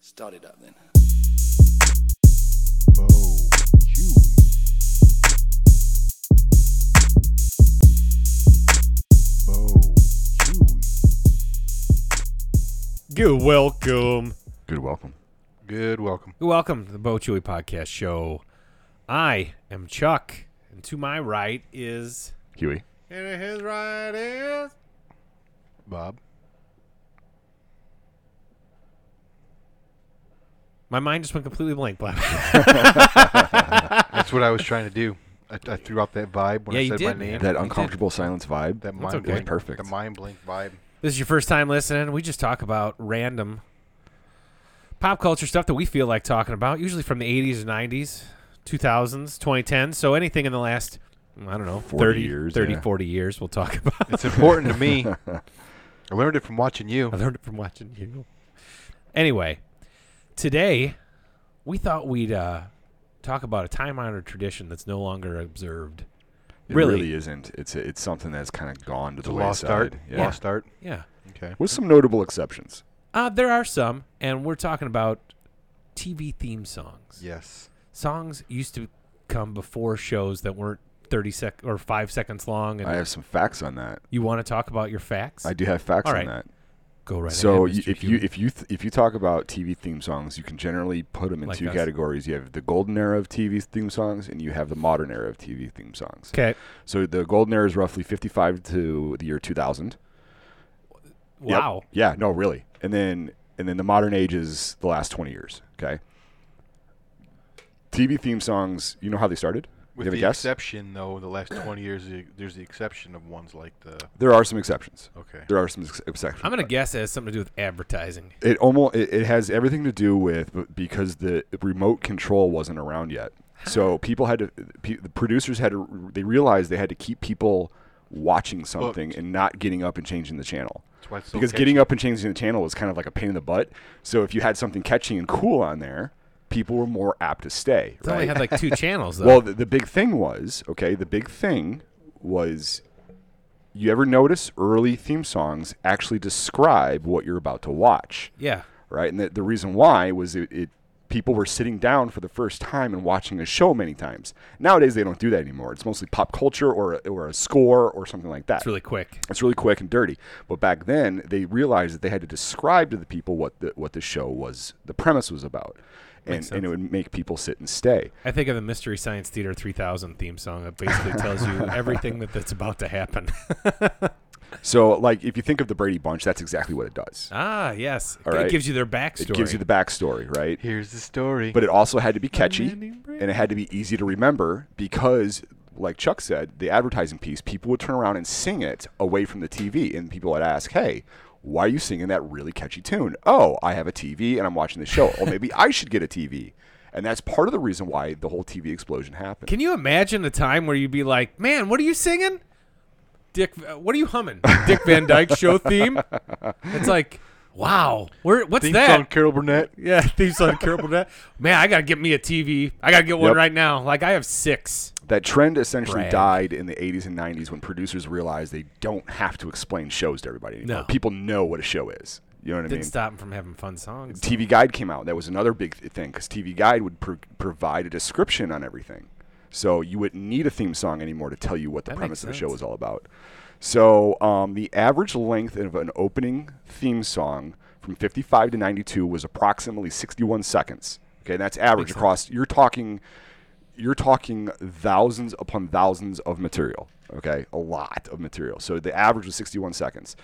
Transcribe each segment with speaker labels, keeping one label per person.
Speaker 1: Start it up then. Oh,
Speaker 2: Good welcome.
Speaker 3: Good welcome.
Speaker 4: Good welcome.
Speaker 2: Welcome to the Bo Chewy Podcast Show. I am Chuck, and to my right is.
Speaker 3: Huey.
Speaker 2: And his right is.
Speaker 4: Bob.
Speaker 2: My mind just went completely blank. Black.
Speaker 4: That's what I was trying to do. I, I threw out that vibe when
Speaker 2: Yeah,
Speaker 4: I
Speaker 2: you
Speaker 4: said
Speaker 2: did,
Speaker 4: my name.
Speaker 2: man.
Speaker 3: That uncomfortable silence vibe.
Speaker 4: That
Speaker 2: That's
Speaker 4: mind
Speaker 2: okay.
Speaker 3: was
Speaker 4: blink.
Speaker 3: perfect.
Speaker 4: The mind blink vibe.
Speaker 2: this is your first time listening. We just talk about random pop culture stuff that we feel like talking about, usually from the 80s, 90s, 2000s, 2010s. So anything in the last, I don't know,
Speaker 3: 40
Speaker 2: 30,
Speaker 3: years,
Speaker 2: 30
Speaker 3: yeah.
Speaker 2: 40 years, we'll talk about.
Speaker 4: It's important to me. I learned it from watching you.
Speaker 2: I learned it from watching you. Anyway, today we thought we'd uh, talk about a time-honored tradition that's no longer observed.
Speaker 3: It
Speaker 2: Really?
Speaker 3: isn't. It's it's something that's kind of gone to
Speaker 4: It's
Speaker 3: the
Speaker 4: a lost
Speaker 3: wayside.
Speaker 4: art.
Speaker 3: Yeah.
Speaker 4: Lost art.
Speaker 2: Yeah,
Speaker 4: Okay.
Speaker 3: With some notable exceptions.
Speaker 2: uh, there are some, and we're talking about TV theme songs.
Speaker 4: Yes.
Speaker 2: Songs used to come before shows that weren't thirty sec or five seconds long. And
Speaker 3: I have some facts on that.
Speaker 2: you want to talk about your facts?
Speaker 3: I do have facts
Speaker 2: All
Speaker 3: on
Speaker 2: right.
Speaker 3: that.
Speaker 2: Go right
Speaker 3: so
Speaker 2: ahead.
Speaker 3: you,
Speaker 2: Mr.
Speaker 3: if you
Speaker 2: Huey.
Speaker 3: if you th- if you talk about TV theme songs, you can generally put them in
Speaker 2: Like
Speaker 3: two
Speaker 2: us.
Speaker 3: categories. You have the golden era of TV theme songs, and you have the modern era of TV theme songs.
Speaker 2: okay,
Speaker 3: So the golden era is roughly 55 to the year 2000. Yep.
Speaker 2: wow,
Speaker 3: Yeah, no, really. And then and then the modern age is the last twenty years. Okay. TV theme songs. You know how they started? You
Speaker 4: With
Speaker 3: have a
Speaker 4: the
Speaker 3: guess?
Speaker 4: exception, though, the last 20 years, the- there's the exception of ones like the.
Speaker 3: there are some exceptions.
Speaker 4: Okay.
Speaker 3: There are some ex- exceptions.
Speaker 2: I'm gonna guess it has something to do with advertising.
Speaker 3: It almost it, it has everything to do with b- because the remote control wasn't around yet. So people had to pe- the producers had to they realized they had to keep people watching something and not getting up and changing the channel.
Speaker 4: That's why it's so
Speaker 3: because
Speaker 4: catchy.
Speaker 3: getting up and changing the channel was kind of like a pain in the butt. So if you had something catchy and cool on there, people were more apt to stay.
Speaker 2: They only had like two channels though.
Speaker 3: Well, the, the big thing was okay. The big thing was, you ever notice early theme songs actually describe what you're about to watch,
Speaker 2: yeah,
Speaker 3: right? And the, the reason why was it, it people were sitting down for the first time and watching a show many times. Nowadays they don't do that anymore. It's mostly pop culture or a, or a score or something like that.
Speaker 2: it's really quick.
Speaker 3: It's really quick and dirty. But back then, they realized that they had to describe to the people what the what the show was, the premise was about, and, and it would make people sit and stay.
Speaker 2: I think of the Mystery Science Theater 3000 theme song that basically tells you everything that, that's about to happen.
Speaker 3: So, like, if you think of the Brady Bunch, that's exactly what it does.
Speaker 2: ah, yes.
Speaker 3: All
Speaker 2: it
Speaker 3: right.
Speaker 2: gives you their
Speaker 3: It
Speaker 2: backstory.
Speaker 3: gives you the backstory, right?
Speaker 4: Here's the story.
Speaker 3: But it also had to be catchy,
Speaker 2: Brady Bunch.
Speaker 3: and it had to be easy to remember because, like Chuck said, the advertising piece, people would turn around and sing it away from the TV, and people would ask, "Hey." Why are you singing that really catchy tune? Oh, I have a TV and I'm watching the show. Or maybe I should get a TV. And that's part of the reason why the whole TV explosion happened.
Speaker 2: Can you imagine a time where you'd be like, man, what are you singing? Dick, uh, what are you humming? Dick Van Dyke show theme? It's like, wow. Where, what's
Speaker 4: Theme
Speaker 2: that?
Speaker 4: song, Carol Burnett.
Speaker 2: Yeah, theme song, Carol Burnett. Man, I got to get me a TV. I got to get one
Speaker 3: Yep.
Speaker 2: right now. Like, I have six.
Speaker 3: that trend essentially
Speaker 2: Brag.
Speaker 3: died in the 80s and 90s when producers realized they don't have to explain shows to everybody anymore.
Speaker 2: No.
Speaker 3: People know what a show is. You know what I mean?
Speaker 2: Didn't stop him from having fun songs.
Speaker 3: TV Guide came out. That was another big th- thing because TV Guide would pro- provide a description on everything. So you wouldn't need a theme song anymore to tell you what the
Speaker 2: That
Speaker 3: premise
Speaker 2: makes
Speaker 3: of the show
Speaker 2: sense.
Speaker 3: was all about. So um, the average length of an opening theme song from 55 to 92 was approximately 61 seconds. Okay, and that's average across. You're talking, you're talking thousands upon thousands of material. Okay, a lot of material. So the average was 61 seconds.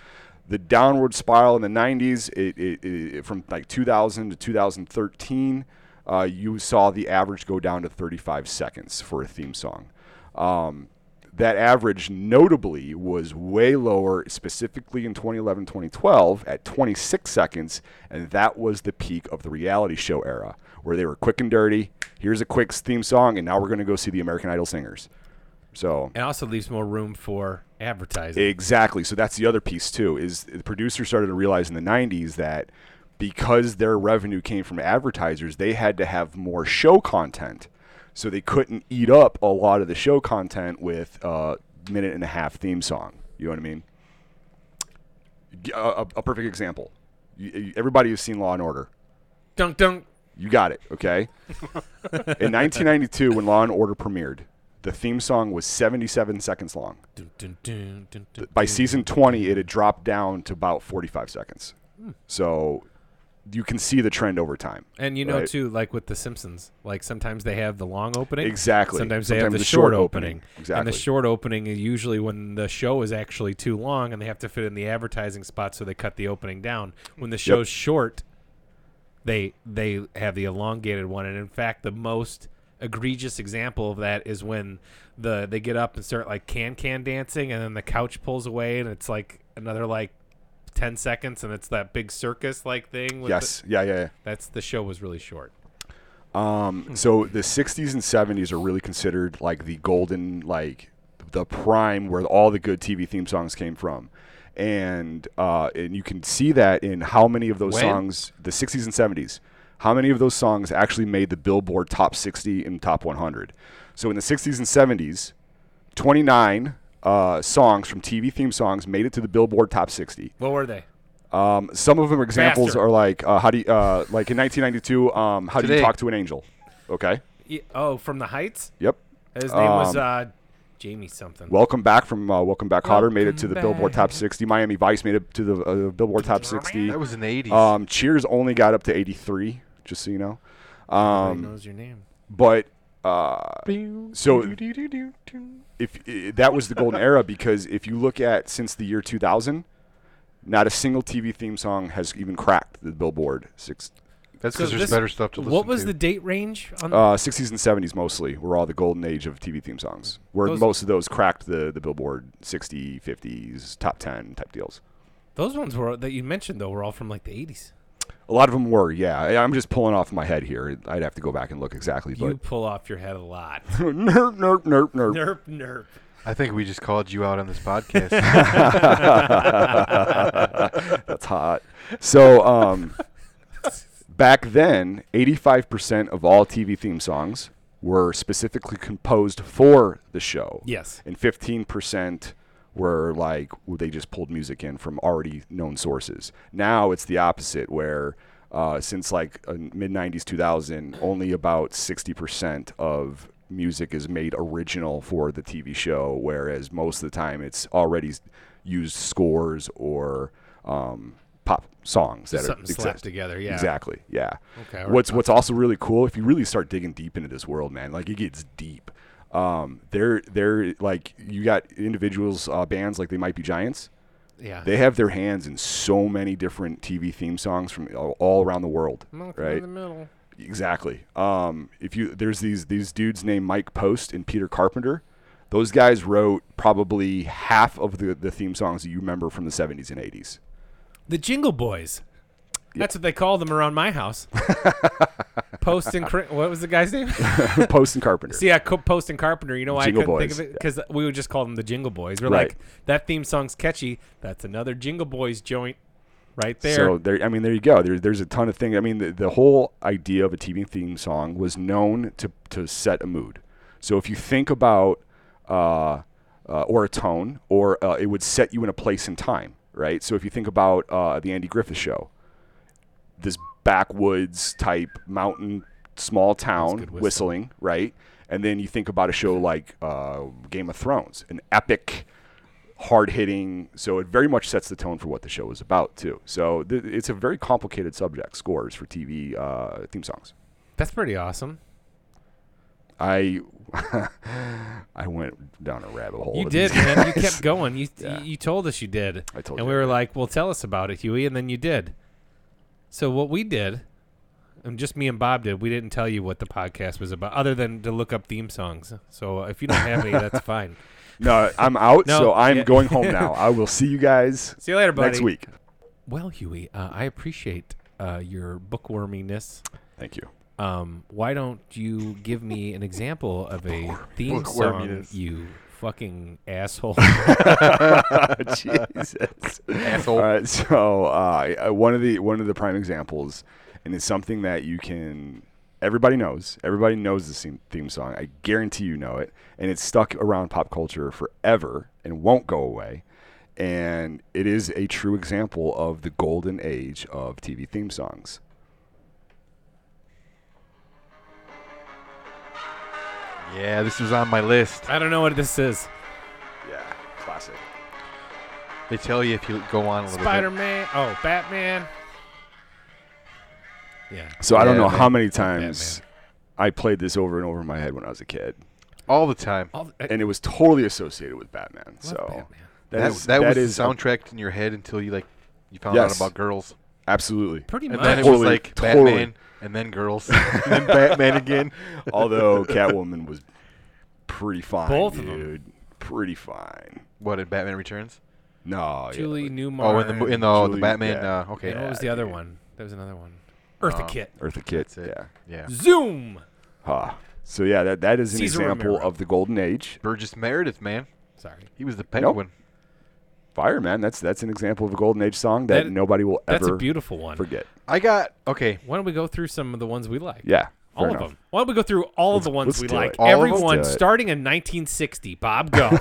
Speaker 3: The downward spiral in the 90s, it, it, it, from like 2000 to 2013, uh, you saw the average go down to 35 seconds for a theme song. Um, that average notably was way lower, specifically in 2011 2012 at 26 seconds. And that was the peak of the reality show era where they were quick and dirty. Here's a quick theme song, and now we're going to go see the American Idol singers. So,
Speaker 2: It also leaves more room for advertising.
Speaker 3: exactly. So, that's the other piece, too, is the producers started to realize in the 90s that because their revenue came from advertisers, they had to have more show content. So, they couldn't eat up a lot of the show content with a minute and a half theme song. You know what I mean? G- a, a- a perfect example. You, you- everybody has seen Law and Order.
Speaker 2: Dunk dunk.
Speaker 3: You got it, okay? In 1992, when Law and Order premiered, the theme song was 77 seconds long.
Speaker 2: Dun, dun, dun, dun, dun,
Speaker 3: By
Speaker 2: dun.
Speaker 3: season 20, it had dropped down to about 45 seconds. So you can see the trend over time.
Speaker 2: And you know
Speaker 3: Right.
Speaker 2: too, like with The Simpsons, like sometimes they have the long opening.
Speaker 3: Exactly.
Speaker 2: Sometimes they have
Speaker 3: Sometimes
Speaker 2: the,
Speaker 3: the short
Speaker 2: short, opening.
Speaker 3: opening.
Speaker 2: And the
Speaker 3: Exactly.
Speaker 2: short opening is usually when the show is actually too long and they have to fit in the advertising spot, so they cut the opening down. When the show's short, they they have the elongated one. And in fact, the most egregious example of that is when the they get up and start like can can dancing, and then the couch pulls away, and it's like another like. 10 seconds and it's that big circus like thing with the-
Speaker 3: Yes. Yeah, yeah, yeah.
Speaker 2: that's the show was really short.
Speaker 3: Um, so the 60s and 70s are really considered like the golden, like the prime where all the good TV theme songs came from. And uh, and you can see that in how many of those
Speaker 2: When?
Speaker 3: songs, the 60s and 70s, how many of those songs actually made the Billboard top 60 and top 100. So in the 60s and 70s, 29 uh, songs from TV theme songs made it to the Billboard top 60.
Speaker 2: What were they?
Speaker 3: Um, some of them are examples
Speaker 2: Faster.
Speaker 3: are like uh, how do you, uh, like in 1992, um, how do you
Speaker 4: Today.
Speaker 3: talk to an angel? Okay.
Speaker 2: Oh, from the Heights.
Speaker 3: Yep.
Speaker 2: His name was
Speaker 3: Um,
Speaker 2: uh, Jamie something.
Speaker 3: Welcome back from uh, Welcome Back Hotter made it to the
Speaker 2: Welcome
Speaker 3: Billboard Top
Speaker 2: back.
Speaker 3: 60. Miami Vice made it to the uh, Billboard Top 60.
Speaker 4: That was in the 80s.
Speaker 3: Um, Cheers only got up to 83, just so you know.
Speaker 2: Nobody
Speaker 3: Um,
Speaker 2: knows your name.
Speaker 3: but uh, so- if i that was the golden era because if you look at since the year 2000, not a single TV theme song has even cracked the Billboard six,
Speaker 4: That's
Speaker 2: So
Speaker 4: because there's
Speaker 2: this-
Speaker 4: better stuff to listen to.
Speaker 2: What was the date range on?
Speaker 3: uh, 60s and 70s mostly were all the golden age of TV theme songs, where
Speaker 2: Those-
Speaker 3: most of those cracked the, the Billboard 60, 50s, top 10 type deals.
Speaker 2: those ones were that you mentioned though were all from like the eighties.
Speaker 3: A lot of them were, yeah. I- I'm just pulling off my head here. I'd have to go back and look exactly,
Speaker 2: You
Speaker 3: but
Speaker 2: pull off your head a lot.
Speaker 3: nerp, nerp, nerp, nerp.
Speaker 2: nerp nerp.
Speaker 4: I think we just called you out on this podcast.
Speaker 3: That's hot. So, um, back then, 85% of all TV theme songs were specifically composed for the show.
Speaker 2: Yes.
Speaker 3: And 15% were like well, they just pulled music in from already known sources. Now it's the opposite, where uh, since like uh, mid 90s, 2000, only about 60% of music is made original for the TV show, whereas most of the time it's already s- used scores or um, pop songs that are
Speaker 2: Something slapped
Speaker 3: exist.
Speaker 2: together. Yeah.
Speaker 3: Exactly. Yeah.
Speaker 2: Okay, or-
Speaker 3: What's what's also really cool if you really start digging deep into this world, man. Like it gets deep. Um, they're they're like you got individuals uh, bands like they might be giants.
Speaker 2: Yeah.
Speaker 3: They have their hands in so many different TV theme songs from all- all around the world.
Speaker 2: Milk in
Speaker 3: Right.
Speaker 2: the middle.
Speaker 3: Exactly. Um, if you there's these these dudes named Mike Post and Peter Carpenter. Those guys wrote probably half of the, the theme songs that you remember from the 70s and 80s.
Speaker 2: The Jingle Boys. That's what they call them around my house. Post and Cri- what was the guy's name?
Speaker 3: Post and Carpenter.
Speaker 2: See, I co- Post and Carpenter. You know why
Speaker 3: Jingle
Speaker 2: I couldn't
Speaker 3: Boys,
Speaker 2: think of it because we would just call them the Jingle Boys. We're
Speaker 3: Right.
Speaker 2: like that theme song's catchy. That's another Jingle Boys joint right there.
Speaker 3: So there, I mean, there you go. There, there's a ton of things. I mean, the, the whole idea of a TV theme song was known to to set a mood. So if you think about uh, uh, or a tone, or uh, it would set you in a place and time, right? So if you think about uh, the Andy Griffith Show, this backwoods type mountain small town
Speaker 2: good whistle.
Speaker 3: whistling, right? And then you think about a show like uh, Game of Thrones, an epic hard hitting. So it very much sets the tone for what the show is about too. So th- it's a very complicated subject. Scores for TV uh, theme songs.
Speaker 2: That's pretty awesome.
Speaker 3: I I went down a rabbit hole.
Speaker 2: You
Speaker 3: with
Speaker 2: did,
Speaker 3: these
Speaker 2: man. You
Speaker 3: guys.
Speaker 2: kept going. You
Speaker 3: Yeah.
Speaker 2: you told us you did.
Speaker 3: I told
Speaker 2: And
Speaker 3: you
Speaker 2: we
Speaker 3: I
Speaker 2: were like, "Well, tell us about it, Huey." And then you did. So what we did, and just me and Bob did, we didn't tell you what the podcast was about, other than to look up theme songs. So if you don't have any, that's fine.
Speaker 3: No, I'm out.
Speaker 2: No,
Speaker 3: so I'm
Speaker 2: yeah.
Speaker 3: going home now. I will see you guys
Speaker 2: See you later, buddy.
Speaker 3: next week.
Speaker 2: Well, Huey, uh, I appreciate uh, your bookworminess.
Speaker 3: Thank you.
Speaker 2: um, why don't you give me an example of a theme song,
Speaker 4: Bookworminess.
Speaker 2: you fucking asshole?
Speaker 3: Jesus.
Speaker 4: Asshole.
Speaker 3: All right, so uh, I- one of the one of the prime examples, and it's something that you can everybody knows. Everybody knows the theme, theme song. I guarantee you know it, and it's stuck around pop culture forever and won't go away. And it is a true example of the golden age of TV theme songs.
Speaker 4: Yeah, this was on my list.
Speaker 2: I don't know what this is.
Speaker 3: Yeah, classic.
Speaker 4: They tell you if you go on a little
Speaker 2: Spider Man. Oh, Batman. Yeah.
Speaker 3: So I don't
Speaker 4: Yeah,
Speaker 3: know
Speaker 4: man.
Speaker 3: how many times I played this over and over in my head when I was a kid,
Speaker 4: bit. All the time.
Speaker 2: All the, I
Speaker 3: and it was totally associated with Batman.
Speaker 2: love
Speaker 3: so
Speaker 2: Batman.
Speaker 4: That,
Speaker 3: is-
Speaker 4: that, was
Speaker 3: is-
Speaker 4: soundtracked in your head until you like you found
Speaker 3: Yes.
Speaker 4: out about girls,
Speaker 3: absolutely.
Speaker 2: Pretty
Speaker 4: and
Speaker 2: much.
Speaker 4: then it was
Speaker 3: Totally,
Speaker 4: like
Speaker 3: totally.
Speaker 4: Batman, and then girls, and then Batman again.
Speaker 3: Although Catwoman was pretty fine,
Speaker 2: Both of
Speaker 3: dude.
Speaker 2: 'em.
Speaker 3: Pretty fine.
Speaker 4: what in Batman Returns?
Speaker 3: No, yeah,
Speaker 2: Julie Newmar.
Speaker 4: Oh, in the mo- in the, oh, the
Speaker 3: Julie-
Speaker 4: Batman.
Speaker 3: yeah.
Speaker 4: Uh, okay,
Speaker 2: And what was the
Speaker 3: yeah,
Speaker 2: other
Speaker 3: dude.
Speaker 2: one? There was another one. Eartha
Speaker 4: Uh,
Speaker 2: Kit.
Speaker 3: Eartha Kitt.
Speaker 4: That's it.
Speaker 3: Yeah.
Speaker 4: yeah.
Speaker 2: Zoom.
Speaker 3: Huh. So yeah, that that is an
Speaker 2: Cesar
Speaker 3: example
Speaker 2: Romero.
Speaker 3: of the golden age.
Speaker 4: Burgess Meredith, man,
Speaker 2: Sorry.
Speaker 4: he was the penguin.
Speaker 3: Fireman. That's that's an example of a golden age song that,
Speaker 2: That-
Speaker 3: nobody will
Speaker 2: That's a
Speaker 3: ever
Speaker 2: beautiful one.
Speaker 3: forget.
Speaker 4: I got okay.
Speaker 2: Why don't we go through some of the ones we like?
Speaker 3: Yeah.
Speaker 2: All
Speaker 3: fair
Speaker 2: of
Speaker 3: enough.
Speaker 2: them. Why don't we go through all of
Speaker 3: Let's-
Speaker 2: the ones
Speaker 3: let's
Speaker 2: we
Speaker 3: do
Speaker 2: like?
Speaker 3: it.
Speaker 4: All of them?
Speaker 2: Everyone
Speaker 3: Let's do it.
Speaker 2: starting in 1960. Bob, go.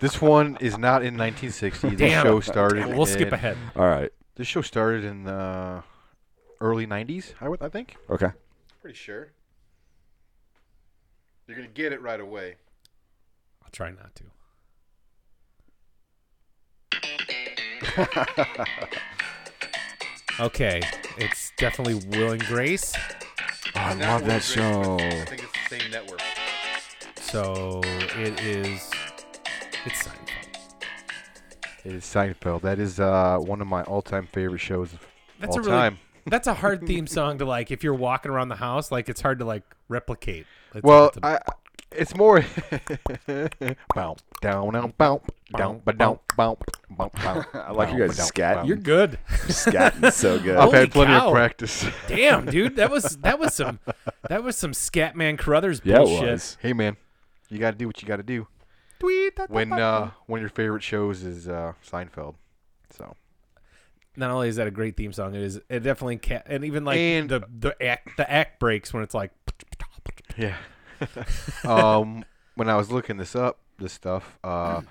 Speaker 4: This one is not in 1960. This
Speaker 2: Damn.
Speaker 4: show started.
Speaker 2: we'll skip
Speaker 4: in-
Speaker 2: ahead.
Speaker 3: All right.
Speaker 4: This show started in the early 90s. I would, I think.
Speaker 3: Okay.
Speaker 4: Pretty sure. You're gonna get it right away.
Speaker 2: I'll try not to. okay, it's definitely Will and Grace.
Speaker 3: I love that show.
Speaker 4: think it's the same network.
Speaker 2: So it is. It's Seinfeld.
Speaker 4: It is Seinfeld. That is uh, one of my all-time favorite shows of
Speaker 2: That's
Speaker 4: all
Speaker 2: a really.
Speaker 4: time.
Speaker 2: That's a hard theme song to like. If you're walking around the house, like it's hard to like replicate. It's,
Speaker 4: Well,
Speaker 2: it's a-
Speaker 4: I, it's more bounce down down bounce down ba down bounce bounce bounce.
Speaker 3: I like you guys scat.
Speaker 2: you're good.
Speaker 3: Scatting so good.
Speaker 4: I've
Speaker 2: Holy
Speaker 4: had plenty
Speaker 2: cow.
Speaker 4: of practice.
Speaker 2: Damn, dude, that was that was some that was some Scatman Carruthers
Speaker 3: yeah, it
Speaker 2: bullshit.
Speaker 3: was.
Speaker 4: hey man, you gotta do what you gotta do.
Speaker 2: Tweet, da, da,
Speaker 4: When
Speaker 2: da.
Speaker 4: uh, one of your favorite shows is uh, Seinfeld, so
Speaker 2: not only is that a great theme song, it is it definitely ca- and even like
Speaker 4: And-
Speaker 2: the the act the act breaks when it's like
Speaker 4: yeah. um, when I was looking this up, this stuff, uh,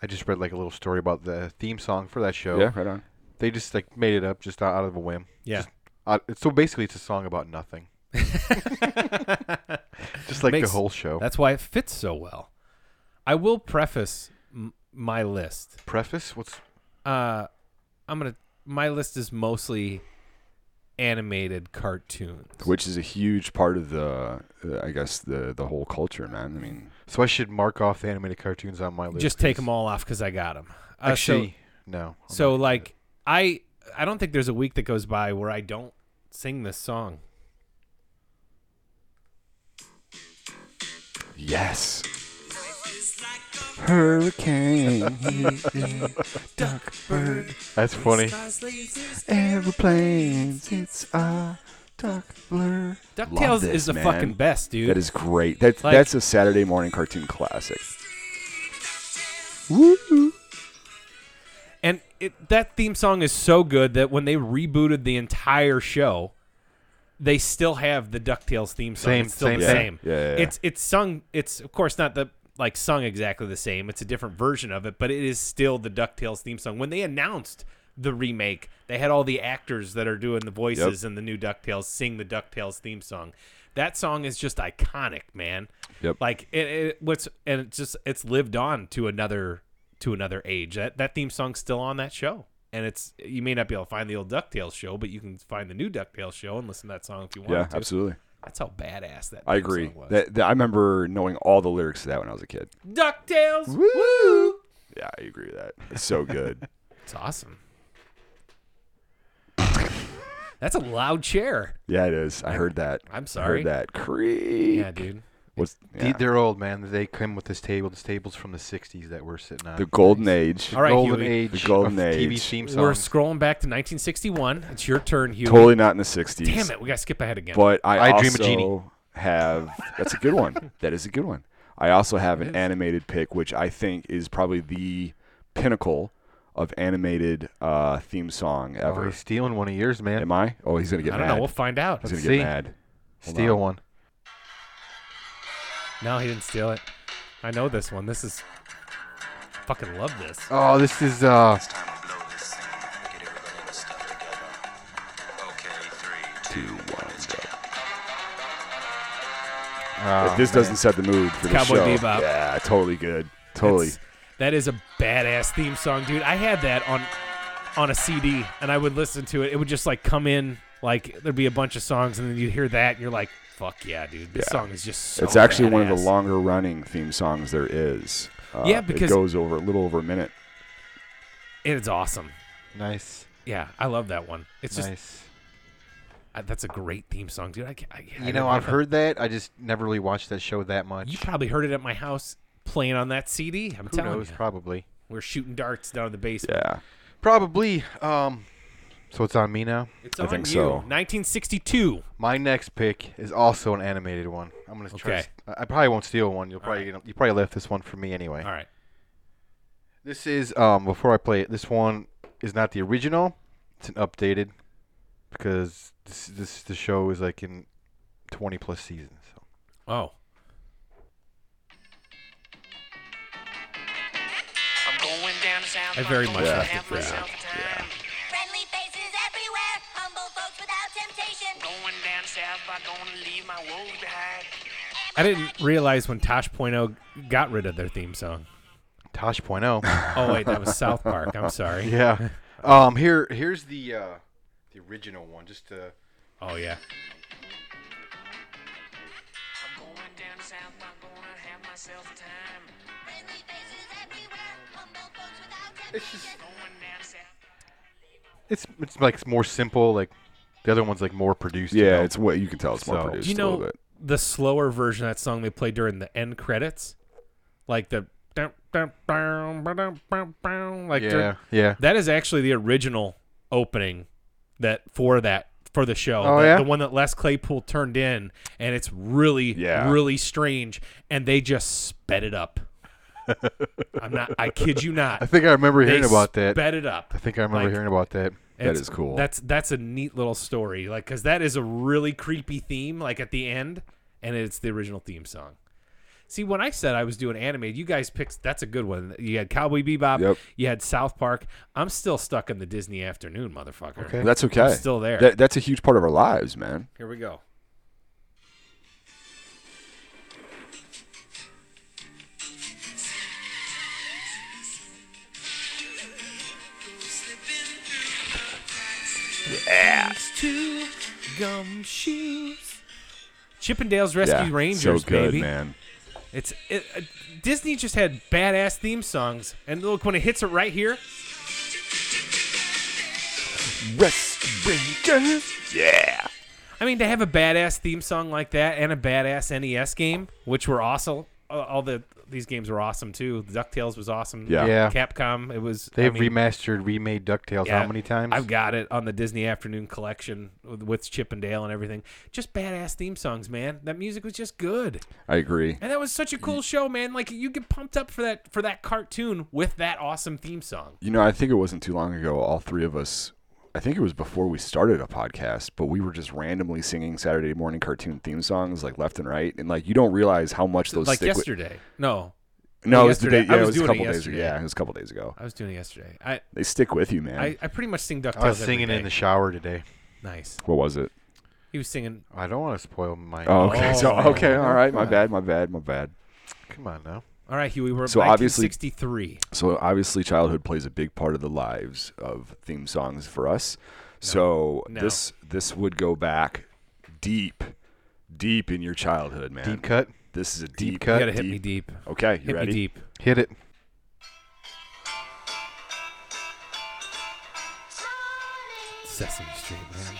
Speaker 4: I just read like a little story about the theme song for that show.
Speaker 3: Yeah, right on.
Speaker 4: They just like made it up just out out of a whim.
Speaker 2: yeah.
Speaker 4: Just- Uh, it's- so basically, it's a song about nothing. Just like
Speaker 2: Makes-
Speaker 4: the whole show.
Speaker 2: That's why it fits so well. I will preface m- my list.
Speaker 4: Preface? What's
Speaker 2: Uh, I'm gonna my list is mostly animated cartoons.
Speaker 3: Which is a huge part of the, uh, I guess the the whole culture, man. I mean,
Speaker 4: so? I should mark off the animated cartoons on my list.
Speaker 2: Just take
Speaker 4: 'cause-
Speaker 2: them all off because I got them. Uh, so-
Speaker 4: Actually, no. I'm
Speaker 2: So
Speaker 4: not-
Speaker 2: like I I don't think there's a week that goes by where I don't sing this song.
Speaker 3: yes. Hurricane, duck, bird,
Speaker 4: that's funny.
Speaker 3: airplanes. It's a duck blur.
Speaker 2: DuckTales is the fucking best, dude.
Speaker 3: That is great. That
Speaker 2: Like-
Speaker 3: that's a Saturday morning cartoon classic. Woo!
Speaker 2: and it, that theme song is so good that when they rebooted the entire show, they still have the DuckTales theme song.
Speaker 4: Same-
Speaker 2: it's still
Speaker 4: same
Speaker 2: the
Speaker 3: thing.
Speaker 2: same.
Speaker 3: Yeah, yeah, yeah.
Speaker 2: It's it's sung. It's of course not the like sung exactly the same. It's a different version of it, but it is still the DuckTales theme song. When they announced the remake, they had all the actors that are doing the voices in the new DuckTales sing the DuckTales theme song. That song is just iconic, man.
Speaker 3: Yep.
Speaker 2: Like it, it what's and it's just it's lived on to another to another age. That that theme song's still on that show. And it's you may not be able to find the old DuckTales show, but you can find the new DuckTales show and listen to that song if you want
Speaker 3: Yeah,
Speaker 2: to.
Speaker 3: absolutely.
Speaker 2: That's how badass that
Speaker 3: I
Speaker 2: theme
Speaker 3: agree.
Speaker 2: song was.
Speaker 3: That, that- I remember knowing all the lyrics to that when I was a kid.
Speaker 2: DuckTales.
Speaker 3: Woo! Yeah, I agree with that. It's so good.
Speaker 2: It's awesome. That's a loud chair.
Speaker 3: yeah, it is. I heard that.
Speaker 2: I'm
Speaker 3: I
Speaker 2: sorry.
Speaker 3: heard that. Creep.
Speaker 2: Yeah, dude.
Speaker 3: What's,
Speaker 4: The-
Speaker 3: yeah.
Speaker 4: They're old, man. They come with this table. This table's from the '60s that we're sitting on.
Speaker 3: The golden age.
Speaker 2: All right,
Speaker 4: golden
Speaker 2: Huey.
Speaker 4: age.
Speaker 3: The golden
Speaker 4: of TV
Speaker 3: age.
Speaker 4: theme
Speaker 2: We're
Speaker 4: songs.
Speaker 2: scrolling back to 1961. It's your turn, Hugh.
Speaker 3: Totally not in the 60s.
Speaker 2: Damn it, we gotta skip ahead again.
Speaker 3: But I,
Speaker 4: I
Speaker 3: also
Speaker 4: Dream a Genie.
Speaker 3: have. That's a good one. that is a good one. I also have an animated pick, which I think is probably the pinnacle of animated uh, theme song
Speaker 4: Oh,
Speaker 3: ever.
Speaker 4: he's stealing one of yours, man.
Speaker 3: Am I? Oh, he's gonna get
Speaker 2: I don't
Speaker 3: mad.
Speaker 2: know. We'll find out.
Speaker 3: he's gonna
Speaker 4: Let's
Speaker 3: get
Speaker 4: see.
Speaker 3: mad. Hold
Speaker 4: Steal
Speaker 3: on.
Speaker 4: one.
Speaker 2: No, he didn't steal it. I know this one. This is. Fucking love this.
Speaker 4: Oh, this is uh,
Speaker 1: Time to blow this scene. Get everybody in the stuff together. Okay, three, two,
Speaker 3: Two, one, go.
Speaker 4: Oh,
Speaker 3: if this doesn't set the mood for the
Speaker 2: Cowboy
Speaker 3: show,
Speaker 2: Bebop.
Speaker 3: yeah, totally good, totally.
Speaker 2: That's- That is a badass theme song, dude. I had that on on a CD, and I would listen to it. It would just like come in, like there'd be a bunch of songs, and then you'd hear that, and you're like, "Fuck yeah, dude! This
Speaker 3: Yeah.
Speaker 2: song is just so."
Speaker 3: it's actually one of the
Speaker 2: badass."
Speaker 3: longer running theme songs there is. Uh,
Speaker 2: Yeah, because-
Speaker 3: it goes over a little over a minute.
Speaker 2: And it's awesome.
Speaker 4: nice,
Speaker 2: Yeah, I love that one. It's just
Speaker 4: nice.
Speaker 2: I, that's a great theme song, dude. I, ca- I, I
Speaker 4: You know,
Speaker 2: never
Speaker 4: I've
Speaker 2: heard-
Speaker 4: heard that. I just never really watched that show that much.
Speaker 2: you probably heard it at my house playing on that CD. I'm
Speaker 4: Who
Speaker 2: telling
Speaker 4: knows?
Speaker 2: you,
Speaker 4: Probably.
Speaker 2: we're shooting darts down in the basement.
Speaker 3: Yeah,
Speaker 4: Probably. Um, so it's on me now.
Speaker 2: It's
Speaker 3: I
Speaker 2: on
Speaker 3: think
Speaker 2: you.
Speaker 3: so.
Speaker 2: 1962.
Speaker 4: My next pick is also an animated one. I'm gonna try.
Speaker 2: Okay.
Speaker 4: s- I I probably won't steal one. You'll
Speaker 2: All
Speaker 4: probably
Speaker 2: right.
Speaker 4: you, know, you probably left this one for me anyway.
Speaker 2: All right.
Speaker 4: This is um before I play it. This one is not the original. It's an updated because this this the show is like in 20 plus seasons. So.
Speaker 2: Oh,
Speaker 5: I'm going down to South
Speaker 2: I very
Speaker 5: Park,
Speaker 2: much
Speaker 5: gonna
Speaker 2: like
Speaker 5: have
Speaker 2: it, yeah.
Speaker 5: myself a time.
Speaker 6: Friendly faces everywhere, humble folks without temptation.
Speaker 5: Going down south, I'm gonna leave my woes behind.
Speaker 2: I didn't realize when Tosh Point oh got rid of their theme song.
Speaker 4: Tosh point oh.
Speaker 2: Oh wait, that was South Park. I'm sorry.
Speaker 4: yeah. Um here here's the uh the original one just to
Speaker 2: Oh yeah.
Speaker 5: I'm going down south, I'm gonna have myself a time.
Speaker 6: Friendly faces everywhere, humble folks without
Speaker 4: It's just-
Speaker 6: temptation.
Speaker 5: Going down south.
Speaker 4: it's it's like it's more simple like the other one's like more produced. you
Speaker 3: yeah.
Speaker 4: know?
Speaker 3: It's what you can tell. It's more
Speaker 4: So-
Speaker 3: produced
Speaker 2: Do you
Speaker 3: a little
Speaker 2: know
Speaker 3: bit.
Speaker 2: the slower version of that song they play during the end credits? Like the like
Speaker 4: yeah.
Speaker 2: dur-
Speaker 4: Yeah.
Speaker 2: that is actually the original opening that for that for the show.
Speaker 4: Oh,
Speaker 2: the,
Speaker 4: yeah?
Speaker 2: the one that Les Claypool turned in and it's really
Speaker 3: Yeah.
Speaker 2: really strange and they just sped it up. I'm not I kid you not.
Speaker 4: I think I remember hearing
Speaker 2: they
Speaker 4: about that.
Speaker 2: Sped it up.
Speaker 4: I think I remember
Speaker 2: like-
Speaker 4: hearing about that.
Speaker 3: That
Speaker 2: It's-
Speaker 3: is cool.
Speaker 2: That's that's a neat little story, like because that is a really creepy theme, like at the end, and it's the original theme song. See, when I said I was doing animated, you guys picked. That's a good one. You had Cowboy Bebop.
Speaker 3: Yep.
Speaker 2: You had South Park. I'm still stuck in the Disney afternoon, motherfucker.
Speaker 4: Okay.
Speaker 3: That's okay.
Speaker 2: I'm still there.
Speaker 3: That, that's a huge part of our lives, man.
Speaker 2: Here we go. Yeah. Two gum shoes. Chippendales Rescue
Speaker 3: yeah,
Speaker 2: Rangers,
Speaker 3: so good,
Speaker 2: baby.
Speaker 3: man.
Speaker 2: It's it, uh, Disney just had badass theme songs, and look when it hits it right here.
Speaker 3: Rescue Rangers. Yeah.
Speaker 2: I mean, to have a badass theme song like that and a badass NES game, which were awesome. uh, All the these games were awesome too. DuckTales was awesome.
Speaker 3: Yeah.
Speaker 4: Yeah.
Speaker 2: Capcom. It was. I
Speaker 4: They've
Speaker 2: mean,
Speaker 4: remastered, remade DuckTales
Speaker 2: yeah,
Speaker 4: how many times?
Speaker 2: I've got it on the Disney Afternoon collection with, with Chip and Dale and everything. Just badass theme songs, man. That music was just good,
Speaker 3: I agree.
Speaker 2: and that was such a
Speaker 3: Mm.
Speaker 2: cool show, man. Like you get pumped up for that for that cartoon with that awesome theme song.
Speaker 3: You know, I think it wasn't too long ago. All three of us, I think it was before we started a podcast, but we were just randomly singing Saturday morning cartoon theme songs like left and right, and like you don't realize how much those
Speaker 2: like
Speaker 3: stick with-
Speaker 2: yesterday. no,
Speaker 3: no, it was the day.
Speaker 2: yesterday.
Speaker 3: Yeah,
Speaker 2: I
Speaker 3: it
Speaker 2: was
Speaker 3: was a
Speaker 2: doing it
Speaker 3: couple days ago.
Speaker 2: yesterday.
Speaker 3: Yeah, it was a couple days ago.
Speaker 2: I was doing it yesterday. I
Speaker 3: They stick with you, man.
Speaker 2: I, I pretty much sing DuckTales.
Speaker 4: I was
Speaker 2: every
Speaker 4: singing in
Speaker 2: day.
Speaker 4: the shower today.
Speaker 2: nice.
Speaker 3: what was it?
Speaker 2: He was singing
Speaker 4: I don't want to spoil my.
Speaker 3: Oh, okay. so
Speaker 2: Oh.
Speaker 3: okay, all right. My bad. My bad. My bad.
Speaker 4: Come on now.
Speaker 2: All right, Huey, we're
Speaker 3: So
Speaker 2: so
Speaker 3: obviously-
Speaker 2: 1963.
Speaker 3: So obviously, childhood plays a big part of the lives of theme songs for us. So
Speaker 2: No.
Speaker 3: this this would go back deep, deep in your childhood, man.
Speaker 4: Deep cut.
Speaker 3: This is a deep,
Speaker 4: cut.
Speaker 2: You gotta hit me deep.
Speaker 3: Okay, you
Speaker 2: Hit
Speaker 3: ready?
Speaker 2: me deep.
Speaker 4: Hit it.
Speaker 2: Sesame Street, man.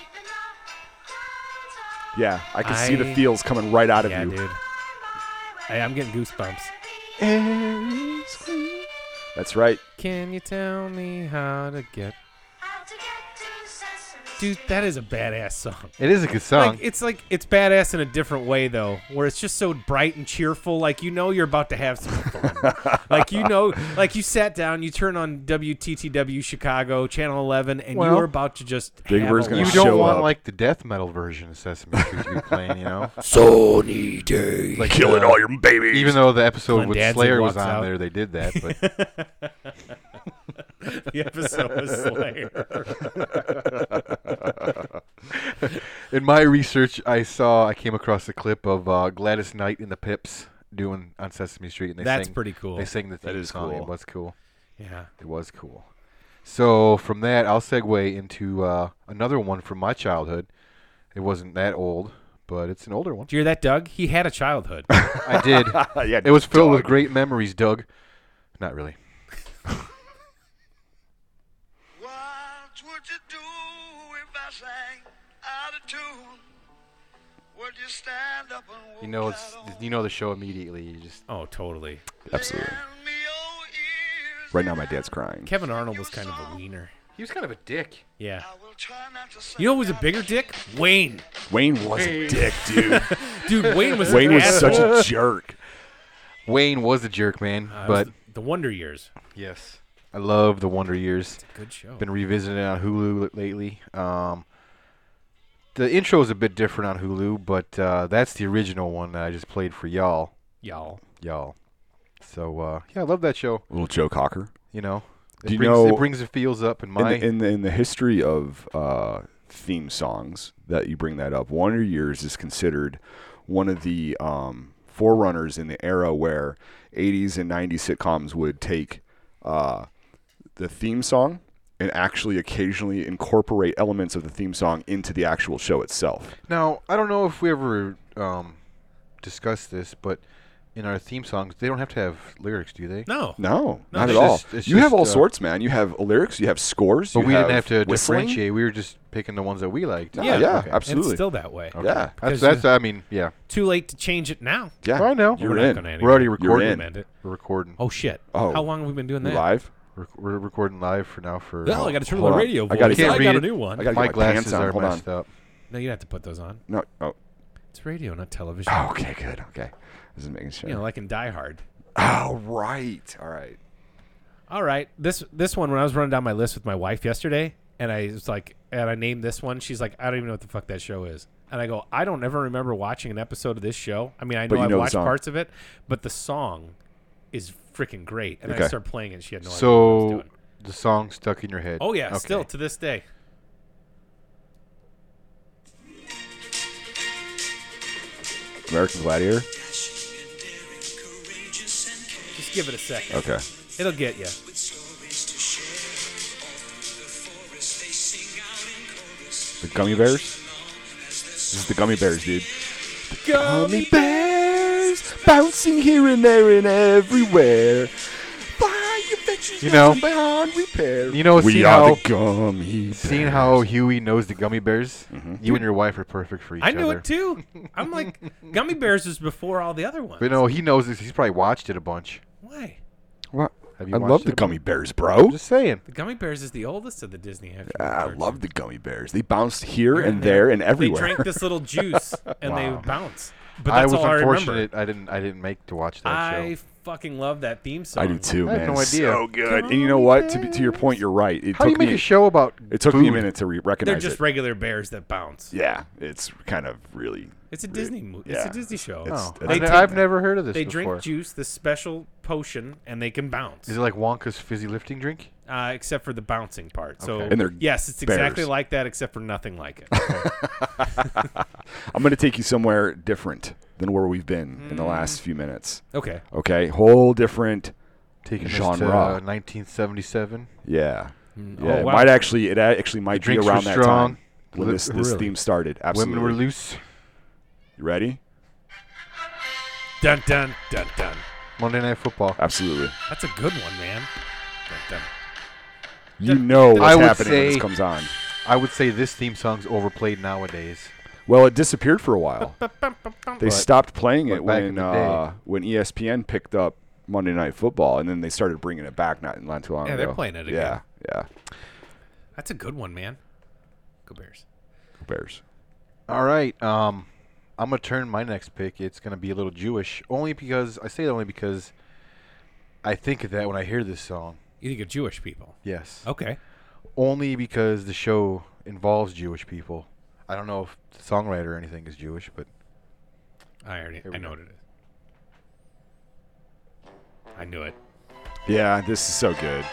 Speaker 3: Yeah, I can see the
Speaker 2: I-
Speaker 3: feels coming right out of
Speaker 2: Yeah,
Speaker 3: you.
Speaker 2: dude. Hey, I'm getting goosebumps.
Speaker 4: Eh.
Speaker 3: That's right.
Speaker 2: Can you tell me how to get? Dude, that is a badass song.
Speaker 4: It is a good song.
Speaker 2: Like it's like it's badass in a different way though, where it's just so bright and cheerful. Like you know you're about to have some fun. like you know, like you sat down, you turn on WTTW Chicago Channel 11, and
Speaker 4: Well,
Speaker 2: you're about to just.
Speaker 3: Big
Speaker 2: have
Speaker 3: Bird's
Speaker 2: a
Speaker 3: gonna
Speaker 4: you
Speaker 2: laugh.
Speaker 3: show
Speaker 4: don't want
Speaker 3: up.
Speaker 4: like the death metal version of Sesame Street to be playing, you know?
Speaker 3: Sony Day.
Speaker 4: Like,
Speaker 3: killing
Speaker 4: uh,
Speaker 3: all your babies.
Speaker 4: Even though the episode
Speaker 2: When
Speaker 4: with
Speaker 2: Danzig
Speaker 4: Slayer was
Speaker 2: walks
Speaker 4: on
Speaker 2: out.
Speaker 4: there, they did that. But
Speaker 2: the episode of Slayer.
Speaker 4: In my research, I saw I came across a clip of uh, Gladys Knight and the Pips doing on Sesame Street, and they
Speaker 2: That's
Speaker 4: sang-
Speaker 2: pretty cool.
Speaker 4: They sang the theme
Speaker 3: is
Speaker 4: song.
Speaker 3: cool.
Speaker 4: It was cool.
Speaker 2: Yeah.
Speaker 4: It was cool. So from that, I'll segue into uh, another one from my childhood. It wasn't that old, but it's an older one.
Speaker 2: Did you hear that, Doug? He had a childhood.
Speaker 4: I did.
Speaker 3: Uh, yeah,
Speaker 4: It was filled with
Speaker 3: dog.
Speaker 4: great memories, Doug. Not really.
Speaker 7: What would you do if I sang out of tune? Would you stand up and walk
Speaker 4: You know, it's
Speaker 7: out
Speaker 4: you know the show immediately. You just
Speaker 2: oh, totally.
Speaker 3: Absolutely.
Speaker 7: on me, oh, ears?
Speaker 3: Right now, my dad's crying.
Speaker 2: Kevin Arnold was kind of a wiener.
Speaker 4: he was kind of a dick.
Speaker 2: Yeah.
Speaker 7: I will try not to sing
Speaker 2: You know who was a
Speaker 7: out
Speaker 2: bigger dick? Wayne.
Speaker 3: Wayne was a dick, dude.
Speaker 2: Dude, Wayne was
Speaker 3: Wayne
Speaker 2: an
Speaker 3: was such
Speaker 2: asshole.
Speaker 3: a jerk.
Speaker 4: Wayne was a jerk, man.
Speaker 2: Uh, it was
Speaker 4: but
Speaker 2: the- the Wonder Years.
Speaker 4: yes, I love the Wonder Years.
Speaker 2: Good show.
Speaker 4: Been revisiting it on Hulu l- lately. Um, the intro is a bit different on Hulu, but uh, that's the original one that I just played for y'all,
Speaker 2: Y'all.
Speaker 4: y'all. So uh, yeah, I love that show.
Speaker 3: Little Joe Cocker.
Speaker 4: You know, it
Speaker 3: Do you
Speaker 4: brings,
Speaker 3: know-
Speaker 4: it brings the feels up in
Speaker 3: In
Speaker 4: my
Speaker 3: the, in the in the history of uh, theme songs, that you bring that up, Wonder Years is considered one of the um, forerunners in the era where 80s and 90s sitcoms would take uh, the theme song and actually occasionally incorporate elements of the theme song into the actual show itself.
Speaker 4: Now, I don't know if we ever um, discussed this, but in our theme songs, they don't have to have lyrics, do they?
Speaker 2: No.
Speaker 3: No, not at
Speaker 4: it's
Speaker 3: all.
Speaker 4: just- it's
Speaker 3: you have
Speaker 4: just,
Speaker 3: all
Speaker 4: uh,
Speaker 3: sorts, man. You have lyrics, you have scores.
Speaker 4: But
Speaker 3: you
Speaker 4: we didn't have to
Speaker 3: whistling.
Speaker 4: differentiate. We were just picking the ones that we liked.
Speaker 3: Yeah, yeah,
Speaker 4: Okay.
Speaker 3: absolutely.
Speaker 2: It's still that way.
Speaker 4: Okay.
Speaker 3: Yeah.
Speaker 4: That's,
Speaker 2: Because,
Speaker 4: that's, I mean, yeah.
Speaker 2: Too late to change it now.
Speaker 3: yeah,
Speaker 4: I know.
Speaker 3: You're
Speaker 2: We're not
Speaker 3: in.
Speaker 2: gonna-
Speaker 4: We're already
Speaker 2: You're
Speaker 4: recording.
Speaker 2: in.
Speaker 4: We're recording.
Speaker 2: Oh, shit.
Speaker 3: Oh.
Speaker 2: How long have we been doing
Speaker 3: You
Speaker 2: that?
Speaker 3: live.
Speaker 4: We're, we're recording live for now for.
Speaker 2: Well, I got to turn on
Speaker 3: Hold
Speaker 2: the
Speaker 3: on.
Speaker 2: radio
Speaker 3: I
Speaker 2: voice. I,
Speaker 3: gotta-
Speaker 4: can't
Speaker 2: got
Speaker 4: read
Speaker 2: a
Speaker 4: it.
Speaker 2: new one.
Speaker 3: I gotta
Speaker 4: my
Speaker 3: get my pants
Speaker 4: glasses
Speaker 3: on.
Speaker 4: are
Speaker 3: Hold on.
Speaker 4: messed up.
Speaker 2: no, you don't have to put those on.
Speaker 3: No, oh,
Speaker 2: It's radio, not television.
Speaker 3: Okay, good. Okay. This is making sure.
Speaker 2: You know, like in Die Hard.
Speaker 3: oh, right. All right.
Speaker 2: All right, this this one when I was running down my list with my wife yesterday, and I was like, and I named this one. She's like, I don't even know what the fuck that show is. And I go, I don't ever remember watching an episode of this show. I mean, I
Speaker 3: But
Speaker 2: know
Speaker 3: you
Speaker 2: I've
Speaker 3: know the
Speaker 2: watched
Speaker 3: song.
Speaker 2: parts of it, but the song is freaking great. And I
Speaker 3: Okay.
Speaker 2: started playing it. She had no idea what I was
Speaker 4: So
Speaker 2: doing.
Speaker 4: the song stuck in your head.
Speaker 2: Oh yeah,
Speaker 4: Okay.
Speaker 2: still to this day.
Speaker 3: American Gladiator.
Speaker 2: Just give it a second.
Speaker 3: Okay.
Speaker 2: It'll get you.
Speaker 3: The Gummy Bears. This is the Gummy Bears, dude. Gummy Bears bouncing here and there and everywhere. Buy your ventures
Speaker 4: You know-
Speaker 3: beyond repair.
Speaker 4: You know,
Speaker 3: we
Speaker 4: seeing
Speaker 3: are
Speaker 4: how,
Speaker 3: the Gummy Bears.
Speaker 4: seeing how Huey knows the gummy bears,
Speaker 3: Mm-hmm.
Speaker 4: you and your wife are perfect for each
Speaker 2: I
Speaker 4: other.
Speaker 2: knew it too. I'm like, Gummy Bears was before all the other ones.
Speaker 4: But no, he knows this. He's probably watched it a bunch.
Speaker 2: Why?
Speaker 3: What?
Speaker 4: Have you
Speaker 3: I
Speaker 4: watched
Speaker 3: love the
Speaker 4: it?
Speaker 3: Gummy Bears, bro.
Speaker 4: Just saying.
Speaker 2: The Gummy Bears is the oldest of the Disney. action
Speaker 3: I
Speaker 2: cartoons.
Speaker 3: love the Gummy Bears. They bounced here and
Speaker 2: and
Speaker 3: there and
Speaker 2: They
Speaker 3: everywhere.
Speaker 2: drank this little juice and they
Speaker 4: Wow.
Speaker 2: would bounce. But
Speaker 4: I
Speaker 2: that's
Speaker 4: was
Speaker 2: all I remember.
Speaker 4: unfortunate. I, didn't. I didn't make to watch that
Speaker 2: I
Speaker 4: show.
Speaker 2: fucking love that theme song.
Speaker 3: I do too,
Speaker 4: I had
Speaker 3: man.
Speaker 4: no
Speaker 3: It's
Speaker 4: idea.
Speaker 3: So good. And you know what? To, be, to your point, you're right. It
Speaker 4: How do
Speaker 3: took
Speaker 4: you make
Speaker 3: me,
Speaker 4: a show about?
Speaker 3: It took
Speaker 4: food?
Speaker 3: me a minute to re- recognize
Speaker 2: They're
Speaker 3: it.
Speaker 2: just regular bears that bounce.
Speaker 3: yeah, it's kind of really.
Speaker 2: It's a Disney movie. It's
Speaker 3: Yeah.
Speaker 2: a Disney show.
Speaker 4: Oh,
Speaker 3: It's-
Speaker 4: I
Speaker 2: They
Speaker 4: ne-
Speaker 2: take-
Speaker 4: I've never heard of this.
Speaker 2: They
Speaker 4: before.
Speaker 2: drink juice, this special potion, and they can bounce,
Speaker 4: Is it like Wonka's fizzy lifting drink?
Speaker 2: uh, except for the bouncing part. So,
Speaker 4: Okay.
Speaker 3: And they're
Speaker 2: yes, it's exactly
Speaker 3: bears.
Speaker 2: like that, except for nothing like it.
Speaker 3: I'm going to take you somewhere different than where we've been in the
Speaker 2: Mm.
Speaker 3: last few minutes.
Speaker 2: Okay.
Speaker 3: Okay, whole different.
Speaker 4: Taking us to
Speaker 3: Genre.
Speaker 4: uh, 1977.
Speaker 3: Yeah,
Speaker 4: Mm,
Speaker 3: yeah.
Speaker 2: oh,
Speaker 3: it
Speaker 2: wow.
Speaker 3: might actually. It a- actually might be
Speaker 4: drinks were
Speaker 3: around that
Speaker 4: strong.
Speaker 3: time when
Speaker 4: Li-
Speaker 3: this this
Speaker 4: really.
Speaker 3: theme started. Absolutely.
Speaker 4: Women were loose.
Speaker 3: You ready?
Speaker 2: Dun dun dun dun.
Speaker 4: Monday Night Football.
Speaker 3: Absolutely.
Speaker 2: That's a good one, man. Dun, dun.
Speaker 3: You know what's
Speaker 4: I would
Speaker 3: happening when
Speaker 4: say-
Speaker 3: this comes on.
Speaker 4: I would say this theme song's overplayed nowadays.
Speaker 3: Well, it disappeared for a while. They stopped playing
Speaker 4: but
Speaker 3: it
Speaker 4: back
Speaker 3: when
Speaker 4: in the
Speaker 3: uh,
Speaker 4: day-
Speaker 3: when ESPN picked up Monday Night Football, and then they started bringing it back not, not too long
Speaker 2: Yeah,
Speaker 3: ago.
Speaker 2: they're playing it
Speaker 3: Yeah,
Speaker 2: again.
Speaker 3: yeah.
Speaker 2: That's a good one, man. Go Bears.
Speaker 3: Go Bears.
Speaker 4: All right. Um, I'm gonna turn my next pick. It's gonna be a little Jewish, only because I say that only because I think of that when I hear this song.
Speaker 2: You think of Jewish people.
Speaker 4: Yes.
Speaker 2: Okay.
Speaker 4: only because the show involves Jewish people. I don't know if the songwriter or anything is Jewish, but
Speaker 2: I already
Speaker 4: Here we
Speaker 2: I know
Speaker 4: go.
Speaker 2: what it is. I knew it.
Speaker 3: Yeah, this is so good.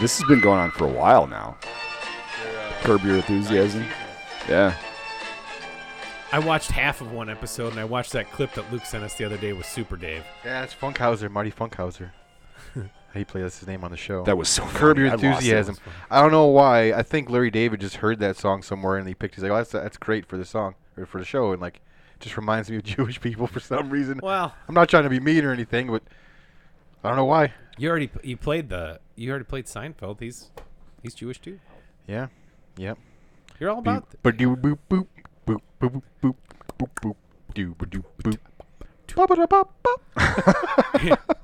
Speaker 3: This has been going on for a while now.
Speaker 4: they're, uh,
Speaker 3: Curb Your Enthusiasm. Yeah.
Speaker 2: I watched half of one episode, and I watched that clip that Luke sent us the other day with Super Dave.
Speaker 4: Yeah, it's Funkhauser, Marty Funkhauser. he played that's his name on the show.
Speaker 3: That was so
Speaker 4: Curb
Speaker 3: funny.
Speaker 4: Your
Speaker 3: I lost it.
Speaker 4: Enthusiasm. I don't know why. I think Larry David just heard that song somewhere and he picked. He's like, "Oh, that's that's great for the song or for the show," and like, just reminds me of Jewish people for some reason.
Speaker 2: Well-
Speaker 4: I'm not trying to be mean or anything, but I don't know why.
Speaker 2: You already you played the you already played Seinfeld. He's he's Jewish too.
Speaker 4: Yeah, yeah.
Speaker 2: You're all about.
Speaker 4: Boop, ba-doo, boop, boop, boop, boop, boop, boop, boop, doo, ba-doo, boop. Ba-ba-da-ba-ba.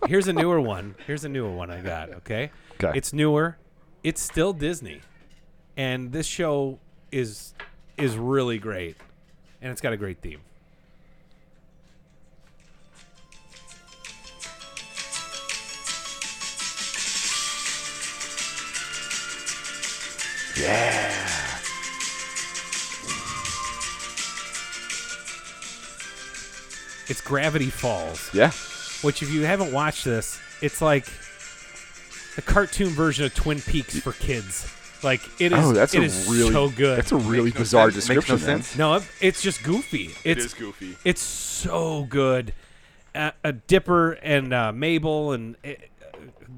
Speaker 2: Here's a newer one. Here's a newer one I got. Okay.
Speaker 3: 'Kay.
Speaker 2: It's newer. It's still Disney, and this show is is really great, and it's got a great theme. It's Gravity Falls.
Speaker 3: Yeah.
Speaker 2: Which, if you haven't watched this, it's like the cartoon version of Twin Peaks for kids. Like it is,
Speaker 3: Oh, that's
Speaker 2: it
Speaker 3: a
Speaker 2: is
Speaker 3: really
Speaker 2: so good.
Speaker 3: That's a really
Speaker 4: no
Speaker 3: bizarre
Speaker 4: sense. Makes no
Speaker 3: description. man.
Speaker 4: sense.
Speaker 2: no, it- it's just goofy. It's,
Speaker 3: is goofy.
Speaker 2: It's so good. Uh, uh, Dipper and uh, Mabel and uh, uh,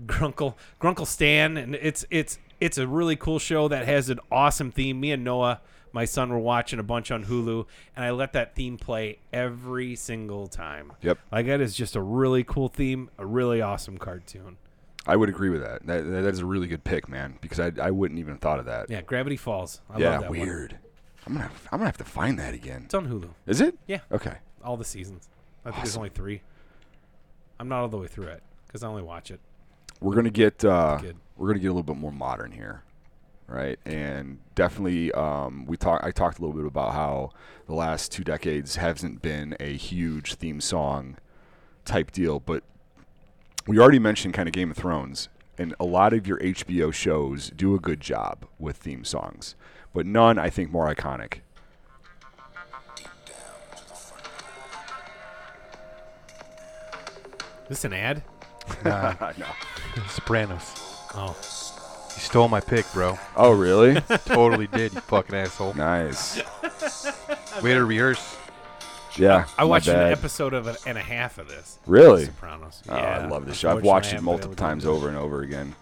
Speaker 2: Grunkle Grunkle Stan, and it's it's it's a really cool show that has an awesome theme. Me and Noah, my son, were watching a bunch on Hulu, and I let that theme play every single time.
Speaker 3: Yep.
Speaker 2: like that is just a really cool theme, a really awesome cartoon.
Speaker 3: I would agree with that. That, that is a really good pick, man, because I, I wouldn't even have thought of that.
Speaker 2: Yeah, Gravity Falls. I
Speaker 3: Yeah,
Speaker 2: love that one.
Speaker 3: weird. I'm gonna have, I'm gonna have to find that again.
Speaker 2: It's on Hulu.
Speaker 3: Is it?
Speaker 2: Yeah.
Speaker 3: Okay.
Speaker 2: All the seasons. I think there's
Speaker 3: Awesome.
Speaker 2: only three. I'm not all the way through it because I only watch it.
Speaker 3: We're gonna get uh,
Speaker 2: Good.
Speaker 3: we're gonna get a little bit more modern here, right? And definitely, um, we talk. I talked a little bit about how the last two decades hasn't been a huge theme song type deal, but we already mentioned kind of Game of Thrones, and a lot of your HBO shows do a good job with theme songs, but none, I think, more iconic.
Speaker 2: Is this an ad?
Speaker 4: Sopranos.
Speaker 2: Oh.
Speaker 4: You stole my pick, bro.
Speaker 3: Oh, really?
Speaker 4: Totally did, you fucking asshole.
Speaker 3: nice.
Speaker 4: Way to rehearse.
Speaker 3: Yeah.
Speaker 2: I
Speaker 3: my
Speaker 2: watched an
Speaker 3: bad.
Speaker 2: episode of an, and a half of this.
Speaker 3: Really?
Speaker 2: Sopranos.
Speaker 3: Oh, I
Speaker 2: Yeah.
Speaker 3: love this show. I've
Speaker 2: Unfortunately, I
Speaker 3: watched it
Speaker 2: haven't been
Speaker 3: multiple
Speaker 2: able to
Speaker 3: times
Speaker 2: do
Speaker 3: over and over again.
Speaker 2: it.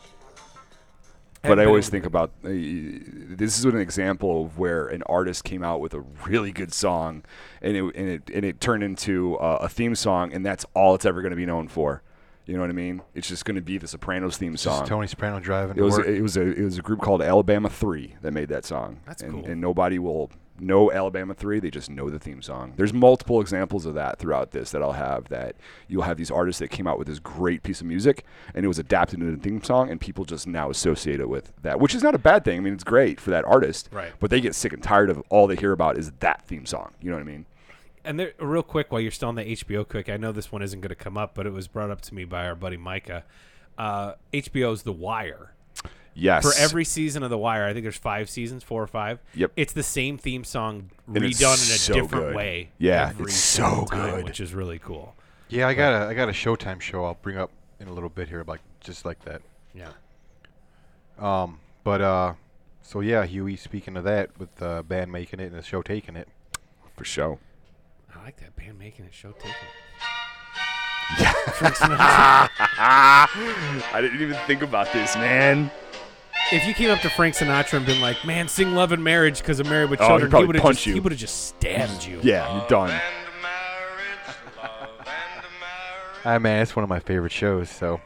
Speaker 3: But I
Speaker 2: Haven't
Speaker 3: always
Speaker 2: been
Speaker 3: think about uh, this is an example of where an artist came out with a really good song, and it and it and it turned into uh, a theme song, and that's all it's ever going to be known for. You know what I mean? It's just going to be the Sopranos theme
Speaker 4: Just
Speaker 3: song.
Speaker 4: Tony Soprano driving.
Speaker 3: it was
Speaker 4: to work.
Speaker 3: it was a it was a group called Alabama Three that made that song.
Speaker 2: That's
Speaker 3: and,
Speaker 2: cool.
Speaker 3: And nobody will know Alabama Three. They just know the theme song. There's multiple examples of that throughout this that I'll have. That you'll have these artists that came out with this great piece of music and it was adapted into a theme song, and people just now associate it with that, which is not a bad thing. I mean, it's great for that artist.
Speaker 2: Right.
Speaker 3: But they get sick and tired of all they hear about is that theme song. You know what I mean?
Speaker 2: And there, real quick, while you're still on the HBO quick, I know this one isn't going to come up, but it was brought up to me by our buddy Micah. Uh, HBO's The Wire.
Speaker 3: Yes.
Speaker 2: For every season of The Wire, I think there's five seasons, four or five.
Speaker 3: Yep.
Speaker 2: It's the same theme song redone
Speaker 3: And it's
Speaker 2: in a
Speaker 3: so
Speaker 2: different
Speaker 3: good.
Speaker 2: way.
Speaker 3: Yeah,
Speaker 2: every
Speaker 3: it's so
Speaker 2: single time,
Speaker 3: good.
Speaker 2: which is really cool.
Speaker 4: Yeah, I got a I got a Showtime show. I'll bring up in a little bit here, like just like that.
Speaker 2: Yeah.
Speaker 4: Um, but uh, so yeah, Huey. Speaking of that, with the band making it and the show taking it,
Speaker 3: for show.
Speaker 2: I like that band making a show taking.
Speaker 3: I didn't even think about this, man.
Speaker 2: If you came up to Frank Sinatra and been like, "Man, sing Love and Marriage" because of Married with
Speaker 3: Oh, he'd
Speaker 2: Children,
Speaker 3: probably
Speaker 2: would have
Speaker 3: punch
Speaker 2: just,
Speaker 3: you.
Speaker 2: he would have just stabbed you.
Speaker 3: Yeah, you're done.
Speaker 7: And marriage, love and marriage.
Speaker 4: I man, it's one of my favorite shows. So,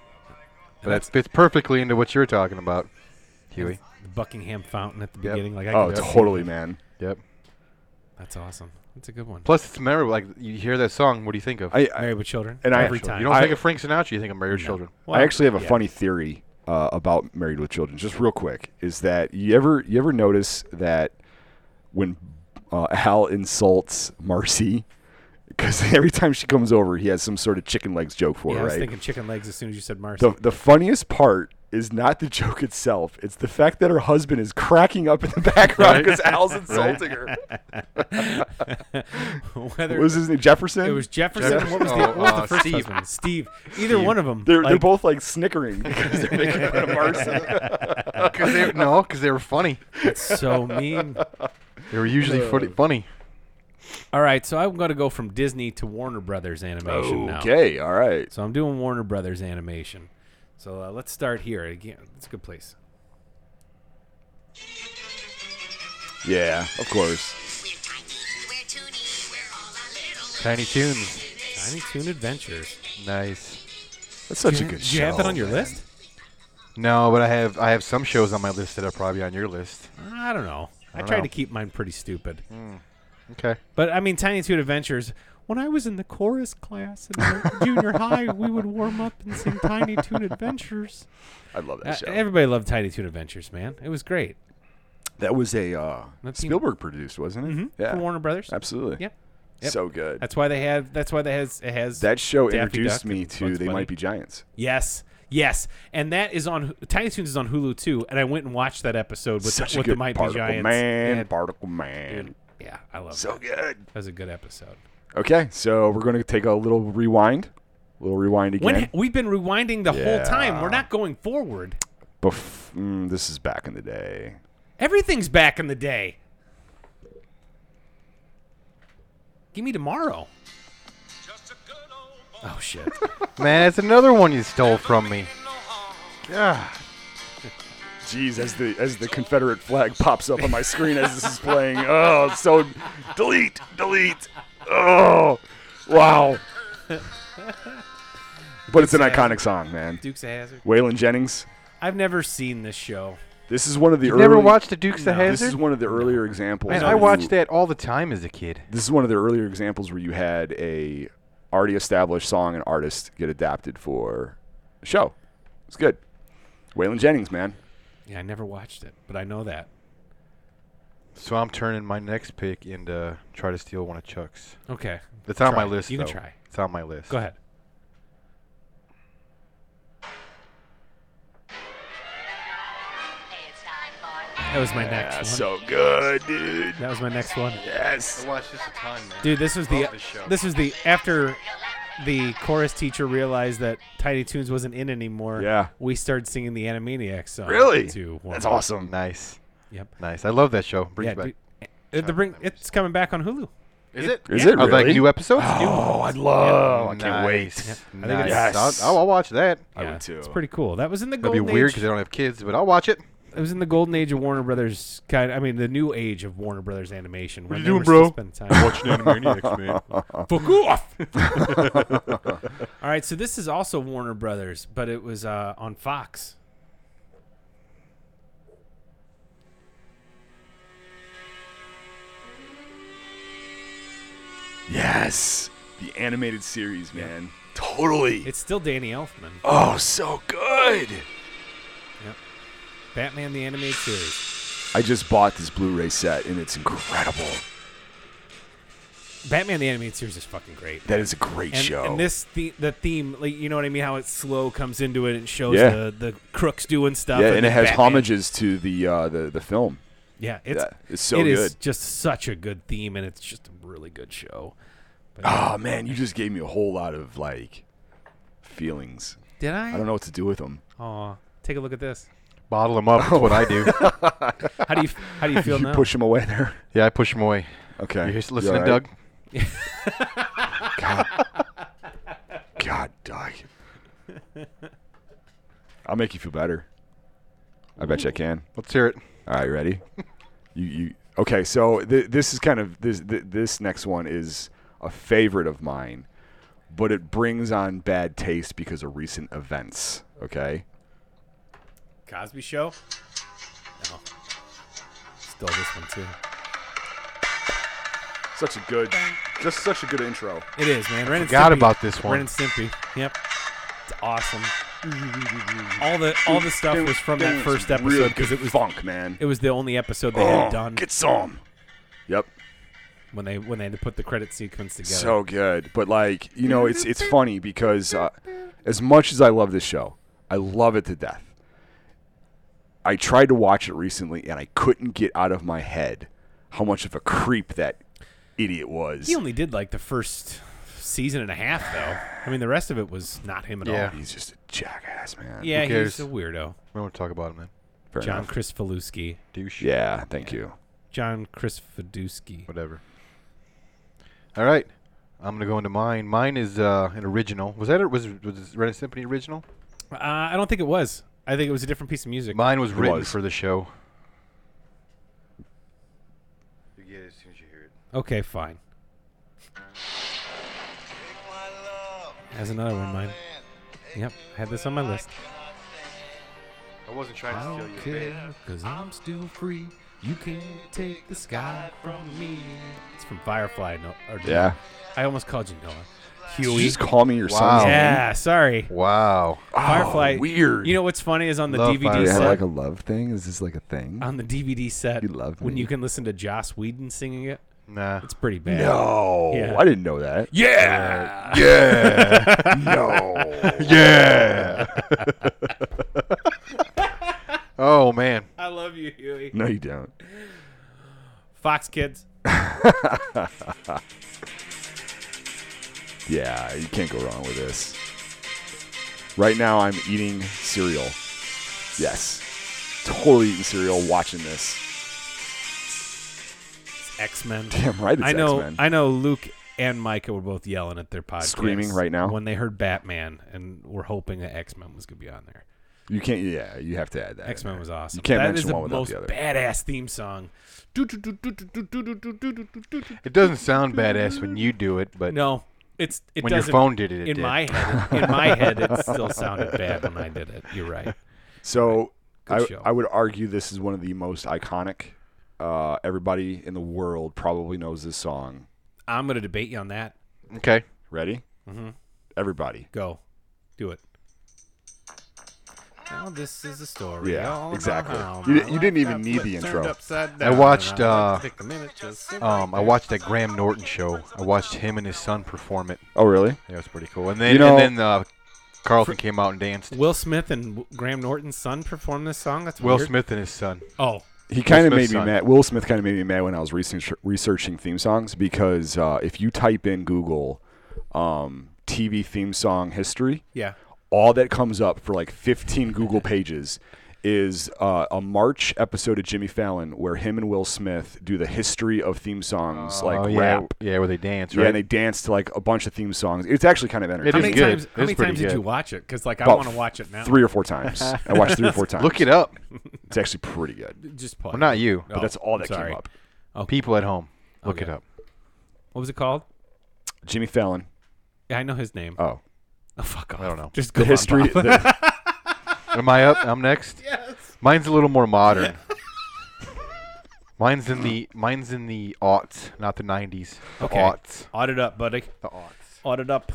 Speaker 4: but that fits perfectly into what you're talking about, Huey.
Speaker 2: The Buckingham Fountain at the
Speaker 4: Yep.
Speaker 2: beginning, like I
Speaker 3: Oh,
Speaker 2: could-
Speaker 3: totally, man.
Speaker 4: Yep.
Speaker 2: That's awesome. That's a good one.
Speaker 4: Plus, it's memorable. Like you hear that song, what do you think of?
Speaker 3: I, I
Speaker 2: Married with Children.
Speaker 3: and I-
Speaker 2: every time.
Speaker 4: you don't
Speaker 3: I-
Speaker 4: think of Frank Sinatra. You think of Married Children.
Speaker 2: Well,
Speaker 3: I actually have a
Speaker 2: yeah.
Speaker 3: funny theory uh, about Married with Children. Just real quick, is that you ever you ever notice that when uh, Al insults Marcy, because every time she comes over, he has some sort of chicken legs joke for
Speaker 2: Yeah,
Speaker 3: her,
Speaker 2: I was
Speaker 3: right?
Speaker 2: thinking chicken legs as soon as you said Marcy.
Speaker 3: The the funniest part is not the joke itself. It's the fact that her husband is cracking up in the background
Speaker 4: Right.
Speaker 3: because Al's insulting her.
Speaker 2: Whether
Speaker 3: What was his name? Jefferson?
Speaker 2: it was Jefferson,
Speaker 4: Jefferson.
Speaker 2: what was the, what
Speaker 4: Oh,
Speaker 2: was the
Speaker 4: uh,
Speaker 2: first
Speaker 4: Steve.
Speaker 2: husband? Steve. Either one of them.
Speaker 3: They're, they're
Speaker 2: like,
Speaker 3: both like snickering because they're making fun of Marcy.
Speaker 4: Cause they, no, because they were funny.
Speaker 2: that's so mean.
Speaker 4: They were usually funny. funny.
Speaker 2: All right, so I'm going to go from Disney to Warner Brothers animation now.
Speaker 3: Okay, all right.
Speaker 2: So I'm doing Warner Brothers animation. So uh, let's start here again. It's a good place.
Speaker 3: Yeah, of course.
Speaker 6: We're tiny, we're toony, we're all a little
Speaker 4: Tiny Toons.
Speaker 2: Tiny Toon Adventures.
Speaker 4: Nice.
Speaker 3: That's such a
Speaker 2: Do you-
Speaker 3: good
Speaker 2: do
Speaker 3: show.
Speaker 2: you have that on your
Speaker 3: man.
Speaker 2: list?
Speaker 4: No, but I have I have some shows on my list that are probably on your list.
Speaker 2: I don't know. I,
Speaker 4: don't
Speaker 2: tried
Speaker 4: know.
Speaker 2: to keep mine pretty stupid.
Speaker 4: Okay.
Speaker 2: But I mean, Tiny Toon Adventures. When I was in the chorus class in junior high, we would warm up and sing Tiny Toon Adventures.
Speaker 3: I love
Speaker 2: Uh,
Speaker 3: that show.
Speaker 2: everybody loved Tiny Toon Adventures, man. It was great.
Speaker 3: that was a uh,
Speaker 2: That's-
Speaker 3: Spielberg produced, wasn't it? Yeah,
Speaker 2: For Mm-hmm. Warner Brothers.
Speaker 3: absolutely.
Speaker 2: Yep. Yep.
Speaker 3: So good.
Speaker 2: That's why they had. That's why they has. It has
Speaker 3: that show
Speaker 2: Daffy
Speaker 3: introduced
Speaker 2: Duck
Speaker 3: me
Speaker 2: and
Speaker 3: to
Speaker 2: Bugs
Speaker 3: They
Speaker 2: Bunny.
Speaker 3: Might Be Giants.
Speaker 2: Yes. Yes, and that is on Tiny Toons is on Hulu too, and I went and watched that episode with
Speaker 3: Such
Speaker 2: the,
Speaker 3: a
Speaker 2: with
Speaker 3: good
Speaker 2: the Might Be
Speaker 3: particle
Speaker 2: Giants.
Speaker 3: man,
Speaker 2: and-
Speaker 3: particle man.
Speaker 2: yeah, I love
Speaker 3: So
Speaker 2: that.
Speaker 3: good.
Speaker 2: That was a good episode.
Speaker 3: Okay, so we're going to take a little rewind, little rewind again.
Speaker 2: When we've been rewinding the whole time, we're
Speaker 3: Yeah.
Speaker 2: not going forward.
Speaker 3: Bef- mm, this is back in the day.
Speaker 2: Everything's back in the day. Give me tomorrow. Oh shit.
Speaker 4: Man, it's another one you stole from me. Yeah.
Speaker 3: Jeez, as the as the Confederate flag pops up on my screen as this is playing. Oh, so delete, delete. Oh, wow. But it's an
Speaker 4: uh,
Speaker 3: iconic song, man.
Speaker 2: Dukes of Hazard.
Speaker 3: Waylon Jennings.
Speaker 2: I've never seen this show.
Speaker 3: This is one of the early.
Speaker 4: Never watched the Dukes of
Speaker 3: This is
Speaker 4: Hazzard?
Speaker 3: one of the earlier examples.
Speaker 4: Man,
Speaker 3: where
Speaker 4: I watched
Speaker 3: you-
Speaker 4: that all the time as a kid.
Speaker 3: This is one of the earlier examples where you had a already established song and artist get adapted for a show. It's good. Waylon Jennings, man.
Speaker 2: Yeah, I never watched it, but I know that.
Speaker 4: So I'm turning my next pick and uh, try to steal one of Chuck's.
Speaker 2: Okay.
Speaker 4: It's on
Speaker 2: Try.
Speaker 4: my list.
Speaker 2: You can
Speaker 4: though.
Speaker 2: try.
Speaker 4: It's on my list.
Speaker 2: Go ahead.
Speaker 6: It's time for
Speaker 2: That was my next one.
Speaker 3: So good, dude.
Speaker 2: that was my next one.
Speaker 3: Yes.
Speaker 4: watched this a ton, man.
Speaker 2: Dude, this was the
Speaker 4: Love this show.
Speaker 2: this was the after the chorus teacher realized that Tiny Toons wasn't in anymore.
Speaker 3: Yeah.
Speaker 2: We started singing the Animaniacs song.
Speaker 3: Really?
Speaker 2: To Warner
Speaker 3: That's awesome.
Speaker 4: Nice.
Speaker 2: Yep.
Speaker 4: Nice. I love that show. Brings
Speaker 2: yeah,
Speaker 4: back.
Speaker 2: dude, uh, the bring, it's coming back on Hulu.
Speaker 4: Is it?
Speaker 3: Is it
Speaker 4: Are there,
Speaker 3: really?
Speaker 4: like new episodes?
Speaker 3: Oh, I'd love. I can't wait.
Speaker 4: Nice.
Speaker 2: I think it's-
Speaker 4: Nice.
Speaker 3: Yes.
Speaker 4: I'll, I'll watch that.
Speaker 3: I would
Speaker 2: Yeah,
Speaker 3: too.
Speaker 2: It's pretty cool. That was in the
Speaker 4: It'll be
Speaker 2: golden
Speaker 4: weird
Speaker 2: age.
Speaker 4: because I don't have kids, but I'll watch it.
Speaker 2: It was in the golden age of Warner Brothers. Kind, I mean, the new age of Warner Brothers animation. What
Speaker 4: you
Speaker 2: they were
Speaker 4: doing, bro?
Speaker 2: supposed to Spend time.
Speaker 4: Animaniacs, man.
Speaker 2: Fuck off! All right, so this is also Warner Brothers, but it was uh, on Fox.
Speaker 3: Yes. The animated series, man. Totally.
Speaker 2: It's still Danny Elfman.
Speaker 3: oh, so good.
Speaker 2: Batman the Animated Series.
Speaker 3: I just bought this Blu-ray set and it's incredible.
Speaker 2: Batman the Animated Series is fucking great.
Speaker 3: That is a great
Speaker 2: And,
Speaker 3: show.
Speaker 2: and this the, the theme, like you know what I mean, how it slow comes into it and shows
Speaker 3: Yeah.
Speaker 2: the, the crooks doing stuff.
Speaker 3: yeah, and
Speaker 2: then
Speaker 3: it has
Speaker 2: Batman-
Speaker 3: homages to the uh, the the film.
Speaker 2: Yeah, it's
Speaker 3: Yeah, it's so
Speaker 2: it is
Speaker 3: good.
Speaker 2: just such a good theme, and it's just a really good show.
Speaker 3: Oh man, you just gave me a whole lot of like feelings.
Speaker 2: Did I?
Speaker 3: I don't know what to do with them.
Speaker 2: Aw, take a look at this.
Speaker 4: Bottle them up. That's what I do.
Speaker 2: How do you how do you feel
Speaker 3: you
Speaker 2: now?
Speaker 3: push them away there.
Speaker 4: Yeah, I push them away.
Speaker 3: Okay.
Speaker 4: You
Speaker 3: You
Speaker 4: listening,
Speaker 3: all right?
Speaker 4: Doug?
Speaker 3: God, Doug. I'll make you feel better. I bet you I can.
Speaker 4: Let's hear it.
Speaker 3: All right, ready? you, you okay? So th- this is kind of this th- this next one is a favorite of mine, but it brings on bad taste because of recent events. Okay,
Speaker 2: Cosby Show. No. Stole this one too.
Speaker 3: such a good, just such a good intro.
Speaker 2: It is, man. Ren and
Speaker 4: forgot
Speaker 2: Stimpy.
Speaker 4: about this one.
Speaker 2: Ren and Stimpy. Yep. It's awesome. All the all the stuff was from that first episode because it was
Speaker 3: funk, man.
Speaker 2: it was the only episode they had
Speaker 3: Oh,
Speaker 2: done
Speaker 3: Get some. Yep.
Speaker 2: when they when they had to put the credit sequence together.
Speaker 3: So good, but like you know, it's it's funny because uh, as much as I love this show, I love it to death. I tried to watch it recently and I couldn't get out of my head how much of a creep that idiot was.
Speaker 2: He only did like the first season and a half, though. I mean, the rest of it was not him at
Speaker 4: Yeah.
Speaker 2: all.
Speaker 3: He's just a jackass, man.
Speaker 2: Yeah,
Speaker 4: cares?
Speaker 2: he's a weirdo.
Speaker 4: We won't talk about him, man.
Speaker 3: Fair
Speaker 2: John
Speaker 3: enough.
Speaker 2: Kristfolewski.
Speaker 4: Douche.
Speaker 3: Yeah, thank you.
Speaker 2: John Kristfadewski.
Speaker 4: Whatever. All right. I'm gonna go into mine. Mine is uh, an original. Was that it? Was was Red Symphony original?
Speaker 2: Uh, I don't think it was. I think it was a different piece of music.
Speaker 4: Mine was written
Speaker 3: was.
Speaker 4: for the show. You get it as soon as you hear it.
Speaker 2: Okay, fine. Has another one, mine. Yep, I had this on my list.
Speaker 4: I wasn't trying to steal you.
Speaker 2: cause I'm still free. You can't take the sky from me. It's from Firefly. No, or
Speaker 3: Yeah.
Speaker 2: I almost called you Noah.
Speaker 3: Did you
Speaker 2: Huey.
Speaker 3: just call me your
Speaker 4: Wow.
Speaker 3: son's name?
Speaker 2: Yeah, sorry.
Speaker 4: Wow.
Speaker 3: Oh,
Speaker 2: Firefly.
Speaker 3: weird.
Speaker 2: You know what's funny is on the
Speaker 4: Love
Speaker 2: DVD
Speaker 3: Do
Speaker 4: Firefly.
Speaker 3: they
Speaker 2: set.
Speaker 3: have like a love thing? Is this like a thing?
Speaker 2: on the DVD set,
Speaker 3: You love
Speaker 2: when
Speaker 3: me.
Speaker 2: you can listen to Joss Whedon singing it.
Speaker 4: Nah.
Speaker 2: It's pretty bad.
Speaker 3: no,
Speaker 2: Yeah.
Speaker 3: I didn't know that.
Speaker 2: Yeah.
Speaker 3: Yeah, no, yeah.
Speaker 4: Oh man.
Speaker 2: I love you, Huey.
Speaker 3: No, you don't.
Speaker 2: Fox Kids.
Speaker 3: Yeah, you can't go wrong with this. Right now, I'm eating cereal. Yes, totally eating cereal, watching this.
Speaker 2: X Men.
Speaker 3: Damn right, it's
Speaker 2: I know.
Speaker 3: X-Men.
Speaker 2: I know. Luke and Micah were both yelling at their podcast,
Speaker 3: Screaming right now?
Speaker 2: when they heard Batman, and were hoping that X Men was going to be on there.
Speaker 3: you can't. Yeah, you have to add that.
Speaker 2: X Men was awesome.
Speaker 3: You can't
Speaker 2: That is
Speaker 3: mention
Speaker 2: the
Speaker 3: one without
Speaker 2: most
Speaker 3: the other.
Speaker 2: badass theme song. Do-do-do-do-do-do-do-do-do-do-do-do-do-do-do.
Speaker 4: It doesn't sound badass when you do it, but
Speaker 2: No, it's it
Speaker 4: when your
Speaker 2: doesn't-
Speaker 4: phone did it, it
Speaker 2: in
Speaker 4: did.
Speaker 2: my head, in my head, it still sounded bad when I did it. You're right.
Speaker 3: So
Speaker 2: Good
Speaker 3: I,
Speaker 2: show.
Speaker 3: I would argue this is one of the most iconic. Uh, everybody in the world probably knows this song.
Speaker 2: I'm gonna debate you on that.
Speaker 4: okay.
Speaker 3: Ready? Mm-hmm. Everybody.
Speaker 2: Go, do it. Now this is a story.
Speaker 3: Yeah,
Speaker 2: all about
Speaker 3: exactly.
Speaker 2: how
Speaker 3: You
Speaker 2: my
Speaker 3: di- you didn't
Speaker 2: life
Speaker 3: even
Speaker 2: got
Speaker 3: need the
Speaker 2: flipped,
Speaker 3: intro.
Speaker 2: turned upside
Speaker 4: I
Speaker 2: down, and
Speaker 4: watched,
Speaker 2: I like
Speaker 4: uh,
Speaker 2: to pick a minute just to-
Speaker 4: Um, I watched that Graham Norton show. I watched him and his son perform it.
Speaker 3: Oh, really?
Speaker 4: That was pretty cool. And then
Speaker 3: know-
Speaker 4: and then uh, Carlton came out and danced.
Speaker 2: Will Smith and W- Graham Norton's son performed this song. That's
Speaker 4: Will
Speaker 2: weird.
Speaker 4: Smith and his son.
Speaker 2: Oh,
Speaker 3: He kind of made
Speaker 4: Smith's
Speaker 3: me
Speaker 4: son.
Speaker 3: mad. Will Smith kind of made me mad when I was research- researching theme songs because uh, if you type in Google um, TV theme song history,
Speaker 2: yeah.
Speaker 3: all that comes up for like 15 Google pages is uh, a March episode of Jimmy Fallon where him and Will Smith do the history of theme songs, like
Speaker 4: oh, yeah,
Speaker 3: rap.
Speaker 4: yeah, where they dance,
Speaker 3: Yeah,
Speaker 4: right?
Speaker 3: and they dance to like a bunch of theme songs. It's actually kind of entertaining.
Speaker 2: How
Speaker 4: is
Speaker 2: many
Speaker 4: good.
Speaker 2: times? How
Speaker 4: It's
Speaker 2: many
Speaker 4: pretty
Speaker 2: times did
Speaker 4: good.
Speaker 2: you watch it? Because like I
Speaker 3: About
Speaker 2: want to watch it now.
Speaker 3: Three or four times. I watched three or four times.
Speaker 4: Look it up. Oh,
Speaker 3: It's actually pretty good.
Speaker 2: Just pause.
Speaker 4: Well, not you,
Speaker 2: No,
Speaker 3: But that's all
Speaker 2: I'm
Speaker 3: that
Speaker 2: Oh, sorry.
Speaker 3: came up.
Speaker 4: People at home, look
Speaker 2: Okay.
Speaker 4: it up.
Speaker 2: What was it called?
Speaker 3: Jimmy Fallon.
Speaker 2: Yeah, I know his name.
Speaker 3: Oh,
Speaker 2: Oh, fuck off.
Speaker 4: I don't know.
Speaker 2: Just go
Speaker 3: the
Speaker 2: on,
Speaker 3: history.
Speaker 2: Bob.
Speaker 3: the-
Speaker 4: Am I up? I'm next.
Speaker 2: Yes.
Speaker 4: Mine's a little more modern. mine's in the mine's in the aughts, not the '90s. The
Speaker 2: Okay.
Speaker 4: aughts.
Speaker 2: Audit up, buddy.
Speaker 4: The aughts.
Speaker 2: Audit up.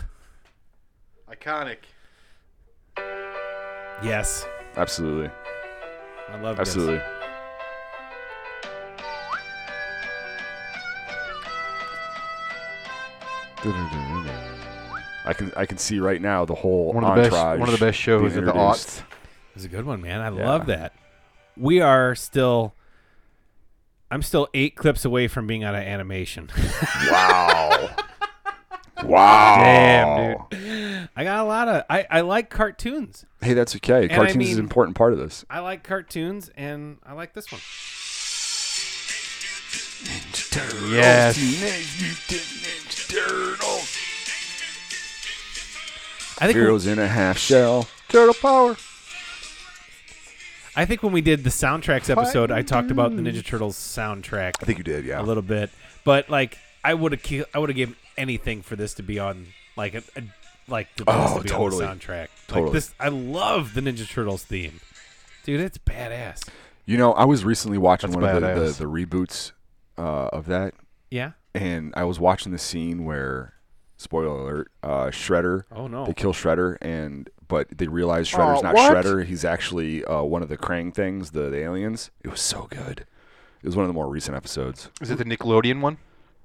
Speaker 4: Iconic.
Speaker 2: Yes.
Speaker 3: absolutely,
Speaker 2: I love this.
Speaker 3: absolutely. I can I can see right now the whole
Speaker 4: One of the best.
Speaker 3: entourage
Speaker 4: One of the best shows
Speaker 3: being
Speaker 4: of the
Speaker 3: introduced.
Speaker 4: aughts.
Speaker 2: It's a good one, man. I
Speaker 3: Yeah.
Speaker 2: love that. We are still. I'm still eight clips away from being out of animation.
Speaker 3: Wow. wow.
Speaker 4: Damn, dude.
Speaker 2: I got a lot of. I, I like cartoons.
Speaker 3: Hey, that's okay.
Speaker 2: I
Speaker 3: Cartoons is
Speaker 2: mean-
Speaker 3: an important part of this.
Speaker 2: I like cartoons, and I like this one.
Speaker 4: Yes.
Speaker 2: I think.
Speaker 3: Heroes in a half shell.
Speaker 4: Turtle power.
Speaker 2: I think when we did the soundtracks episode, I talked about the Ninja Turtles soundtrack
Speaker 3: I think you did, yeah.
Speaker 2: a little bit, but like I would have. I would have given anything for this to be on like a. a like to, this
Speaker 3: Oh,
Speaker 2: to be
Speaker 3: totally.
Speaker 2: on the soundtrack.
Speaker 3: Totally.
Speaker 2: Like this, I love the Ninja Turtles theme, dude. It's badass.
Speaker 3: You know, I was recently watching
Speaker 4: That's
Speaker 3: one of the,
Speaker 4: badass.
Speaker 3: the, the reboots uh, of that,
Speaker 2: Yeah.
Speaker 3: and I was watching the scene where, spoiler alert, uh, Shredder.
Speaker 2: Oh, no.
Speaker 3: They kill Shredder, and but they realize Shredder's
Speaker 4: Aw,
Speaker 3: not
Speaker 4: what?
Speaker 3: Shredder. He's actually uh, one of the Krang things, the, the aliens. It was so good. It was one of the more recent episodes.
Speaker 4: Is it the Nickelodeon one?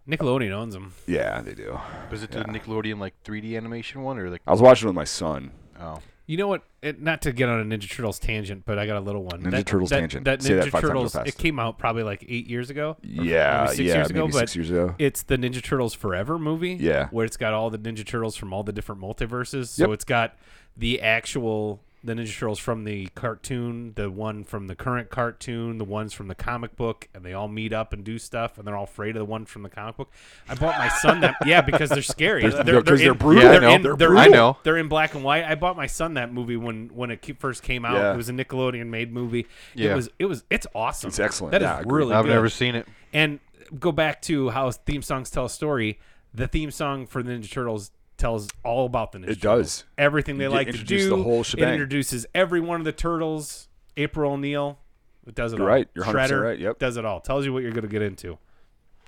Speaker 2: Nickelodeon owns them.
Speaker 3: Yeah, they do.
Speaker 4: Was it the Nickelodeon like 3D animation one or like?
Speaker 3: I was watching it with my son.
Speaker 4: Oh,
Speaker 2: You know what? It, not to get on a Ninja Turtles tangent, but I got a little one.
Speaker 3: Ninja
Speaker 2: That-
Speaker 3: Turtles
Speaker 2: that-
Speaker 3: tangent.
Speaker 2: That
Speaker 3: Say that
Speaker 2: Ninja
Speaker 3: five times
Speaker 2: Turtles.
Speaker 3: real fast.
Speaker 2: It came out probably like eight years ago. or
Speaker 3: Yeah,
Speaker 2: maybe six
Speaker 3: yeah,
Speaker 2: years ago,
Speaker 3: maybe
Speaker 2: but
Speaker 3: six years ago.
Speaker 2: It's the Ninja Turtles Forever movie.
Speaker 3: Yeah.
Speaker 2: where it's got all the Ninja Turtles from all the different multiverses. So
Speaker 3: Yep.
Speaker 2: it's got the actual the Ninja Turtles from the cartoon, the one from the current cartoon, the ones from the comic book, and they all meet up and do stuff, and they're all afraid of the one from the comic book. I bought my son that. Yeah, because they're scary. They're,
Speaker 3: they're- 'cause they're
Speaker 2: in-
Speaker 3: brutal.
Speaker 4: Yeah, I
Speaker 2: they're
Speaker 4: know.
Speaker 2: in-
Speaker 4: They're
Speaker 2: they're-
Speaker 4: brutal. I know.
Speaker 2: they're in black and white. I bought my son that movie when when it ke- first came out.
Speaker 3: Yeah.
Speaker 2: It was a Nickelodeon made movie. It
Speaker 4: Yeah.
Speaker 2: was it was it's awesome.
Speaker 3: It's excellent.
Speaker 2: That is
Speaker 3: Yeah, I agree.
Speaker 2: really
Speaker 4: I've
Speaker 2: good.
Speaker 4: never seen it.
Speaker 2: And go back to how theme songs tell a story. The theme song for the Ninja Turtles tells all about the Ninja
Speaker 3: It
Speaker 2: Turtles.
Speaker 3: does.
Speaker 2: Everything they
Speaker 3: You
Speaker 2: like to
Speaker 3: introduce
Speaker 2: do.
Speaker 3: the whole
Speaker 2: It
Speaker 3: shebang.
Speaker 2: introduces every one of the turtles. April O'Neil. It does it
Speaker 3: You're
Speaker 2: all.
Speaker 3: right. You're 100%
Speaker 2: Shredder
Speaker 3: right. Yep.
Speaker 2: does it all. Tells you what you're going to get into.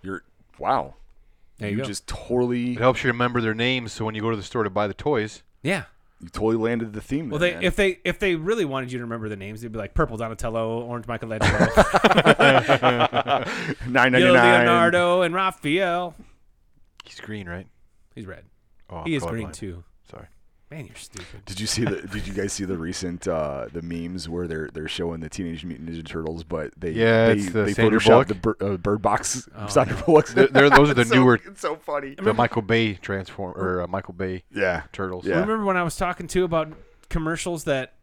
Speaker 3: You're wow.
Speaker 2: There you,
Speaker 3: you
Speaker 2: go.
Speaker 3: just totally,
Speaker 4: It helps you remember their names, so when you go to the store to buy the toys,
Speaker 2: yeah.
Speaker 3: you totally landed the theme.
Speaker 2: Well,
Speaker 3: there,
Speaker 2: they
Speaker 3: man.
Speaker 2: if they if they really wanted you to remember the names, they'd be like Purple Donatello, Orange Michelangelo,
Speaker 3: nine ninety
Speaker 2: Yo,
Speaker 3: nine.
Speaker 2: Leonardo and Raphael.
Speaker 4: he's green, right?
Speaker 2: He's red.
Speaker 4: Oh, I'm
Speaker 2: he is green
Speaker 4: colorblind.
Speaker 2: too.
Speaker 4: Sorry.
Speaker 2: Man, you're stupid.
Speaker 3: Did you see the? Did you guys see the recent uh, the memes where they're they're showing the Teenage Mutant Ninja Turtles, but they
Speaker 4: Yeah,
Speaker 3: they,
Speaker 4: it's the
Speaker 3: they
Speaker 4: Sandra
Speaker 3: photoshopped
Speaker 4: Bullock.
Speaker 3: the bir- uh, Bird Box
Speaker 2: Oh,
Speaker 3: Sandra Bullock.
Speaker 4: They're- they're- those are the
Speaker 3: It's so-
Speaker 4: newer-
Speaker 3: It's so funny.
Speaker 4: The Michael Bay transform or uh, Michael Bay
Speaker 3: Yeah,
Speaker 4: turtles.
Speaker 3: Yeah.
Speaker 2: Remember when I was talking to you about commercials that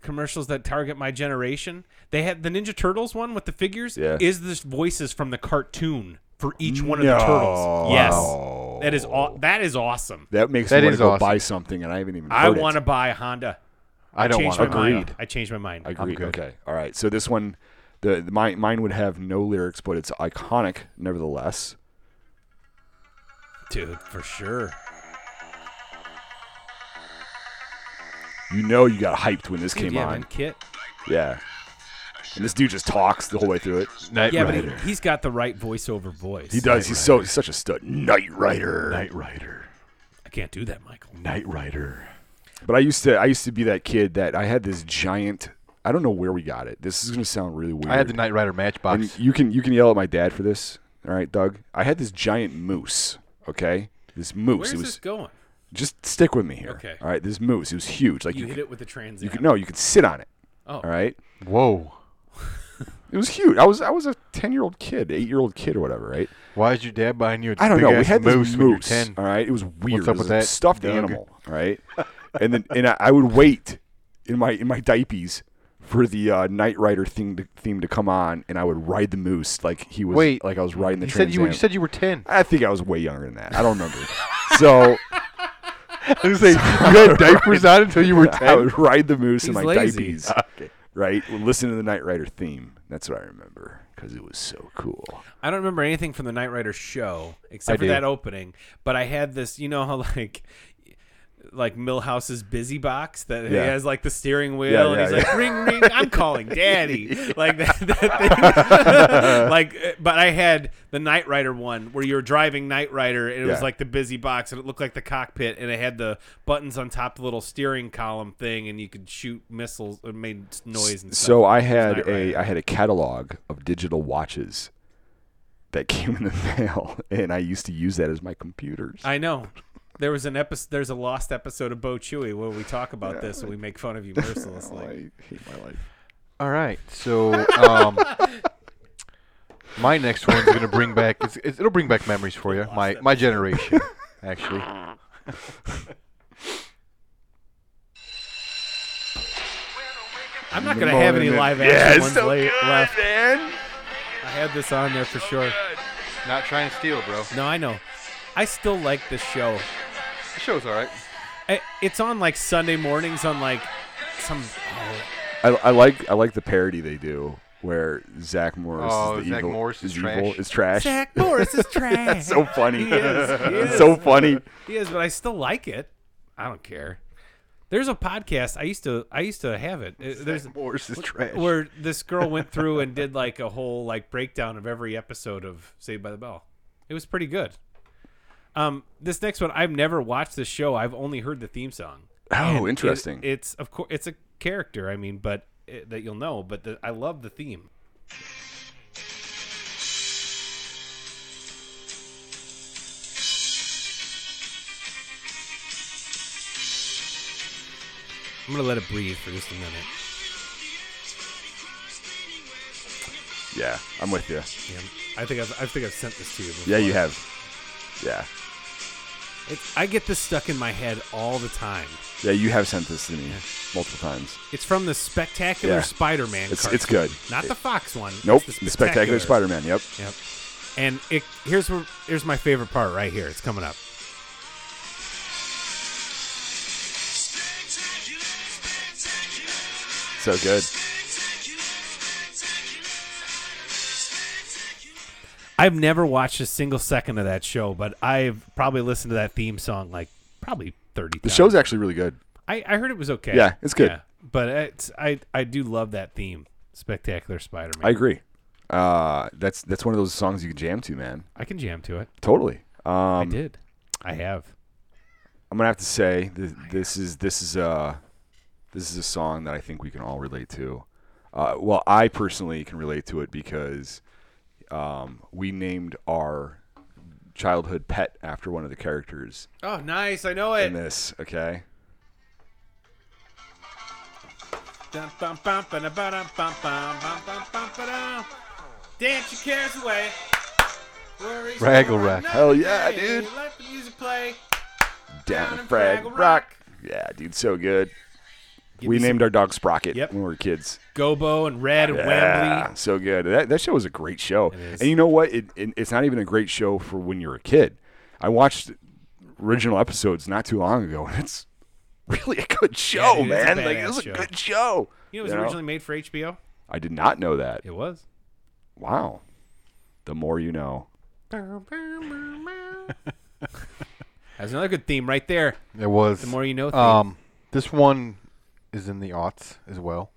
Speaker 2: commercials that target my generation? They had the Ninja Turtles one with the figures.
Speaker 3: Yeah.
Speaker 2: Is this voices from the cartoon for each one of
Speaker 3: No.
Speaker 2: the turtles? Yes. That is all. That is awesome.
Speaker 3: that makes
Speaker 4: That
Speaker 3: me want
Speaker 4: is
Speaker 3: to go
Speaker 4: awesome.
Speaker 3: buy something, and I haven't even.
Speaker 2: I
Speaker 3: heard it.
Speaker 2: want to buy a Honda.
Speaker 4: I don't
Speaker 2: Changed
Speaker 4: want
Speaker 2: my
Speaker 4: to.
Speaker 2: mind.
Speaker 3: Agreed.
Speaker 2: I changed my mind.
Speaker 3: Agreed.
Speaker 4: good.
Speaker 3: Okay. All right. So this one, the, the mine, mine would have no lyrics, but it's iconic nevertheless.
Speaker 2: Dude, for sure.
Speaker 3: You know, you got hyped when this
Speaker 2: Dude,
Speaker 3: came
Speaker 2: yeah,
Speaker 3: on.
Speaker 2: man, Kit.
Speaker 3: Yeah. And this dude just talks the whole way through it.
Speaker 4: Knight
Speaker 2: Yeah,
Speaker 4: Rider.
Speaker 2: but he, has got the right voiceover voice.
Speaker 3: He does. He's so he's such a stud. Knight Rider.
Speaker 4: Knight Rider.
Speaker 2: I can't do that, Michael.
Speaker 4: Knight Rider.
Speaker 3: But I used to I used to be that kid that I had this giant. I don't know where we got it. This is gonna sound really weird.
Speaker 4: I had the Knight Rider matchbox.
Speaker 3: And you can you can yell at my dad for this. All right, Doug. I had this giant moose. Okay. This moose.
Speaker 2: Where's
Speaker 3: it was
Speaker 2: this going?
Speaker 3: just stick with me here.
Speaker 2: Okay.
Speaker 3: All right. This moose. It was huge. Like
Speaker 2: You,
Speaker 3: you,
Speaker 2: hit
Speaker 3: could,
Speaker 2: it with a trans.
Speaker 3: you could no. You could sit on it.
Speaker 2: Oh.
Speaker 3: All right.
Speaker 4: Whoa.
Speaker 3: It was huge. I was I was a ten year old kid, eight year old kid or whatever. Right.
Speaker 4: Why is your dad buying you a
Speaker 3: I don't know. We
Speaker 4: big-ass
Speaker 3: had this moose. uh,
Speaker 4: moose when you're 10?
Speaker 3: All right, it was weird.
Speaker 4: up
Speaker 3: it was
Speaker 4: with
Speaker 3: a
Speaker 4: that,
Speaker 3: stuffed
Speaker 4: Doug?
Speaker 3: animal. All right, and then and I, I would wait in my in my diapies for the uh, Knight Rider theme to, theme to come on, and I would ride the moose like he was
Speaker 4: Wait.
Speaker 3: like I was riding the
Speaker 4: you
Speaker 3: Trans
Speaker 4: said you, were-
Speaker 3: Am.
Speaker 4: you said you were 10.
Speaker 3: I think I was way younger than that. I don't remember. so
Speaker 4: I was like, you had diapers on until you were 10.
Speaker 3: I would ride the moose in
Speaker 2: He's
Speaker 3: my
Speaker 2: lazy.
Speaker 3: diapies. Right, would listen to the Knight Rider theme. That's what I remember because it was so cool.
Speaker 2: I don't remember anything from the Knight Rider show except for
Speaker 4: do.
Speaker 2: that opening. But I had this, you know how like like Millhouse's busy box that he
Speaker 3: Yeah.
Speaker 2: has like the steering wheel
Speaker 3: Yeah,
Speaker 2: and
Speaker 3: yeah,
Speaker 2: he's
Speaker 3: yeah.
Speaker 2: like ring ring I'm calling daddy like that, that thing like uh, but I had the Knight Rider one where you're driving Knight Rider and it was
Speaker 3: Yeah.
Speaker 2: like the busy box and it looked like the cockpit and it had the buttons on top of the little steering column thing and you could shoot missiles it made noise and stuff.
Speaker 3: So I
Speaker 2: It was
Speaker 3: had
Speaker 2: Knight
Speaker 3: a
Speaker 2: Rider.
Speaker 3: I had a catalog of digital watches that came in the mail, and I used to use that as my computers.
Speaker 2: I know. There was an episode. There's a lost episode of Bo Chewy where we talk about this and we make fun of you mercilessly.
Speaker 3: Oh, I hate my life.
Speaker 4: All right. So, um, my next one's going to bring back, it's, it's, it'll bring back memories for you. My, my generation, actually.
Speaker 2: I'm not gonna have any live action ones la- left.
Speaker 3: oh man.
Speaker 2: I had this on there for sure.
Speaker 4: Not trying to steal, bro.
Speaker 2: No, I know. I still like this show.
Speaker 4: The show's all right.
Speaker 2: I, it's on like Sunday mornings on like some. oh,
Speaker 3: I, I like I like the parody they do where Zach Morris
Speaker 4: Oh,
Speaker 3: is the
Speaker 4: Zach
Speaker 3: evil.
Speaker 4: Morris is
Speaker 3: evil,
Speaker 4: trash.
Speaker 3: is trash.
Speaker 2: Zach Morris is trash.
Speaker 3: That's so funny.
Speaker 2: He is. He
Speaker 3: It's
Speaker 2: is.
Speaker 3: so funny.
Speaker 2: He is, but I still like it. I don't care. There's a podcast I used to. I used to have it. Uh, There's
Speaker 4: Morris is trash.
Speaker 2: where this girl went through and did like a whole like breakdown of every episode of Saved by the Bell. It was pretty good. Um, this next one, I've never watched this show. I've only heard the theme song. And
Speaker 3: Oh,
Speaker 2: it-
Speaker 3: interesting.
Speaker 2: it's of course it's a character. I mean, but it, that you'll know. But the, I love the theme. I'm gonna let it breathe for just a minute.
Speaker 3: Yeah, I'm with you.
Speaker 2: Yeah, I think I've, I think I've sent this to you. Before.
Speaker 3: Yeah, you have. Yeah,
Speaker 2: It, I get this stuck in my head all the time.
Speaker 3: yeah, you have sent this to me multiple times.
Speaker 2: It's from the Spectacular
Speaker 3: Yeah.
Speaker 2: Spider-Man.
Speaker 3: It's-
Speaker 2: cartoon.
Speaker 3: it's good.
Speaker 2: Not
Speaker 3: It-
Speaker 2: the Fox one.
Speaker 3: Nope,
Speaker 2: It's
Speaker 3: the spectacular Spider-Man. Yep.
Speaker 2: Yep. And it here's where here's my favorite part right here. It's coming up.
Speaker 3: So good.
Speaker 2: I've never watched a single second of that show, but I've probably listened to that theme song like probably thirty.
Speaker 3: The
Speaker 2: times.
Speaker 3: show's actually really good.
Speaker 2: I, I heard it was okay.
Speaker 3: Yeah, it's good.
Speaker 2: but it's, I I do love that theme, Spectacular Spider-Man.
Speaker 3: I agree. Uh, that's that's one of those songs you can jam to, man.
Speaker 2: I can jam to it.
Speaker 3: Totally. Um,
Speaker 2: I did. I have.
Speaker 3: I'm gonna have to say th- this is this is a this is a song that I think we can all relate to. Uh, well, I personally can relate to it because um, we named our childhood pet after one of the characters
Speaker 2: Oh, nice! I know
Speaker 3: in
Speaker 2: it.
Speaker 3: this. Okay,
Speaker 2: Dun, bum, bum, ba-da, ba-da, bum, bum, bum, bum, bum, ba-da. Dance your cares away. Worries
Speaker 4: Fraggle
Speaker 2: are
Speaker 4: Rock.
Speaker 2: another
Speaker 3: Hell yeah,
Speaker 2: day.
Speaker 3: dude.
Speaker 2: Let the music play.
Speaker 3: down in
Speaker 2: in
Speaker 3: Frag
Speaker 2: Fraggle
Speaker 3: Rock.
Speaker 2: Rock.
Speaker 3: Yeah, dude, so good. we
Speaker 2: me some-
Speaker 3: named our dog Sprocket
Speaker 2: Yep.
Speaker 3: when we were kids.
Speaker 2: Gobo and Red and
Speaker 3: Yeah,
Speaker 2: Wembley.
Speaker 3: so good. That, that show was a great show.
Speaker 2: is.
Speaker 3: And you know what? It, it, it's not even a great show for when you're a kid. I watched original episodes not too long ago, and it's really a good show,
Speaker 2: dude, it's a
Speaker 3: man. like it was
Speaker 2: badass
Speaker 3: a
Speaker 2: show.
Speaker 3: good show.
Speaker 2: You know, it was
Speaker 3: You know?
Speaker 2: originally made for HBO.
Speaker 3: I did not know that.
Speaker 2: It was.
Speaker 3: Wow. The more you know.
Speaker 2: That's another good theme right there.
Speaker 4: It was.
Speaker 2: The more you know. Theme.
Speaker 4: Um, this one is in the aughts as well.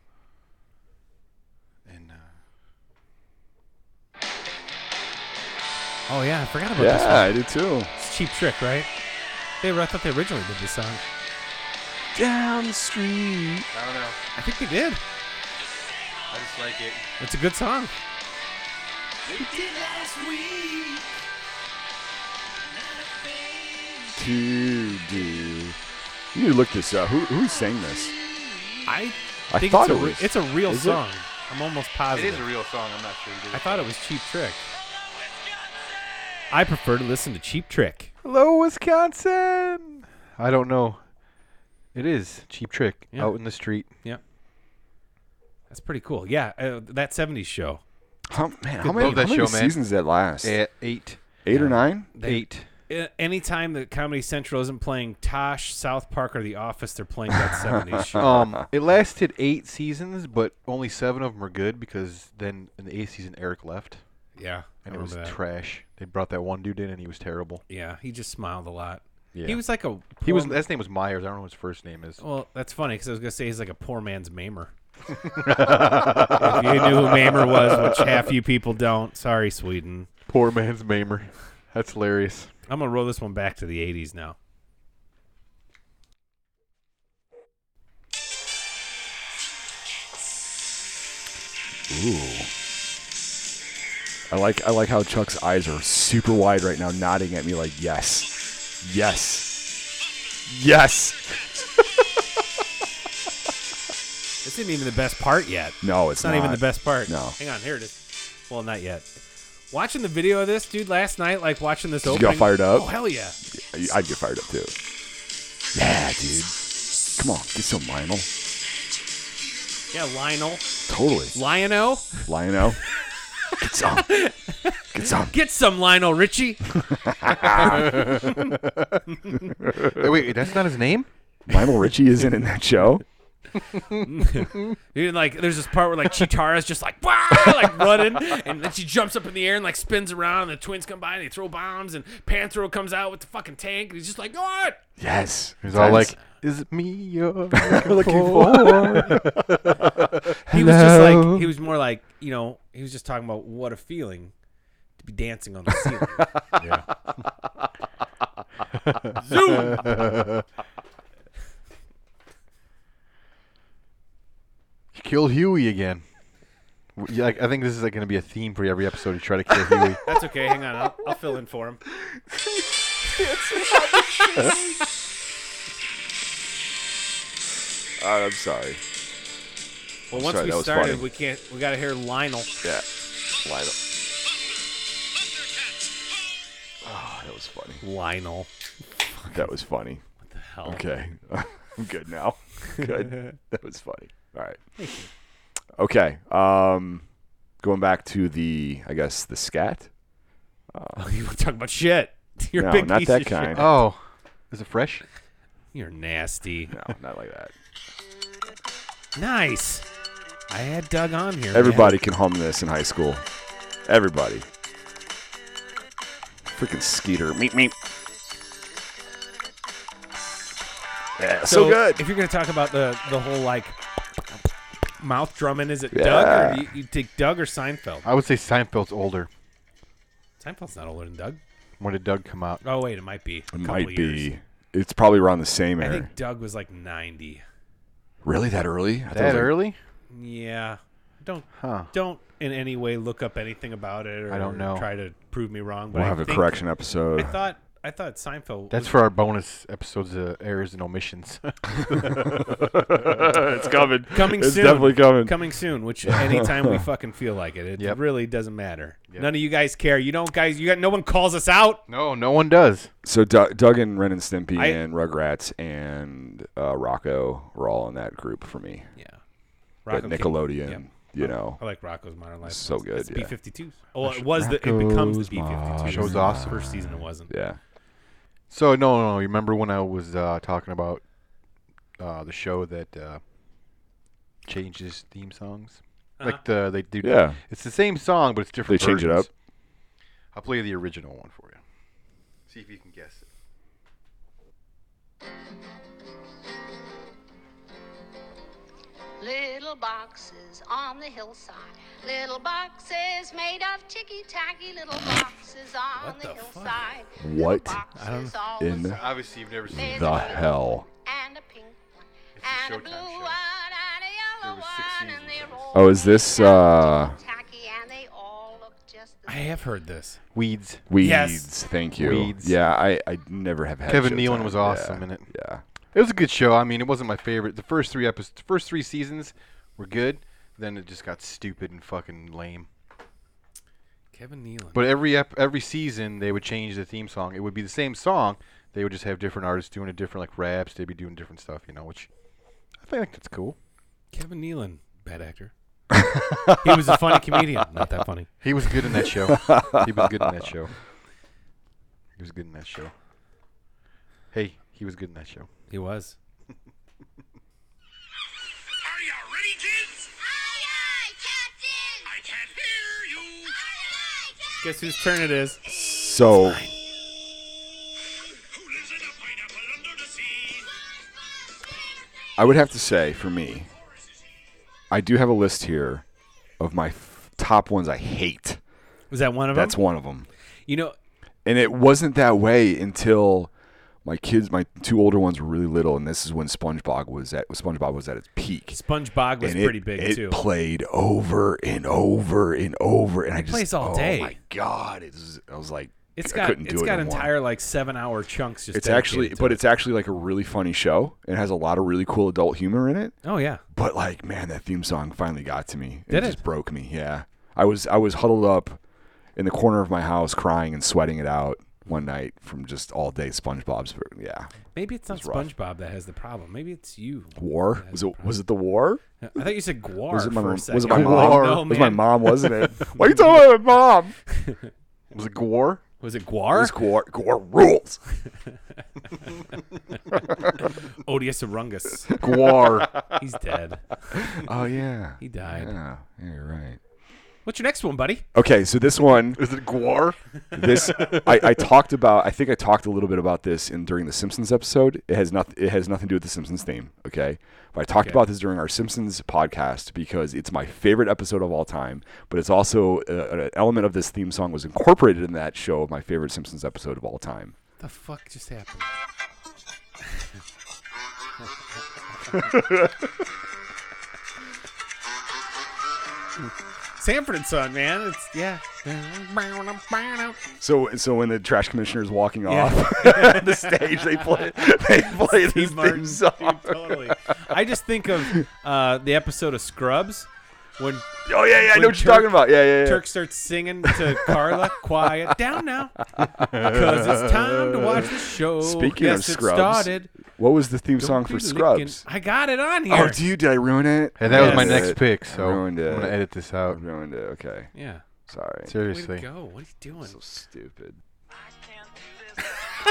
Speaker 4: And uh,
Speaker 2: oh yeah, I forgot about this.
Speaker 3: Yeah, I
Speaker 2: One.
Speaker 3: did too.
Speaker 2: It's Cheap Trick, right? They were, I thought they originally did this song.
Speaker 3: Down the street.
Speaker 4: I don't know.
Speaker 2: I think they did.
Speaker 4: I just like it.
Speaker 2: It's a good song.
Speaker 3: To do. You need to look this up. Who who sang this?
Speaker 2: I
Speaker 3: I
Speaker 2: think
Speaker 3: thought
Speaker 2: it's,
Speaker 3: it
Speaker 2: a, re-
Speaker 3: was.
Speaker 2: it's a real
Speaker 3: Is it?
Speaker 2: song. I'm almost
Speaker 4: It
Speaker 2: positive.
Speaker 4: is a real song. I'm not sure.
Speaker 2: I thought it was Cheap Trick. I prefer to listen to Cheap Trick.
Speaker 4: Hello, Wisconsin. I don't know. It is cheap trick
Speaker 2: Yeah.
Speaker 4: out in the street.
Speaker 2: That's pretty cool. Yeah, uh, that '70s show.
Speaker 3: How, man, how many,
Speaker 4: Love that
Speaker 3: how many
Speaker 4: show, man.
Speaker 3: seasons did that last?
Speaker 4: At eight.
Speaker 3: Eight or nine?
Speaker 2: They-
Speaker 4: eight.
Speaker 2: Uh, anytime that Comedy Central isn't playing Tosh, South Park, or The Office, they're playing that '70s show.
Speaker 4: Um, it lasted eight seasons, but only seven of them were good because then in the eighth season Eric left
Speaker 2: Yeah, I
Speaker 4: and it was
Speaker 2: remember that.
Speaker 4: trash. They brought that one dude in and he was terrible.
Speaker 2: yeah, he just smiled a lot.
Speaker 4: Yeah.
Speaker 2: He was like a
Speaker 4: He was
Speaker 2: poor-
Speaker 4: his name was Myers. I don't know what his first name is.
Speaker 2: Well, that's funny because I was gonna say he's like a poor man's Mamer. if you knew who Mamer was, which half you people don't. Sorry, Sweden.
Speaker 4: Poor man's Mamer. That's hilarious.
Speaker 2: I'm gonna roll this one back to the '80s now.
Speaker 3: Ooh. I like I like how Chuck's eyes are super wide right now, nodding at me like yes, yes, yes.
Speaker 2: This isn't even the best part yet.
Speaker 3: No, it's,
Speaker 2: It's not, even the best part.
Speaker 3: No.
Speaker 2: Hang on, here it is. Well, not yet. Watching the video of this dude last night, like watching this
Speaker 3: you
Speaker 2: opening.
Speaker 3: get fired up?
Speaker 2: Oh hell yeah!
Speaker 3: I- I'd get fired up too. Yeah, dude. Come on, get some Lionel.
Speaker 2: Yeah, Lionel,
Speaker 3: Totally,
Speaker 2: Lionel,
Speaker 3: Lionel. Get some. Get some.
Speaker 2: get some Lionel Richie.
Speaker 4: Wait, wait, that's not his name.
Speaker 3: Lionel Richie isn't in that show.
Speaker 2: Dude, and, like there's this part where like Chitara's just like "Wah!" like running, and then she jumps up in the air and like spins around, and the twins come by and they throw bombs, and Panthro comes out with the fucking tank, and he's just like, "What?"
Speaker 3: Yes.
Speaker 4: He's all
Speaker 3: That's-
Speaker 4: like, "Is it me you're
Speaker 3: Looking
Speaker 4: looking for?"
Speaker 2: He was just
Speaker 4: Hello?
Speaker 2: like he was more like you know he was just talking about what a feeling to be dancing on the ceiling. Zoom.
Speaker 4: You killed Huey again. W- Yeah, like, I think this is like going to be a theme for every episode. You try to kill Huey.
Speaker 2: That's okay. Hang on, I'll, I'll fill in for him.
Speaker 3: All right, Uh, I'm sorry.
Speaker 2: Well,
Speaker 3: sorry,
Speaker 2: once
Speaker 3: that
Speaker 2: we
Speaker 3: was
Speaker 2: started,
Speaker 3: funny.
Speaker 2: we can't. We got to hear Lionel.
Speaker 3: Yeah. Line up. Oh, that was funny.
Speaker 2: Lionel.
Speaker 3: That was funny.
Speaker 2: What the hell?
Speaker 3: Okay. I'm good now. Good. that was funny. All right. Okay. Um, going back to the, I guess, the scat.
Speaker 2: you were talking about shit. You're a
Speaker 3: no,
Speaker 2: big
Speaker 3: not
Speaker 2: piece
Speaker 3: that
Speaker 2: of shit.
Speaker 3: kind.
Speaker 4: Oh, is it fresh?
Speaker 2: You're nasty.
Speaker 3: No, not like that.
Speaker 2: Nice. I had Doug on here. man.
Speaker 3: Everybody can hum this in high school. Everybody. Freaking Skeeter. Meep, meep. Yeah, so, good.
Speaker 2: If you're gonna talk about the the whole like mouth drumming, is it
Speaker 3: Yeah.
Speaker 2: Doug or do you, you take Doug or Seinfeld?
Speaker 4: I would say Seinfeld's older.
Speaker 2: Seinfeld's not older than Doug.
Speaker 4: When did Doug come out?
Speaker 2: Oh wait, it might be. A couple
Speaker 3: Might
Speaker 2: of years.
Speaker 3: be. It's probably around the same
Speaker 2: I
Speaker 3: era.
Speaker 2: think Doug was like 90.
Speaker 3: Really, that early? I thought it was
Speaker 4: That
Speaker 3: like-
Speaker 4: early?
Speaker 2: Yeah. Don't
Speaker 4: Huh.
Speaker 2: don't in any way look up anything about it or
Speaker 4: I don't know.
Speaker 2: try to prove me wrong. But
Speaker 3: We'll
Speaker 2: I
Speaker 3: have a
Speaker 2: think-
Speaker 3: correction episode.
Speaker 2: I thought I thought Seinfeld.
Speaker 4: That's
Speaker 2: was-
Speaker 4: for our bonus episodes of errors and omissions.
Speaker 3: it's coming.
Speaker 2: coming
Speaker 3: it's
Speaker 2: soon.
Speaker 3: definitely coming.
Speaker 2: Coming soon, which anytime we fucking feel like it, it
Speaker 4: Yep.
Speaker 2: really doesn't matter.
Speaker 4: Yep.
Speaker 2: None of you guys care. You don't guys. You got no one calls us out.
Speaker 4: no, no one does.
Speaker 3: So Doug, Doug and Ren and Stimpy
Speaker 2: I-
Speaker 3: and Rugrats and uh, Rocco were all in that group for me.
Speaker 2: Yeah.
Speaker 3: But
Speaker 2: Rocco came-
Speaker 3: Nickelodeon,
Speaker 2: Yep.
Speaker 3: you know.
Speaker 2: I like Rocco's Modern Life.
Speaker 3: So good,
Speaker 2: It's
Speaker 3: yeah.
Speaker 2: B52. Oh, it was the. It becomes the B52.
Speaker 4: Show's awesome.
Speaker 2: First season, it wasn't.
Speaker 3: Yeah.
Speaker 4: So no, no. You remember when I was uh, talking about uh, the show that uh, changes theme songs? Like the they do.
Speaker 3: Yeah.
Speaker 4: It's the same song, but it's different.
Speaker 3: They change it
Speaker 4: versions.
Speaker 3: up?
Speaker 4: I'll play the original one for you. See if you can guess it.
Speaker 6: Little boxes on the hillside. Little boxes made of ticky tacky little boxes on
Speaker 2: What
Speaker 6: the,
Speaker 2: the fuck?
Speaker 6: hillside.
Speaker 3: What
Speaker 6: I don't
Speaker 3: in
Speaker 4: Obviously, you've never seen. it.
Speaker 3: The hell.
Speaker 6: And a pink one.
Speaker 4: It's a
Speaker 6: And a
Speaker 4: Showtime
Speaker 6: blue
Speaker 4: show.
Speaker 6: one and a
Speaker 4: There
Speaker 6: yellow
Speaker 4: was six
Speaker 6: one.
Speaker 4: seasons
Speaker 6: And they
Speaker 4: of this.
Speaker 6: were
Speaker 3: Oh, is this uh,
Speaker 6: tacky and they all look just the
Speaker 2: I
Speaker 6: same.
Speaker 2: have heard this.
Speaker 4: Weeds.
Speaker 3: Weeds?
Speaker 2: Yes.
Speaker 3: Thank you.
Speaker 4: Weeds.
Speaker 3: Yeah, I, I never have had.
Speaker 4: Kevin Nealon
Speaker 3: Showtime.
Speaker 4: was awesome
Speaker 3: yeah.
Speaker 4: in it.
Speaker 3: Yeah.
Speaker 4: It was a good show. I mean, it wasn't my favorite. The first three episodes, the first three seasons were good. Then it just got stupid and fucking lame.
Speaker 2: Kevin Nealon.
Speaker 4: But every ep- every season, they would change the theme song. It would be the same song. They would just have different artists doing a different like raps. They'd be doing different stuff, you know. Which I think that's cool.
Speaker 2: Kevin Nealon, bad actor. he was a funny comedian. Not that funny.
Speaker 4: He was good in that show. he was good in that show. He was good in that show. Hey, he was good in that show.
Speaker 2: He was.
Speaker 7: Are you ready, kids?
Speaker 6: Aye, aye, Captain!
Speaker 7: I can't hear you.
Speaker 6: Aye, aye, Captain!
Speaker 2: Guess whose turn it is?
Speaker 3: So
Speaker 7: Who lives in a pineapple under the sea?
Speaker 3: I would have to say for me, I do have a list here of my f- top ones I hate.
Speaker 2: Was that one of
Speaker 3: That's
Speaker 2: them?
Speaker 3: one of them.
Speaker 2: You know,
Speaker 3: and it wasn't that way until my kids, my two older ones, were really little, and this is when SpongeBob was at SpongeBob was at its peak.
Speaker 2: SpongeBob was
Speaker 3: and it-
Speaker 2: pretty big
Speaker 3: it
Speaker 2: too.
Speaker 3: played over and over and over, and I just
Speaker 2: plays all
Speaker 3: oh
Speaker 2: day.
Speaker 3: my god! It's I was like,
Speaker 2: it's
Speaker 3: I
Speaker 2: got
Speaker 3: couldn't do
Speaker 2: it's
Speaker 3: it
Speaker 2: got
Speaker 3: anymore.
Speaker 2: entire like seven hour chunks. Just
Speaker 3: It's actually,
Speaker 2: dedicated to
Speaker 3: but
Speaker 2: it.
Speaker 3: it's actually like a really funny show. It has a lot of really cool adult humor in it.
Speaker 2: oh yeah.
Speaker 3: But like, man, that theme song finally got to me.
Speaker 2: Did
Speaker 3: it
Speaker 2: it?
Speaker 3: just broke me. Yeah, I was I was huddled up in the corner of my house, crying and sweating it out one night from just all day SpongeBob's. Yeah,
Speaker 2: Maybe it's not
Speaker 3: was rough.
Speaker 2: SpongeBob that has the problem. Maybe it's you.
Speaker 3: war was it? Was it the war?
Speaker 2: I thought you said Guar
Speaker 3: Was it my
Speaker 2: for a
Speaker 3: was
Speaker 2: second.
Speaker 3: it my
Speaker 2: I'm
Speaker 3: mom?
Speaker 2: like, no,
Speaker 3: it was my
Speaker 2: man.
Speaker 3: mom, wasn't it? Why are you talking about my mom?
Speaker 4: Was it Gore?
Speaker 2: Was it
Speaker 3: It
Speaker 2: Guar?
Speaker 3: was Gore, Gore rules.
Speaker 2: Odious Arungus.
Speaker 4: Gore.
Speaker 2: He's dead.
Speaker 3: Oh yeah,
Speaker 2: He died.
Speaker 3: Yeah, yeah, you're right.
Speaker 2: What's your next one, buddy?
Speaker 3: Okay, so this one,
Speaker 4: Is it Gore?
Speaker 3: this I, I talked about. I think I talked a little bit about this in during the Simpsons episode. It has nothing. It has nothing to do with the Simpsons theme. Okay, but I talked about this during our Simpsons podcast because it's my favorite episode of all time. But it's also uh, an element of this theme song was incorporated in that show of my favorite Simpsons episode of all time.
Speaker 2: The fuck just happened? Sanford and Son, man. It's yeah.
Speaker 3: So so when the trash commissioner is walking
Speaker 2: Yeah.
Speaker 3: off the stage, they play they play this
Speaker 2: Martin,
Speaker 3: theme
Speaker 2: dude,
Speaker 3: song.
Speaker 2: totally. I just think of uh, the episode of Scrubs when
Speaker 3: Oh yeah, yeah, I
Speaker 2: When
Speaker 3: know what
Speaker 2: Turk-
Speaker 3: you're talking about. Yeah, yeah, yeah.
Speaker 2: Turk starts singing to Carla, "Quiet down now, because it's time to watch the show."
Speaker 3: Speaking of
Speaker 2: yes, it
Speaker 3: Scrubs,
Speaker 2: started.
Speaker 3: what was the theme
Speaker 2: Don't
Speaker 3: song
Speaker 2: be
Speaker 3: for
Speaker 2: licking-
Speaker 3: Scrubs?
Speaker 2: I got it on here.
Speaker 3: Oh, do you? Did I ruin it?
Speaker 4: And that was my
Speaker 2: Yes.
Speaker 4: next pick,
Speaker 3: I
Speaker 4: so I'm
Speaker 3: ruined it.
Speaker 4: gonna edit this
Speaker 3: I
Speaker 4: out.
Speaker 3: ruined it. Okay,
Speaker 2: yeah.
Speaker 3: sorry.
Speaker 2: Way to
Speaker 4: Seriously.
Speaker 2: go. What are you doing?
Speaker 3: So stupid.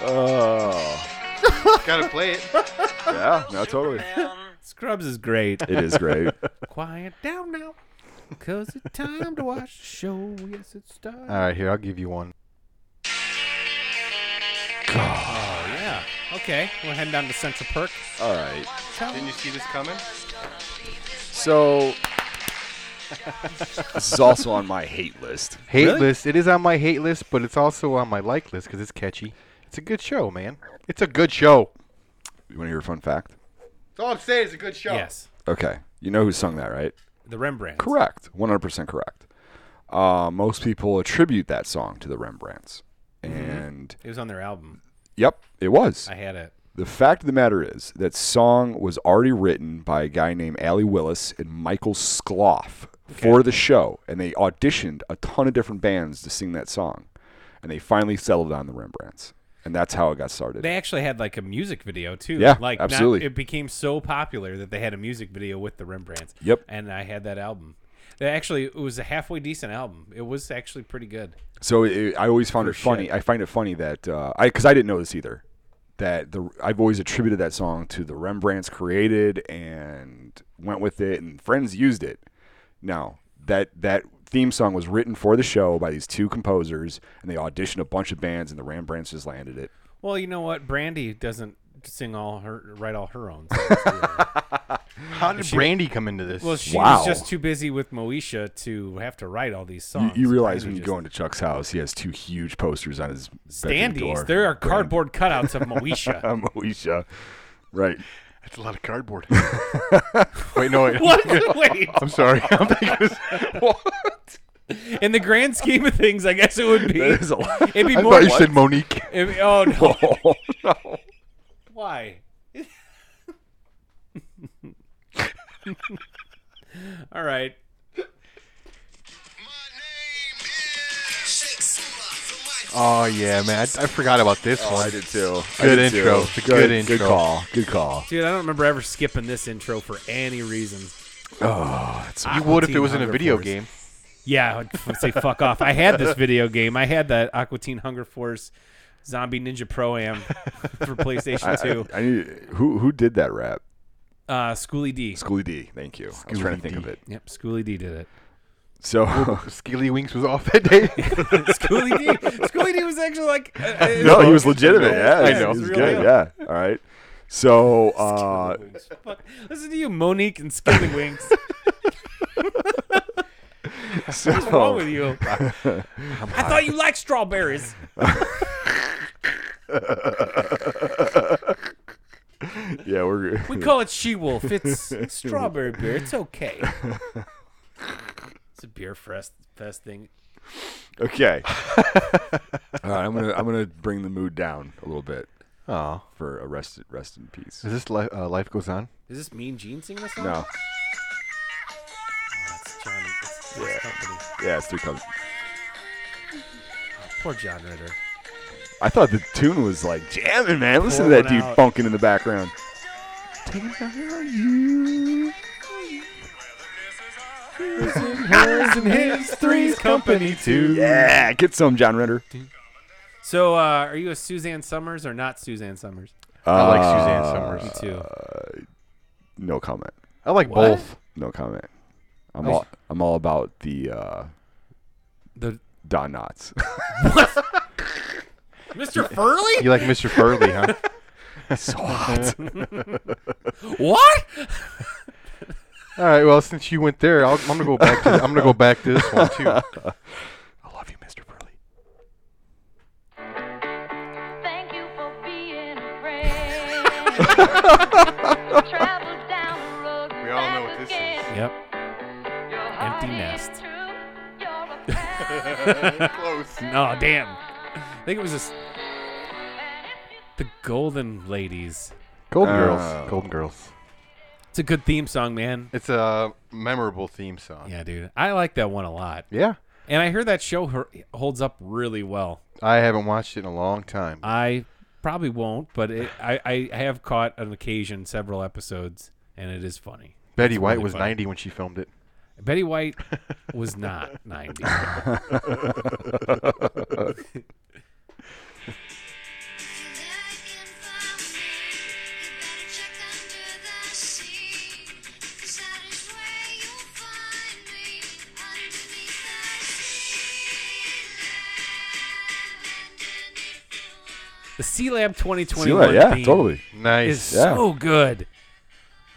Speaker 3: Oh,
Speaker 4: Gotta play it.
Speaker 3: yeah, no, totally.
Speaker 2: Scrubs is great.
Speaker 3: It is great.
Speaker 2: Quiet down now, because it's time to watch the show. Yes, it started.
Speaker 4: All right, here I'll give you one.
Speaker 2: Oh yeah. Okay, we're heading down to Central Perk.
Speaker 3: All right.
Speaker 2: Tell-
Speaker 4: you see this coming?
Speaker 3: So this is also on my hate list.
Speaker 4: Hate
Speaker 2: Really?
Speaker 4: list. It is on my hate list, but it's also on my like list because it's catchy. It's a good show, man. It's a good show.
Speaker 3: You want to hear a fun fact?
Speaker 4: That's all I'm saying. It's a good show.
Speaker 2: Yes,
Speaker 3: Okay, you know who sung that, right?
Speaker 2: the Rembrandt.
Speaker 3: Correct. 100% correct. Uh, most people attribute that song to the Rembrandts. And
Speaker 2: It was on their album.
Speaker 3: yep, it was.
Speaker 2: I had it.
Speaker 3: The fact of the matter is that song was already written by a guy named Allie Willis and Michael Skloff for the show, and they auditioned a ton of different bands to sing that song, and they finally settled on the Rembrandts, and that's how it got started.
Speaker 2: They actually had like a music video too.
Speaker 3: Yeah,
Speaker 2: like not-
Speaker 3: absolutely.
Speaker 2: it became so popular that they had a music video with the Rembrandts.
Speaker 3: Yep.
Speaker 2: And I had that album. They actually, it was a halfway decent album. It was actually pretty good.
Speaker 3: So it, I always found it funny. I find it funny that uh, I because I didn't know this either. That the I've always attributed that song to the Rembrandts created and went with it, and friends used it. Now that that theme song was written for the show by these two composers, and they auditioned a bunch of bands, and the Rembrandts just landed it.
Speaker 2: Well, you know what? Brandy doesn't sing all her, write all her own. songs either.
Speaker 4: How did Brandy come into this?
Speaker 2: well, she
Speaker 3: Wow.
Speaker 2: was just too busy with Moesha to have to write all these songs.
Speaker 3: You realize when you
Speaker 2: Brandy Oh, just-
Speaker 3: go into Chuck's house, he has two huge posters on his bedroom door.
Speaker 2: Standees. There are cardboard cutouts of Moesha.
Speaker 3: Brand- Moesha, right?
Speaker 4: That's a lot of cardboard. wait, no, wait.
Speaker 2: what? Wait.
Speaker 4: I'm sorry. I'm thinking this-
Speaker 2: In the grand scheme of things, I guess it would be.
Speaker 3: That is a lot.
Speaker 2: It'd be
Speaker 4: I
Speaker 2: more.
Speaker 4: thought you said Monique.
Speaker 2: It'd be- oh no!
Speaker 3: Oh no!
Speaker 2: Why? All right.
Speaker 4: Oh yeah, man. Oh, I, I forgot about this one.
Speaker 3: I did too. I
Speaker 4: Good
Speaker 3: did too.
Speaker 4: intro. It's a
Speaker 3: Good,
Speaker 4: good
Speaker 3: Good
Speaker 4: intro.
Speaker 3: call. Good call.
Speaker 2: Dude, I don't remember ever skipping this intro for any reason.
Speaker 3: Oh, that's
Speaker 4: You
Speaker 2: Aqua
Speaker 4: would if
Speaker 2: Teen
Speaker 4: it was in a
Speaker 2: Hunger
Speaker 4: video
Speaker 2: Force.
Speaker 4: game.
Speaker 2: Yeah, I'd f- say fuck off. I had this video game. I had that Aqua Teen Hunger Force Zombie Ninja Pro Am for
Speaker 3: I,
Speaker 2: PlayStation 2.
Speaker 3: I, I need, who who did that rap?
Speaker 2: Uh, Schooly D.
Speaker 3: Schooly D. Thank you. I was trying to think of it.
Speaker 2: Yep, Schooly D did it.
Speaker 3: So
Speaker 4: Skilly Winks was off that day.
Speaker 2: Schooly D. Schooly D was actually like. uh, uh,
Speaker 3: no, he was legitimate. Yeah,
Speaker 2: I
Speaker 3: he
Speaker 2: know.
Speaker 3: was
Speaker 2: It's real
Speaker 3: good.
Speaker 2: him.
Speaker 3: Yeah. All right. So uh,
Speaker 2: Fuck. Listen to you, Monique and Skilly Winks. What's wrong with
Speaker 3: so
Speaker 2: you? I thought you liked strawberries.
Speaker 3: yeah, we're
Speaker 2: We call it she wolf. It's strawberry beer. It's okay. It's a beer fest, fest thing.
Speaker 3: okay. All right, I'm gonna I'm gonna bring the mood down a little bit
Speaker 4: oh,
Speaker 3: for a rest rest in peace.
Speaker 4: is this li- uh, life goes on?
Speaker 2: Is this Mean Gene singing this song?
Speaker 3: No,
Speaker 2: That's Johnny. That's, that's company.
Speaker 3: yeah, it's three cups.
Speaker 2: Poor John Ritter.
Speaker 3: I thought the tune was like jamming, man. Listen to
Speaker 2: Pulling
Speaker 3: that dude
Speaker 2: out.
Speaker 3: funking in the background. Take it down you.
Speaker 2: Hers and his, three's company too.
Speaker 3: Yeah, get some, John Ritter.
Speaker 2: So, uh, are you a Suzanne Summers or not Suzanne Summers?
Speaker 4: I like Suzanne
Speaker 3: Uh,
Speaker 4: Summers.
Speaker 2: Me too.
Speaker 3: No comment.
Speaker 4: I like
Speaker 2: What?
Speaker 4: both.
Speaker 3: No comment. I'm
Speaker 2: Oh.
Speaker 3: all I'm all about the uh,
Speaker 2: the
Speaker 3: Don Knotts.
Speaker 2: Mr. Furley?
Speaker 4: You like Mr. Furley, huh?
Speaker 3: so hot.
Speaker 2: What?
Speaker 4: All right. Well, since you went there, I'll, I'm gonna go back. To, I'm gonna go back to this one too.
Speaker 3: I love you, Mr. Burley.
Speaker 6: Thank you for being a friend. Travel down the road.
Speaker 4: We all know what this is.
Speaker 2: Yep. Empty
Speaker 6: Empty
Speaker 2: nest.
Speaker 6: nest.
Speaker 2: Oh damn. I think it was this. The Golden Ladies.
Speaker 4: Golden
Speaker 3: Oh.
Speaker 4: Girls. Golden Girls.
Speaker 2: It's a good theme song, man.
Speaker 4: It's a memorable theme song.
Speaker 2: Yeah, dude. I like that one a lot.
Speaker 4: Yeah.
Speaker 2: And I hear that show her- holds up really well.
Speaker 4: I haven't watched it in a long time.
Speaker 2: I probably won't, but it, I, I have caught on occasion several episodes, and it is funny.
Speaker 4: Betty White
Speaker 2: really
Speaker 4: was
Speaker 2: funny.
Speaker 4: 90 when she filmed it.
Speaker 2: Betty White was not 90. The Sea Lab 2021
Speaker 3: See that? Yeah,
Speaker 2: theme
Speaker 3: totally.
Speaker 2: is
Speaker 4: Nice.
Speaker 3: Yeah.
Speaker 2: so good.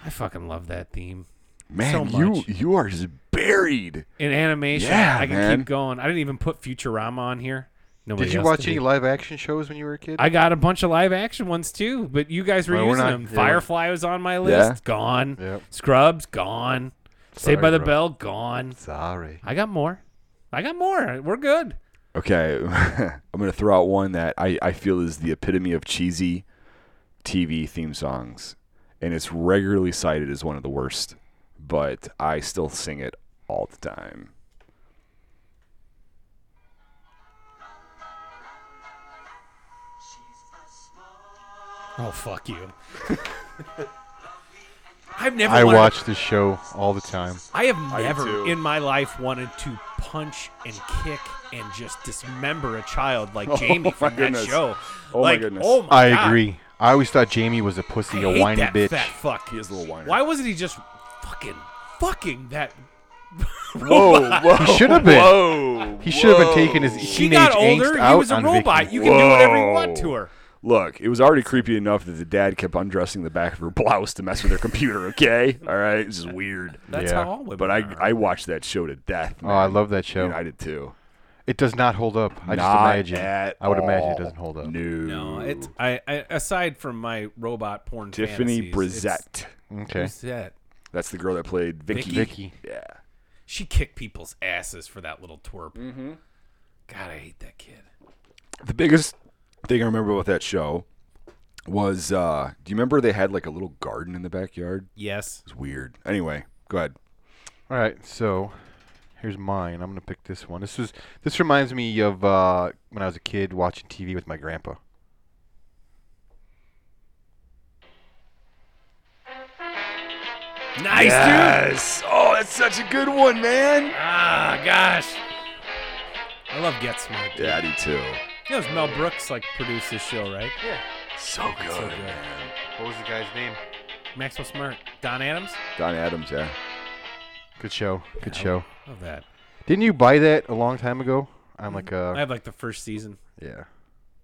Speaker 2: I fucking love that theme.
Speaker 3: Man,
Speaker 2: so
Speaker 3: you
Speaker 2: much.
Speaker 3: you are just buried.
Speaker 2: In animation,
Speaker 3: Yeah,
Speaker 2: I can
Speaker 3: man.
Speaker 2: keep going. I didn't even put Futurama on here. Nobody
Speaker 4: Did you
Speaker 2: else
Speaker 4: watch
Speaker 2: did.
Speaker 4: any live action shows when you were a kid?
Speaker 2: I got a bunch of live action ones too, but you guys were
Speaker 4: Well, we're
Speaker 2: using
Speaker 4: not-
Speaker 2: them.
Speaker 4: yeah.
Speaker 2: Firefly was on my list,
Speaker 3: Yeah.
Speaker 2: gone.
Speaker 4: Yep.
Speaker 2: Scrubs, gone.
Speaker 4: Sorry,
Speaker 2: Saved by the
Speaker 4: bro.
Speaker 2: Bell, gone.
Speaker 4: Sorry.
Speaker 2: I got more. I got more. We're good.
Speaker 3: Okay, I'm gonna throw out one that I, I feel is the epitome of cheesy TV theme songs, and it's regularly cited as one of the worst, but I still sing it all the time.
Speaker 2: Oh fuck you. I've never.
Speaker 4: I
Speaker 2: wanted-
Speaker 4: watch this show all the time.
Speaker 2: I have never
Speaker 3: too.
Speaker 2: in my life wanted to punch and kick and just dismember a child
Speaker 4: Oh
Speaker 2: like Jamie
Speaker 3: my
Speaker 2: from
Speaker 3: goodness.
Speaker 2: that show.
Speaker 3: Oh, my
Speaker 2: like,
Speaker 3: goodness.
Speaker 2: Oh my
Speaker 4: I
Speaker 2: God.
Speaker 4: agree. I always thought Jamie was a pussy,
Speaker 2: I
Speaker 4: a
Speaker 2: hate
Speaker 4: whiny
Speaker 2: that
Speaker 4: bitch.
Speaker 2: Fat fuck.
Speaker 3: He is a little whiner.
Speaker 2: Why wasn't he just fucking fucking that?
Speaker 3: Whoa, whoa,
Speaker 4: He should have been.
Speaker 3: Whoa,
Speaker 4: He should have been taking his
Speaker 2: She
Speaker 4: teenage
Speaker 2: got
Speaker 4: angst
Speaker 2: older.
Speaker 4: out
Speaker 2: He was a
Speaker 4: on
Speaker 2: robot.
Speaker 4: Vicky.
Speaker 2: You can do whatever you
Speaker 3: Whoa.
Speaker 2: want to her.
Speaker 3: Look, it was already creepy enough that the dad kept undressing the back of her blouse to mess with her computer. Okay, all right, it's just weird.
Speaker 2: That's
Speaker 4: Yeah.
Speaker 2: how all women.
Speaker 3: But I
Speaker 2: are.
Speaker 3: I watched that show to death.
Speaker 4: Oh, I
Speaker 3: man.
Speaker 4: love that show.
Speaker 3: Dude, I did too.
Speaker 4: It does not hold up. I just
Speaker 3: Not
Speaker 4: imagine.
Speaker 3: at
Speaker 4: I would imagine it
Speaker 3: all.
Speaker 4: doesn't hold up.
Speaker 3: No,
Speaker 2: no, it's I, I aside from my robot porn.
Speaker 3: Mm. Tiffany
Speaker 2: fantasies, it's-
Speaker 3: Brissette.
Speaker 4: Okay.
Speaker 2: Brissette.
Speaker 3: That's the girl that played Vicky.
Speaker 4: Vicky.
Speaker 3: Yeah.
Speaker 2: She kicked people's asses for that little twerp. Mm-hmm. God, I hate that kid.
Speaker 3: The biggest thing I remember about that show was uh, do you remember they had like a little garden in the backyard?
Speaker 2: Yes.
Speaker 3: It's weird. Anyway, go ahead.
Speaker 4: All right, so here's mine. I'm gonna pick this one. This was this reminds me of uh, when I was a kid watching TV with my grandpa.
Speaker 2: Nice, dude.
Speaker 3: Yes. Oh, that's such a good one, man.
Speaker 2: Ah, gosh. I love Get Smart. Dude.
Speaker 3: Daddy too.
Speaker 2: You know, it's Mel Brooks like produced this show, right?
Speaker 3: So good.
Speaker 2: So good.
Speaker 4: What was the guy's name?
Speaker 2: Maxwell Smart, Don Adams.
Speaker 3: Don Adams, yeah.
Speaker 4: Good show. Good show.
Speaker 2: Love that.
Speaker 4: Didn't you buy that a long time ago? I'm like,
Speaker 2: I
Speaker 4: uh,
Speaker 2: have like the first season.
Speaker 4: yeah,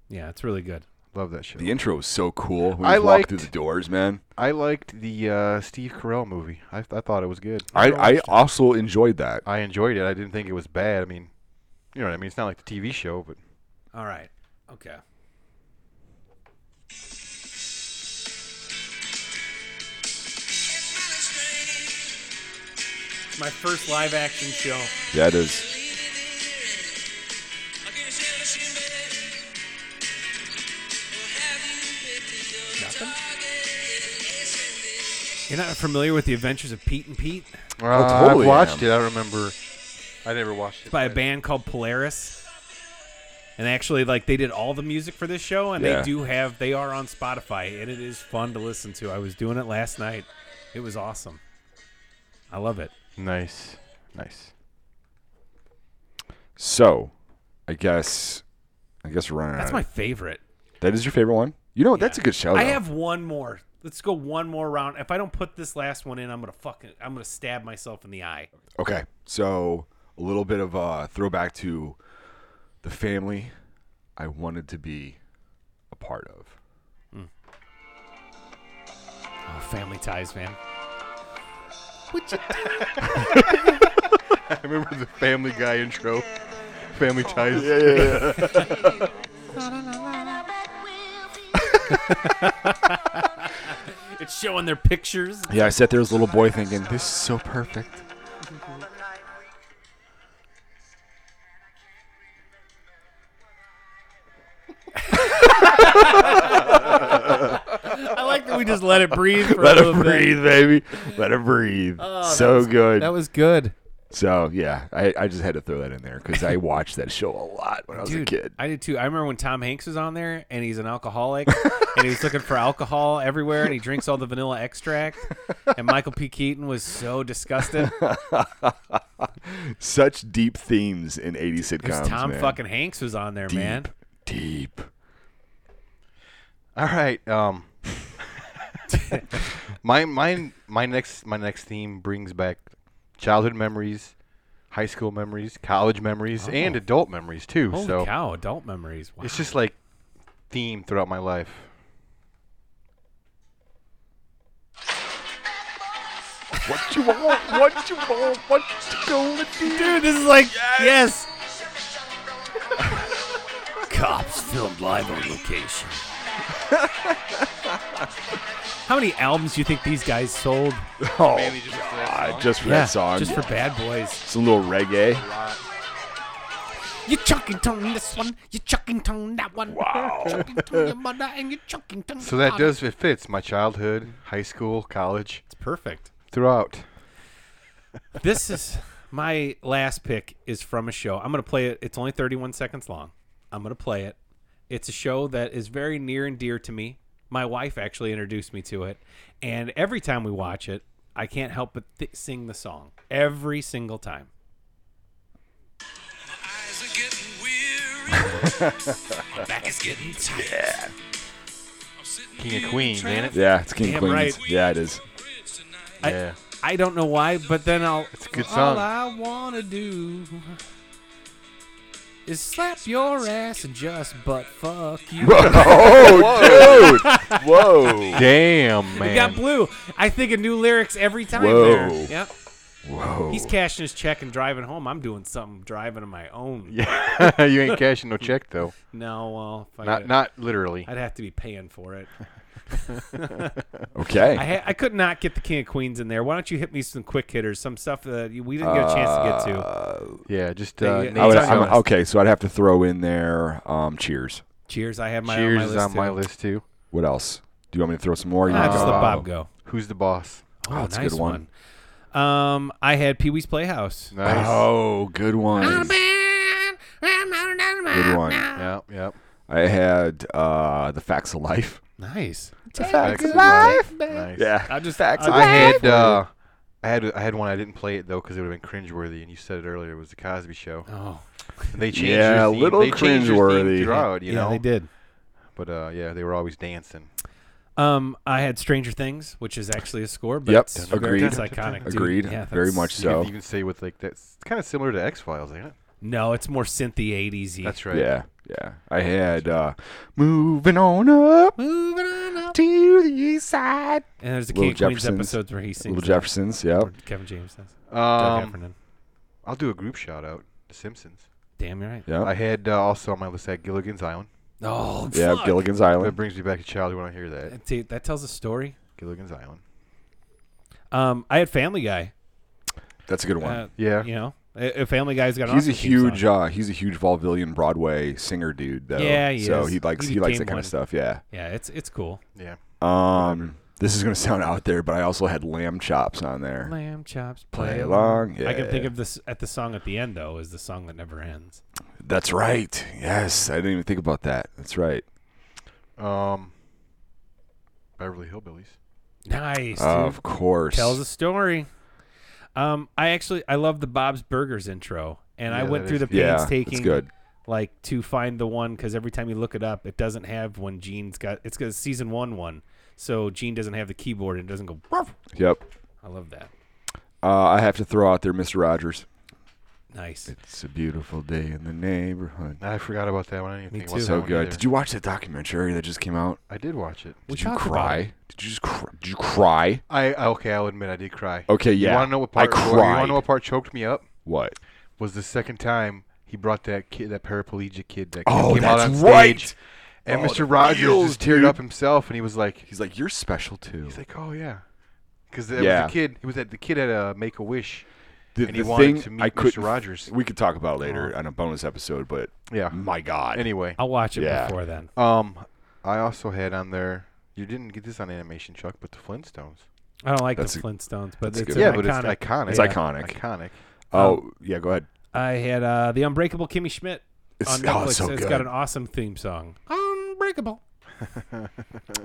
Speaker 2: Yeah, it's really good.
Speaker 4: love that show.
Speaker 3: The intro was so cool. When
Speaker 4: I
Speaker 3: you walk through
Speaker 4: liked-
Speaker 3: the doors, man.
Speaker 4: I liked the uh, Steve Carell movie. I, I thought it was good.
Speaker 3: I, I also enjoyed that.
Speaker 4: I enjoyed it. I didn't think it was bad. I mean, you know what I mean. It's not like the TV show, but
Speaker 2: All right. Okay. My first live action show.
Speaker 3: That is
Speaker 2: You're not familiar with the Adventures of Pete and Pete?
Speaker 4: Uh,
Speaker 3: totally
Speaker 4: I've watched
Speaker 3: am.
Speaker 4: it. I remember. I never watched it.
Speaker 2: by a
Speaker 4: but-
Speaker 2: band called Polaris. And actually, like they did all the music for this show, and
Speaker 3: Yeah.
Speaker 2: they do have they are on Spotify, and it is fun to listen to. I was doing it last night; it was awesome. I love it.
Speaker 4: Nice, nice.
Speaker 3: so I guess I guess we're running
Speaker 2: That's
Speaker 3: out. of-
Speaker 2: my favorite.
Speaker 3: that is your favorite one? You know what? That's a good show.
Speaker 2: I
Speaker 3: though.
Speaker 2: have one more. Let's go one more round. If I don't put this last one in, I'm gonna fucking I'm gonna stab myself in the eye.
Speaker 3: Okay, so a little bit of a throwback to the family I wanted to be a part of.
Speaker 2: Oh, family ties, man.
Speaker 4: I remember the Family Guy intro. Family Ties.
Speaker 2: It's showing their pictures.
Speaker 3: Yeah, I sat there as a little boy thinking, this is so perfect.
Speaker 2: we just let it breathe for
Speaker 3: Let
Speaker 2: a
Speaker 3: it
Speaker 2: little bit. Oh,
Speaker 3: breathe, baby. Let it breathe. so good.
Speaker 2: That was good.
Speaker 3: so yeah, I, I just had to throw that in there because I watched that show a lot when I was
Speaker 2: Dude,
Speaker 3: a kid.
Speaker 2: I did too. I remember when Tom Hanks was on there and he's an alcoholic and he was looking for alcohol everywhere and he drinks all the vanilla extract. And Michael P. Keaton was so disgusted.
Speaker 3: Such deep themes in 80s
Speaker 2: Because
Speaker 3: sitcoms.
Speaker 2: Tom
Speaker 3: man.
Speaker 2: fucking Hanks was on there,
Speaker 3: deep,
Speaker 2: man.
Speaker 3: deep.
Speaker 4: All right. Um, my my my next my next theme brings back childhood memories, high school memories, college memories, and adult memories too.
Speaker 2: Holy
Speaker 4: so
Speaker 2: cow, adult memories. Wow.
Speaker 4: it's just like theme throughout my life.
Speaker 3: What you want? What you want? What you gonna do?
Speaker 2: Dude, this is like yes. Cops filmed live on location. How many albums do you think these guys sold?
Speaker 3: Oh, God, just for that song.
Speaker 2: just for bad boys.
Speaker 3: it's a little reggae.
Speaker 2: You chucking tone this one, you chucking tone that one. Wow. Chucking tone your mother and you chucking tone.
Speaker 4: So that does it fits my childhood, high school, college
Speaker 2: It's perfect.
Speaker 4: throughout.
Speaker 2: This is my last pick is from a show. I'm gonna play it. It's only 31 seconds long. I'm gonna play it. It's a show that is very near and dear to me. My wife actually introduced me to it, and every time we watch it, I can't help but th- sing the song every single time.
Speaker 7: Eyes are getting weary.
Speaker 2: My back is getting tired.
Speaker 7: I'm sitting
Speaker 4: King of Queens, ain't it?
Speaker 3: Yeah, it's King
Speaker 2: Damn
Speaker 3: Queens.
Speaker 2: right.
Speaker 3: Yeah, it is.
Speaker 7: bridge tonight.
Speaker 2: I-
Speaker 4: Yeah.
Speaker 2: I don't know why, but then I'll. It's
Speaker 4: a good
Speaker 2: All
Speaker 4: song.
Speaker 2: I wanna do is slap your ass and just butt fuck you.
Speaker 3: Oh, dude! Whoa!
Speaker 4: Damn man.
Speaker 2: We got blue. I think of new lyrics every time.
Speaker 3: Whoa.
Speaker 2: There. Yep.
Speaker 3: Whoa!
Speaker 2: He's cashing his check and driving home. I'm doing something driving on my own.
Speaker 4: yeah. you ain't cashing no check though.
Speaker 2: No, well, if I
Speaker 4: Not
Speaker 2: could-
Speaker 4: not literally.
Speaker 2: I'd have to be paying for it.
Speaker 3: Okay.
Speaker 2: I ha- I could not get the King of Queens in there. Why don't you hit me some quick hitters, some stuff that you- we didn't get a chance to get
Speaker 4: Uh,
Speaker 2: to?
Speaker 4: Yeah, just
Speaker 2: Yeah,
Speaker 4: uh,
Speaker 2: yeah.
Speaker 4: Nate
Speaker 3: I would,
Speaker 2: It's on
Speaker 3: I'm-
Speaker 2: your list.
Speaker 3: okay, so I'd have to throw in there. Um, cheers.
Speaker 2: Cheers, I have my on
Speaker 4: Cheers
Speaker 2: my
Speaker 4: is
Speaker 2: list
Speaker 4: on my
Speaker 2: too.
Speaker 4: list Oh. too.
Speaker 3: What else? Do you want me to throw some more? You uh,
Speaker 2: Ah,
Speaker 3: want
Speaker 2: just
Speaker 3: to
Speaker 2: let
Speaker 3: go?
Speaker 2: Bob go.
Speaker 4: Who's the boss?
Speaker 2: Oh,
Speaker 3: that's a
Speaker 2: nice
Speaker 3: good one.
Speaker 2: one. Um, I had Pee Wee's Playhouse.
Speaker 4: Nice.
Speaker 3: Oh, good one. Good one.
Speaker 4: Yeah, yeah.
Speaker 3: I had uh, the facts of life.
Speaker 2: Nice.
Speaker 3: Facts of
Speaker 4: Nice.
Speaker 3: Yeah.
Speaker 2: I just
Speaker 3: facts.
Speaker 2: I-
Speaker 4: I had uh, I had I had one I didn't play it though because it would have been cringeworthy, and you said it earlier. It was the Cosby Show.
Speaker 2: Oh,
Speaker 4: And they changed
Speaker 3: Yeah,
Speaker 4: your
Speaker 3: a
Speaker 4: theme.
Speaker 3: little
Speaker 4: they changed your theme
Speaker 3: cringeworthy.
Speaker 4: throughout, you
Speaker 2: yeah,
Speaker 4: know.
Speaker 2: they did.
Speaker 4: But uh, yeah, they were always dancing.
Speaker 2: Um, I had Stranger Things, which is actually a score, but
Speaker 3: Yep,
Speaker 2: it's,
Speaker 3: agreed.
Speaker 2: it's iconic. dude.
Speaker 3: Agreed.
Speaker 2: Yeah,
Speaker 3: Very
Speaker 2: that's-
Speaker 3: much
Speaker 4: You can,
Speaker 3: so.
Speaker 4: you can say with like that's kind of similar to X Files, ain't it?
Speaker 2: No, it's more synthy '80s.
Speaker 4: That's right.
Speaker 3: Yeah. Yeah. I had uh, moving on up
Speaker 2: Moving on up.
Speaker 3: to the east side.
Speaker 2: And there's the
Speaker 3: Little
Speaker 2: King of Queens
Speaker 3: Jeffersons.
Speaker 2: episodes where he sings.
Speaker 3: Little
Speaker 2: it,
Speaker 3: Jeffersons. Yep.
Speaker 2: or Kevin James does. Doug
Speaker 4: Um,
Speaker 2: Heffernan.
Speaker 4: I'll do a group shout out. The Simpsons.
Speaker 2: Damn, you're right.
Speaker 4: I
Speaker 3: Yep.
Speaker 4: had uh, also on my list had Gilligan's Island.
Speaker 2: Oh,
Speaker 3: Yeah.
Speaker 2: fuck.
Speaker 3: Gilligan's
Speaker 4: That
Speaker 3: Island.
Speaker 4: brings me back to childhood when I hear that.
Speaker 2: That- dude, that tells a story.
Speaker 4: Gilligan's Island.
Speaker 2: Um, I had Family Guy.
Speaker 3: That's a good one.
Speaker 2: Uh,
Speaker 4: Yeah.
Speaker 2: you know, a, a Family Guy's got. an
Speaker 3: he's a
Speaker 2: awesome theme
Speaker 3: huge
Speaker 2: song.
Speaker 3: uh, he's a huge vaudevillian Broadway singer dude though.
Speaker 2: Yeah, he
Speaker 3: so
Speaker 2: is.
Speaker 3: he likes
Speaker 2: He
Speaker 3: he, likes
Speaker 2: became
Speaker 3: that kind
Speaker 2: one.
Speaker 3: of stuff. Yeah.
Speaker 2: yeah, it's it's cool.
Speaker 4: Yeah.
Speaker 3: Um, this is gonna sound out there, but I also had lamb chops on there.
Speaker 2: Lamb chops
Speaker 3: Play
Speaker 2: play
Speaker 3: along,
Speaker 2: I can think
Speaker 3: yeah.
Speaker 2: of this at the song at the end though is the song that never ends.
Speaker 3: That's right. Yes, I didn't even think about that. That's right.
Speaker 4: Um, Beverly Hillbillies.
Speaker 2: Nice. dude.
Speaker 3: Of course.
Speaker 2: tells a story. Um, I actually I love the Bob's Burgers intro, and I
Speaker 4: Yeah,
Speaker 2: went
Speaker 4: that
Speaker 2: through
Speaker 4: is
Speaker 2: the
Speaker 4: good.
Speaker 3: Yeah, it's
Speaker 2: painstaking,
Speaker 3: good.
Speaker 2: like to find the one because every time you look it up, it doesn't have when Gene's got it's got a season one one, so Gene doesn't have the keyboard and it doesn't go. "Ruff."
Speaker 3: Yep.
Speaker 2: I love that.
Speaker 3: Uh, I have to throw out there, Mister Rogers.
Speaker 2: Nice.
Speaker 3: It's a beautiful day in the neighborhood.
Speaker 4: I forgot about that one. I didn't
Speaker 2: Me
Speaker 4: even think
Speaker 2: too.
Speaker 4: about
Speaker 3: So
Speaker 4: that one
Speaker 3: good.
Speaker 4: either.
Speaker 3: Did you watch that documentary that just came out?
Speaker 4: I did watch it.
Speaker 2: We
Speaker 3: Did you
Speaker 2: talked about it.
Speaker 3: cry? Did you just cr- did you cry?
Speaker 4: I I- okay. I'll admit I did cry.
Speaker 3: Okay, yeah.
Speaker 4: You want to know what
Speaker 3: I
Speaker 4: part? You want
Speaker 3: cried.
Speaker 4: to know what part choked me up?
Speaker 3: What?
Speaker 4: Was the second time he brought that kid, that paraplegic kid, that
Speaker 3: Oh,
Speaker 4: came out
Speaker 3: that's
Speaker 4: on stage,
Speaker 3: right.
Speaker 4: and
Speaker 3: Oh, the
Speaker 4: Mr. Rogers
Speaker 3: feels,
Speaker 4: just teared
Speaker 3: dude.
Speaker 4: up himself, and he was like,
Speaker 3: He's like, you're special too.
Speaker 4: he's like, oh yeah, because there
Speaker 3: Yeah.
Speaker 4: was a kid. He was at the kid at a Make a Wish.
Speaker 3: the,
Speaker 4: and he
Speaker 3: the
Speaker 4: wanted
Speaker 3: thing
Speaker 4: to meet
Speaker 3: I
Speaker 4: Mr.
Speaker 3: couldn't-
Speaker 4: Rogers. Mm.
Speaker 3: We could talk about it later
Speaker 2: Oh.
Speaker 3: on a bonus episode, but
Speaker 4: Yeah.
Speaker 3: my God,
Speaker 4: Anyway,
Speaker 2: I'll watch it
Speaker 3: Yeah.
Speaker 2: before then.
Speaker 4: um, I also had on there. You didn't get this on animation, Chuck, but the Flintstones.
Speaker 2: I don't like
Speaker 3: That's
Speaker 2: the
Speaker 3: a-
Speaker 2: Flintstones, but
Speaker 3: that's a
Speaker 2: it's
Speaker 3: good
Speaker 2: an
Speaker 3: one.
Speaker 4: yeah,
Speaker 2: iconic.
Speaker 4: but it's iconic.
Speaker 3: It's iconic.
Speaker 2: Yeah.
Speaker 4: Iconic.
Speaker 2: um,
Speaker 3: Oh yeah, go ahead.
Speaker 2: I had uh, the Unbreakable Kimmy Schmidt
Speaker 3: It's,
Speaker 2: on
Speaker 3: oh,
Speaker 2: Netflix.
Speaker 3: it's so
Speaker 2: has
Speaker 3: good.
Speaker 2: got an awesome theme song. Unbreakable.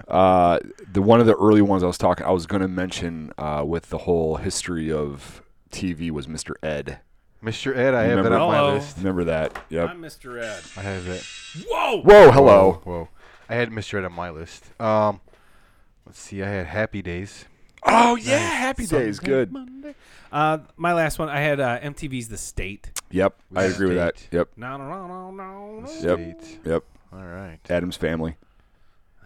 Speaker 3: Uh, the one of the early ones I was talking, I was going to mention uh, with the whole history of TV was Mr. Ed.
Speaker 4: Mr. Ed, I have that
Speaker 3: Remember-
Speaker 4: on my
Speaker 2: Hello.
Speaker 4: list.
Speaker 3: Remember that? Yep.
Speaker 2: I'm Mr. Ed.
Speaker 4: I have it.
Speaker 2: Whoa!
Speaker 3: Whoa, hello.
Speaker 4: Whoa, whoa. I had Mr. Ed on my list. Um, let's see. I had Happy Days.
Speaker 3: Oh yeah, Happy Days,
Speaker 2: Sunday,
Speaker 3: good.
Speaker 2: Monday. Uh, my last one, I had uh, MTV's The State.
Speaker 3: Yep, I
Speaker 4: Was
Speaker 3: agree with that.
Speaker 4: state.
Speaker 3: Yep,
Speaker 2: No, no, no, no, no, no.
Speaker 3: Yep.
Speaker 4: State.
Speaker 3: yep.
Speaker 4: All right.
Speaker 3: Adam's Family.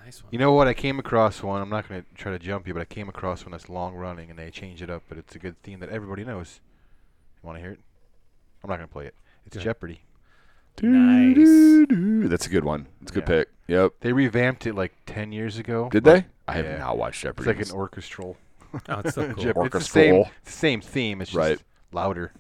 Speaker 2: Nice one.
Speaker 4: You know what? I came across one. I'm not going to try to jump you, but I came across one that's long running, and they changed it up. But it's a good theme that everybody knows. You want to hear it? I'm not going to play it. It's Jeopardy.
Speaker 2: Nice.
Speaker 3: Doo-doo-doo. That's a good one. It's a good
Speaker 4: Yeah.
Speaker 3: pick. Yep.
Speaker 4: They revamped it like 10 years ago.
Speaker 3: Did they? I have
Speaker 4: Yeah.
Speaker 3: not watched
Speaker 4: It's
Speaker 3: Jeopardy.
Speaker 4: like an orchestral.
Speaker 2: Oh, it's so cool.
Speaker 4: Jeopardy. It's the
Speaker 3: Orchestral.
Speaker 4: same, it's the same theme. It's just
Speaker 3: Right.
Speaker 4: louder.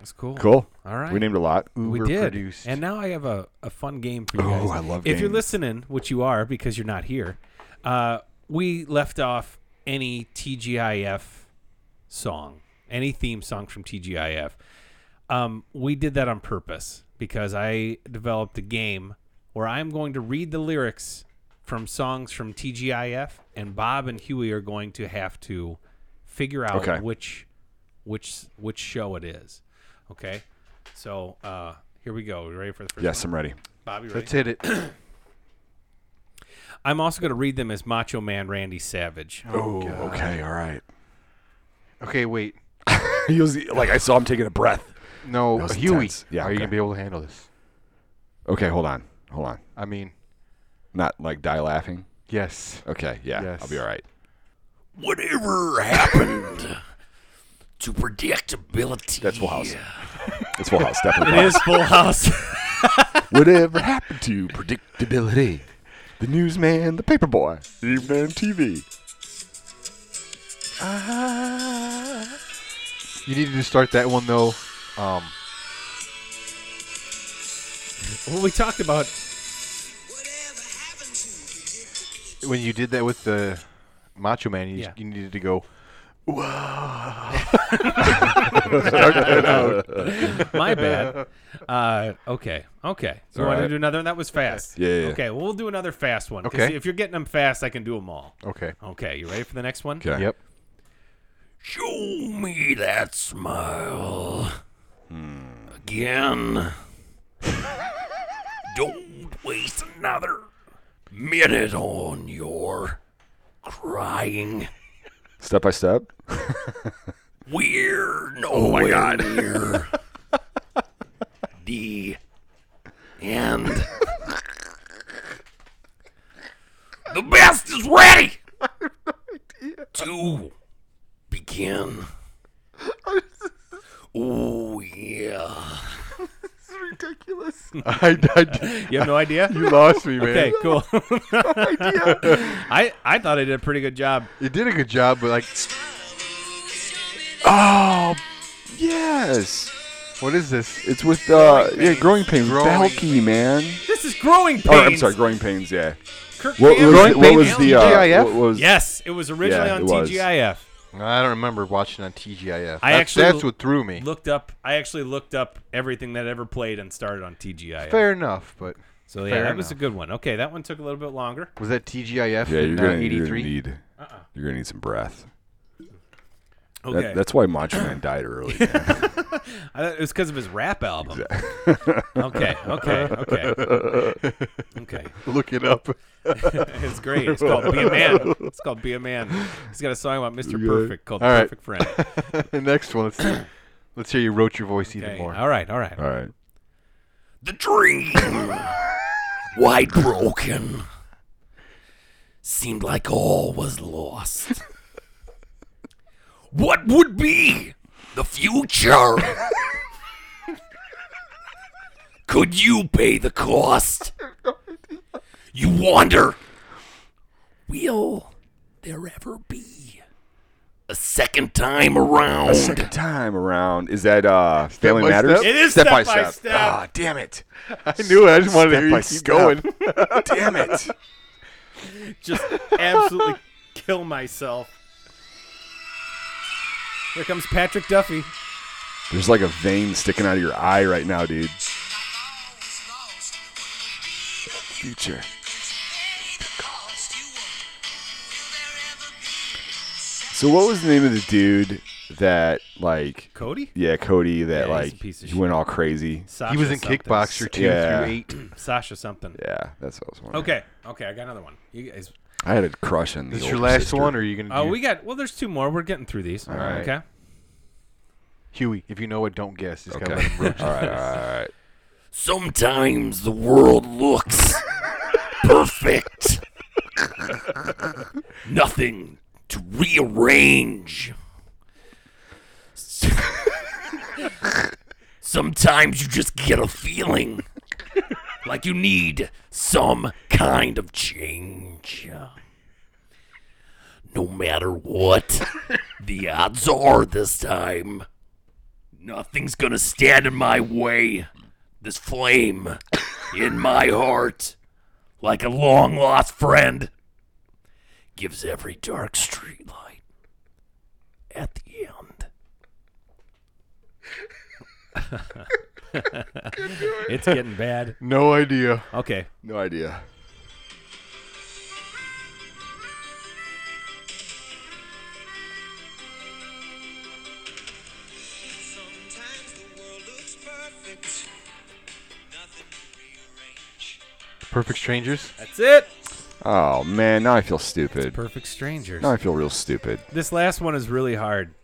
Speaker 2: It's cool.
Speaker 3: cool.
Speaker 2: All right.
Speaker 3: We named a lot.
Speaker 2: We did.
Speaker 4: overproduced.
Speaker 2: And now I have a, a fun game for you
Speaker 3: Oh,
Speaker 2: guys.
Speaker 3: I love
Speaker 2: If you're
Speaker 3: games.
Speaker 2: listening, which you are because you're not here, uh, we left off any TGIF song, any theme song from TGIF. Um, we did that on purpose because I developed a game where I'm going to read the lyrics from songs from TGIF, and Bob and Huey are going to have to figure out
Speaker 3: Okay.
Speaker 2: which which which show it is. Okay, so uh, here we go. You ready for the first?
Speaker 3: Yes,
Speaker 2: one?
Speaker 3: I'm ready.
Speaker 2: Bobby. Ready?
Speaker 4: Let's hit it.
Speaker 2: I'm also going to read them as Macho Man Randy Savage.
Speaker 3: Oh, okay, all right.
Speaker 4: okay, wait.
Speaker 3: he was like, I saw him taking a breath.
Speaker 4: No,
Speaker 3: That was
Speaker 4: Huey.
Speaker 3: intense. Yeah,
Speaker 4: Are you
Speaker 3: okay.
Speaker 4: going to be able to handle this?
Speaker 3: Okay, hold on, hold on.
Speaker 4: I mean,
Speaker 3: Not like die laughing.
Speaker 4: yes.
Speaker 3: Okay, yeah,
Speaker 4: Yes.
Speaker 3: I'll be all right.
Speaker 8: Whatever happened to predictability?
Speaker 3: That's Full House. It's Full House, definitely.
Speaker 2: It is Full House.
Speaker 3: Whatever happened to predictability? The newsman, the paperboy, even on TV.
Speaker 4: You needed to start that one, though. Um,
Speaker 2: well, we talked about
Speaker 4: when you did that with the Macho Man, you,
Speaker 2: Yeah.
Speaker 4: you needed to go.
Speaker 2: my bad. Uh, okay, okay. So you want
Speaker 3: all
Speaker 2: to
Speaker 3: right.
Speaker 2: do another? one? That was fast.
Speaker 3: Yeah, yeah, yeah.
Speaker 2: Okay, well, we'll do another fast one. 'cause
Speaker 4: Okay.
Speaker 2: If you're getting them fast, I can do them all.
Speaker 4: Okay.
Speaker 2: Okay, you ready for the next one?
Speaker 3: Okay.
Speaker 4: Yep.
Speaker 8: Show me that smile. Again. Don't waste another minute on your crying.
Speaker 3: Step by step. Oh,
Speaker 8: We're nowhere near the end. the best is ready to begin. Oh yeah.
Speaker 4: I, I,
Speaker 2: You have no idea?
Speaker 4: you lost me, man.
Speaker 2: okay, cool. I I thought I did a pretty good job.
Speaker 4: You did a good job, but like,
Speaker 3: Oh, yes.
Speaker 4: what is this?
Speaker 3: It's with uh, yeah, growing pains.
Speaker 4: Growing
Speaker 3: Balky, man.
Speaker 2: This is growing pains.
Speaker 3: Oh, I'm sorry, growing pains. Yeah.
Speaker 2: Kirk
Speaker 3: What was,
Speaker 2: Cameron.
Speaker 4: Growing
Speaker 3: what
Speaker 4: Pains
Speaker 3: was the uh,
Speaker 4: TGIF?
Speaker 3: what was
Speaker 2: Yes, it was originally
Speaker 3: Yeah,
Speaker 2: on
Speaker 3: it was.
Speaker 2: TGIF.
Speaker 4: I don't remember watching on TGIF.
Speaker 2: I
Speaker 4: that's,
Speaker 2: actually
Speaker 4: that's what threw me.
Speaker 2: Looked up. I actually looked up everything that ever played and started on TGIF.
Speaker 4: Fair enough, but
Speaker 2: so yeah,
Speaker 4: fair
Speaker 2: that was a
Speaker 4: enough.
Speaker 2: good one. Okay, that one took a little bit longer.
Speaker 4: was that TGIF?
Speaker 3: Yeah, you're
Speaker 4: in, uh,
Speaker 3: gonna, you're
Speaker 4: 83?
Speaker 3: gonna need you're gonna need some breath. That-
Speaker 2: Okay,
Speaker 3: that's why Macho Man died early. man.
Speaker 2: I thought it was because of his rap album. okay, okay, okay, okay.
Speaker 4: Look it up.
Speaker 2: It's great. It's called "Be a Man." It's called "Be a Man." He's got a song about Mr. Perfect called
Speaker 4: All right.
Speaker 2: "Perfect Friend."
Speaker 4: The Next one. Let's, let's hear you wrote your voice even
Speaker 2: Okay,
Speaker 4: more.
Speaker 2: All right, all right.
Speaker 3: All right.
Speaker 8: The dream. Why broken? Seemed like all was lost. What would be the future? Could you pay the cost? You wonder Will there ever be a second time around?
Speaker 3: Second time around. Is that uh Family
Speaker 4: by
Speaker 3: Matters?
Speaker 4: step? It
Speaker 2: is
Speaker 3: step,
Speaker 2: step
Speaker 3: by
Speaker 2: by
Speaker 3: step.
Speaker 2: step.
Speaker 3: Ah, damn it.
Speaker 4: I knew it. I just wanted to
Speaker 3: Step
Speaker 4: hear you
Speaker 3: by
Speaker 4: keep going.
Speaker 3: step. damn it.
Speaker 2: just absolutely kill myself. Here comes Patrick Duffy.
Speaker 3: There's like a vein sticking out of your eye right now, dude. Future. So what was the name of the dude that like
Speaker 2: Cody?
Speaker 3: yeah, Cody that
Speaker 2: Yeah, he's
Speaker 3: like
Speaker 2: a piece of
Speaker 3: he went all crazy.
Speaker 2: Sasha
Speaker 4: He was in
Speaker 2: something.
Speaker 4: Kickboxer two
Speaker 3: Yeah.
Speaker 4: through eight.
Speaker 2: Sasha something.
Speaker 3: Yeah, that's what I was wondering.
Speaker 2: Okay, okay, I got another one. You guys,
Speaker 3: I had a crush on the
Speaker 4: Is this
Speaker 3: older
Speaker 4: your last
Speaker 3: sister.
Speaker 4: one, or are you gonna?
Speaker 2: oh,
Speaker 4: do
Speaker 2: we got. Well, there's two more. We're getting through these. All
Speaker 3: right.
Speaker 2: Okay.
Speaker 4: Huey. If you know it, don't guess. Just
Speaker 3: Okay.
Speaker 4: gotta let him
Speaker 3: all
Speaker 4: roach.
Speaker 3: right, all right, all right.
Speaker 8: Sometimes the world looks perfect. Nothing to rearrange. Sometimes you just get a feeling like you need some kind of change. No matter what the odds are this time, nothing's gonna stand in my way this flame in my heart, like a long lost friend, gives every dark streetlight at the end.
Speaker 2: It's getting bad.
Speaker 4: No idea.
Speaker 2: Okay.
Speaker 3: No idea.
Speaker 7: Sometimes the world looks perfect. Nothing to rearrange.
Speaker 4: Perfect strangers.
Speaker 2: That's it.
Speaker 3: Oh man, now I feel stupid.
Speaker 2: Perfect strangers.
Speaker 3: Now I feel real stupid.
Speaker 2: This last one is really hard.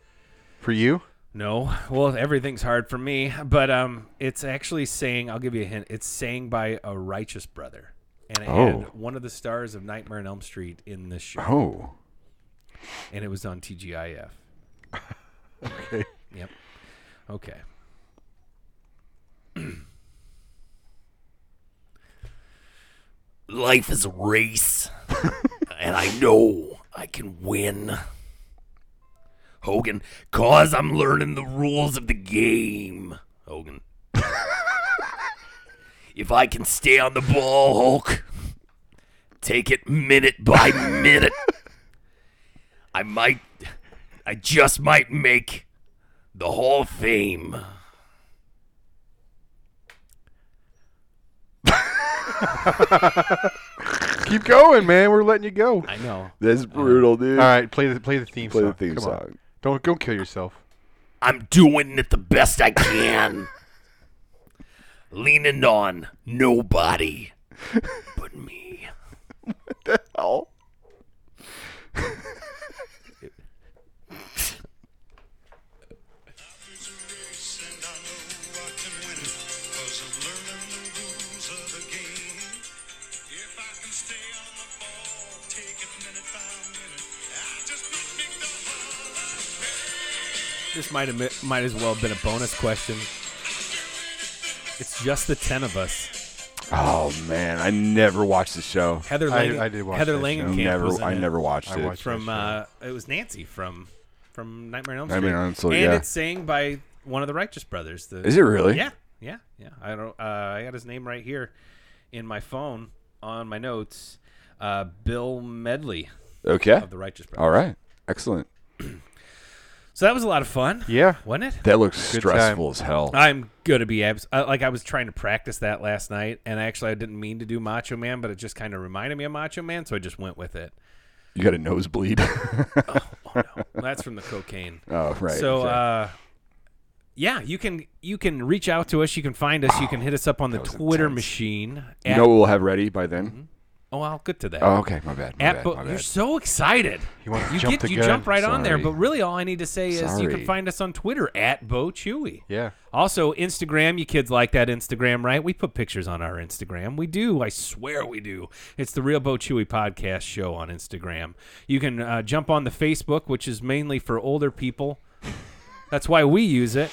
Speaker 4: For you,
Speaker 2: No, well, everything's hard for me, but um, it's actually sang. I'll give you a hint. It's sang by a righteous brother, and it
Speaker 3: Oh.
Speaker 2: had one of the stars of Nightmare on Elm Street in this show,
Speaker 3: Oh.
Speaker 2: and it was on TGIF.
Speaker 4: Okay.
Speaker 2: Yep. Okay.
Speaker 8: Life is a race, and I know I can win. Hogan, cause I'm learning the rules of the game. Hogan. if I can stay on the ball, Hulk, take it minute by minute, I might, I just might make the Hall of Fame.
Speaker 4: keep going, man. We're letting you go.
Speaker 2: I know.
Speaker 3: That's brutal, dude.
Speaker 4: All right, play the play the theme
Speaker 3: Play
Speaker 4: song.
Speaker 3: the theme
Speaker 4: Come on.
Speaker 3: song.
Speaker 4: Don't don't kill yourself.
Speaker 8: I'm doing it the best I can. Leaning on nobody but me.
Speaker 3: Oh.
Speaker 7: And I know I can win it, cause I'm learning the rules of the game. If I can stay on the ball, take it minute by minute, I just might make the Hall of
Speaker 2: This might have mi- might as well have been a bonus question. It's just the ten of us.
Speaker 3: Oh man, I never watched the show.
Speaker 2: Heather
Speaker 4: I-
Speaker 2: Lang-
Speaker 4: I did watch
Speaker 2: Heather
Speaker 4: that
Speaker 2: Langenkamp
Speaker 4: show.
Speaker 3: never,
Speaker 2: was in
Speaker 3: I
Speaker 2: it
Speaker 3: never watched
Speaker 4: I
Speaker 3: it.
Speaker 4: watched-
Speaker 2: from
Speaker 4: that
Speaker 2: uh, it was Nancy from from Nightmare on Elm Street.
Speaker 3: Nightmare on Elm Street,
Speaker 2: And
Speaker 3: yeah.
Speaker 2: it's sang by one of the Righteous Brothers. The,
Speaker 3: Is it really?
Speaker 2: Yeah, yeah, yeah. I don't. Uh, I got his name right here in my phone on my notes. Uh, Bill Medley
Speaker 3: Okay.
Speaker 2: of the Righteous Brothers.
Speaker 3: All right. Excellent.
Speaker 2: So that was a lot of fun.
Speaker 4: Yeah.
Speaker 2: wasn't it?
Speaker 3: That looks
Speaker 4: Good
Speaker 3: stressful as hell.
Speaker 2: I'm gonna be abs- uh, like I was trying to practice that last night, and actually I didn't mean to do Macho Man, but it just kind of reminded me of Macho Man, so I just went with it.
Speaker 3: You got a nosebleed.
Speaker 2: Well, that's from the cocaine.
Speaker 3: oh right.
Speaker 2: So
Speaker 3: okay.
Speaker 2: uh yeah, you can you can reach out to us. You can find us. You can hit us up on the Twitter machine.
Speaker 3: you
Speaker 2: At,
Speaker 3: know what we'll have ready by then?
Speaker 2: oh, I'll get to that.
Speaker 3: Oh, okay. My bad. My
Speaker 2: at
Speaker 3: bad.
Speaker 2: Bo-
Speaker 3: my
Speaker 2: you're
Speaker 3: bad.
Speaker 2: so excited.
Speaker 4: You want to
Speaker 2: You
Speaker 4: jump
Speaker 2: get
Speaker 4: the
Speaker 2: you
Speaker 4: gun.
Speaker 2: jump right on there.
Speaker 3: Sorry.
Speaker 2: But really, all I need to say is you can
Speaker 3: Sorry.
Speaker 2: find us on Twitter at Bo Chewy.
Speaker 4: Yeah.
Speaker 2: Also, Instagram. You kids like that Instagram, right? We put pictures on our Instagram. We do. I swear we do. It's the Real Bo Chewy podcast show on Instagram. You can uh, jump on the Facebook, which is mainly for older people. That's why we use it.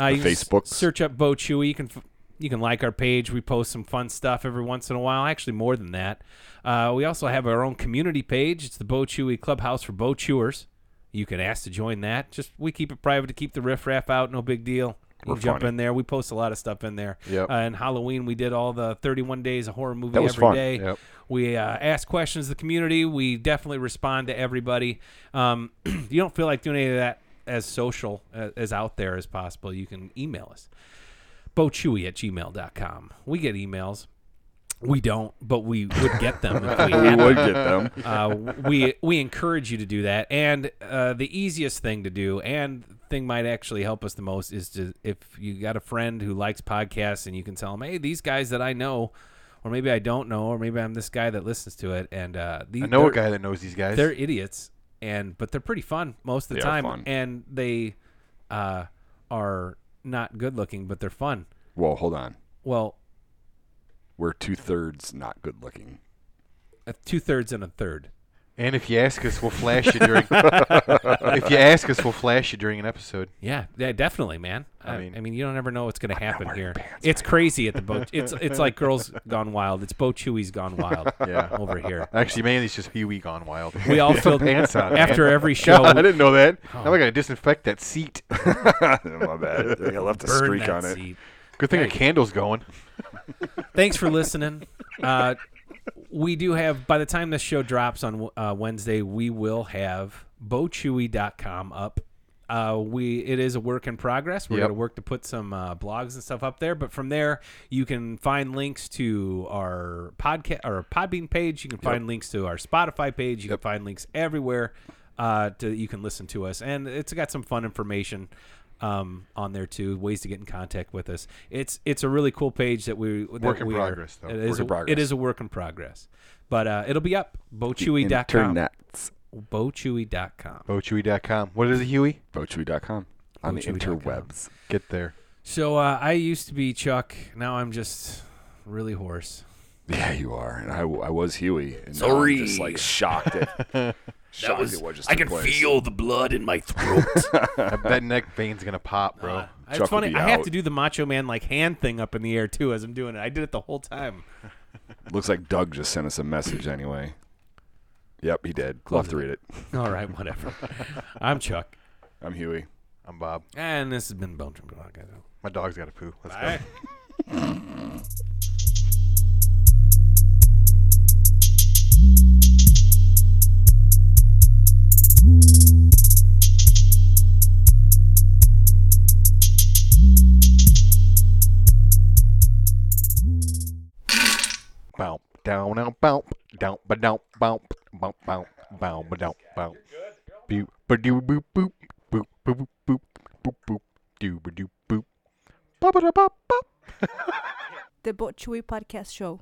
Speaker 2: Uh, you can s-
Speaker 3: Facebooks.
Speaker 2: Search up Bo Chewy. You can f- you can like our page. We post some fun stuff every once in a while. Actually, more than that. Uh, we also have our own community page. It's the Bo Chewy Clubhouse for Bo Chewers. You can ask to join that. Just we keep it private to keep the riffraff out. No big deal. You
Speaker 3: We're
Speaker 2: jump
Speaker 3: funny.
Speaker 2: in there. We post a lot of stuff in there.
Speaker 4: Yep.
Speaker 2: Uh, and Halloween, we did all the 31 days of horror movie
Speaker 3: That was
Speaker 2: every
Speaker 3: fun.
Speaker 2: day.
Speaker 4: Yep.
Speaker 2: We uh, ask questions to the community. We definitely respond to everybody. Um, you don't feel like doing any of that as social, uh, as out there as possible. You can email us. Bochewy at gmail.com. We get emails. We don't, but we would get them if we
Speaker 3: We
Speaker 2: had
Speaker 3: would get them.
Speaker 2: uh, we we encourage you to do that. And uh, the easiest thing to do, and thing might actually help us the most, is to if you got a friend who likes podcasts, and you can tell them, hey, these guys that I know, or maybe I don't know, or maybe I'm this guy that listens to it, and uh, these
Speaker 4: I know
Speaker 2: they're,
Speaker 4: a guy that knows these guys.
Speaker 2: They're idiots, and but they're pretty fun most of the
Speaker 3: They are
Speaker 2: time,
Speaker 3: fun.
Speaker 2: and they uh, are not good looking, but they're fun.
Speaker 3: Well, hold on.
Speaker 2: Well,
Speaker 3: We're two thirds not good looking.
Speaker 2: two thirds and a third.
Speaker 4: And if you ask us, we'll flash you during. if you ask us, we'll flash you during an episode.
Speaker 2: Yeah, yeah, definitely, man. I, I mean,
Speaker 4: mean-
Speaker 2: you don't ever know what's going to happen here. It's crazy at the boat. It's it's like girls gone wild. It's Bo Chewy's gone wild.
Speaker 4: Yeah.
Speaker 2: over here.
Speaker 4: Actually, mainly it's just Huey gone wild.
Speaker 2: We all feel
Speaker 4: pants on, man.
Speaker 2: after every show. Oh.
Speaker 4: God, I didn't know that. Now I gotta disinfect that seat.
Speaker 3: My bad. I think I left a
Speaker 2: burn
Speaker 3: streak
Speaker 2: that
Speaker 3: on it.
Speaker 2: seat.
Speaker 4: Good thing a candle's going.
Speaker 2: Thanks for listening. Uh, we do have by the time this show drops on uh, Wednesday, we will have bochewy.com up. Uh, we it is a work in progress. We're
Speaker 4: Yep.
Speaker 2: gonna work to put some uh, blogs and stuff up there, but from there you can find links to our podcast our Podbean page. You can find links to our Spotify page. You can find links everywhere uh, to, you can listen to us, and it's got some fun information um, on there too. Ways to get in contact with us. It's it's a really cool page that we that
Speaker 4: Work in
Speaker 2: we
Speaker 4: progress, though.
Speaker 2: Are, it
Speaker 3: Work in
Speaker 2: is a- It
Speaker 3: progress.
Speaker 2: is a work in progress, but uh, it'll be up. Bochewy.com.
Speaker 3: Internets.
Speaker 2: Bochewy.com.
Speaker 4: Bochewy.com. What is it, Huey?
Speaker 3: Bochewy.com. On the
Speaker 2: Bochewy.com.
Speaker 3: interwebs.
Speaker 4: Get there.
Speaker 2: So uh, I used to be Chuck. Now I'm just really hoarse.
Speaker 3: Yeah, you are. And I, w- I was Huey. And now
Speaker 8: Sorry.
Speaker 3: I'm just like shocked at,
Speaker 8: That
Speaker 3: shocked
Speaker 8: was,
Speaker 3: at what just
Speaker 8: I
Speaker 3: took
Speaker 8: can
Speaker 3: place.
Speaker 8: feel the blood in my throat.
Speaker 4: that neck vein's gonna pop, bro.
Speaker 2: It's
Speaker 3: Chuck will
Speaker 2: funny.
Speaker 3: be
Speaker 2: I have
Speaker 3: out.
Speaker 2: to do the Macho Man like hand thing up in the air too as I'm doing it. I did it the whole time.
Speaker 3: Looks like Doug just sent us a message anyway. Yep, he did. Love to read it.
Speaker 2: All right, whatever. I'm Chuck,
Speaker 3: I'm Huey.
Speaker 4: I'm Bob.
Speaker 2: and this has been Belgium Blog.
Speaker 4: My dog's got to poo. Let's go.
Speaker 2: Bye.
Speaker 4: Bounce down out bounce down ba down bounce bounce bounce bounce ba down bounce. Boop ba doo boop boop boop boop boop boop boop doo ba doo boop. Ba ba da ba ba.
Speaker 9: The Botchui Podcast Show.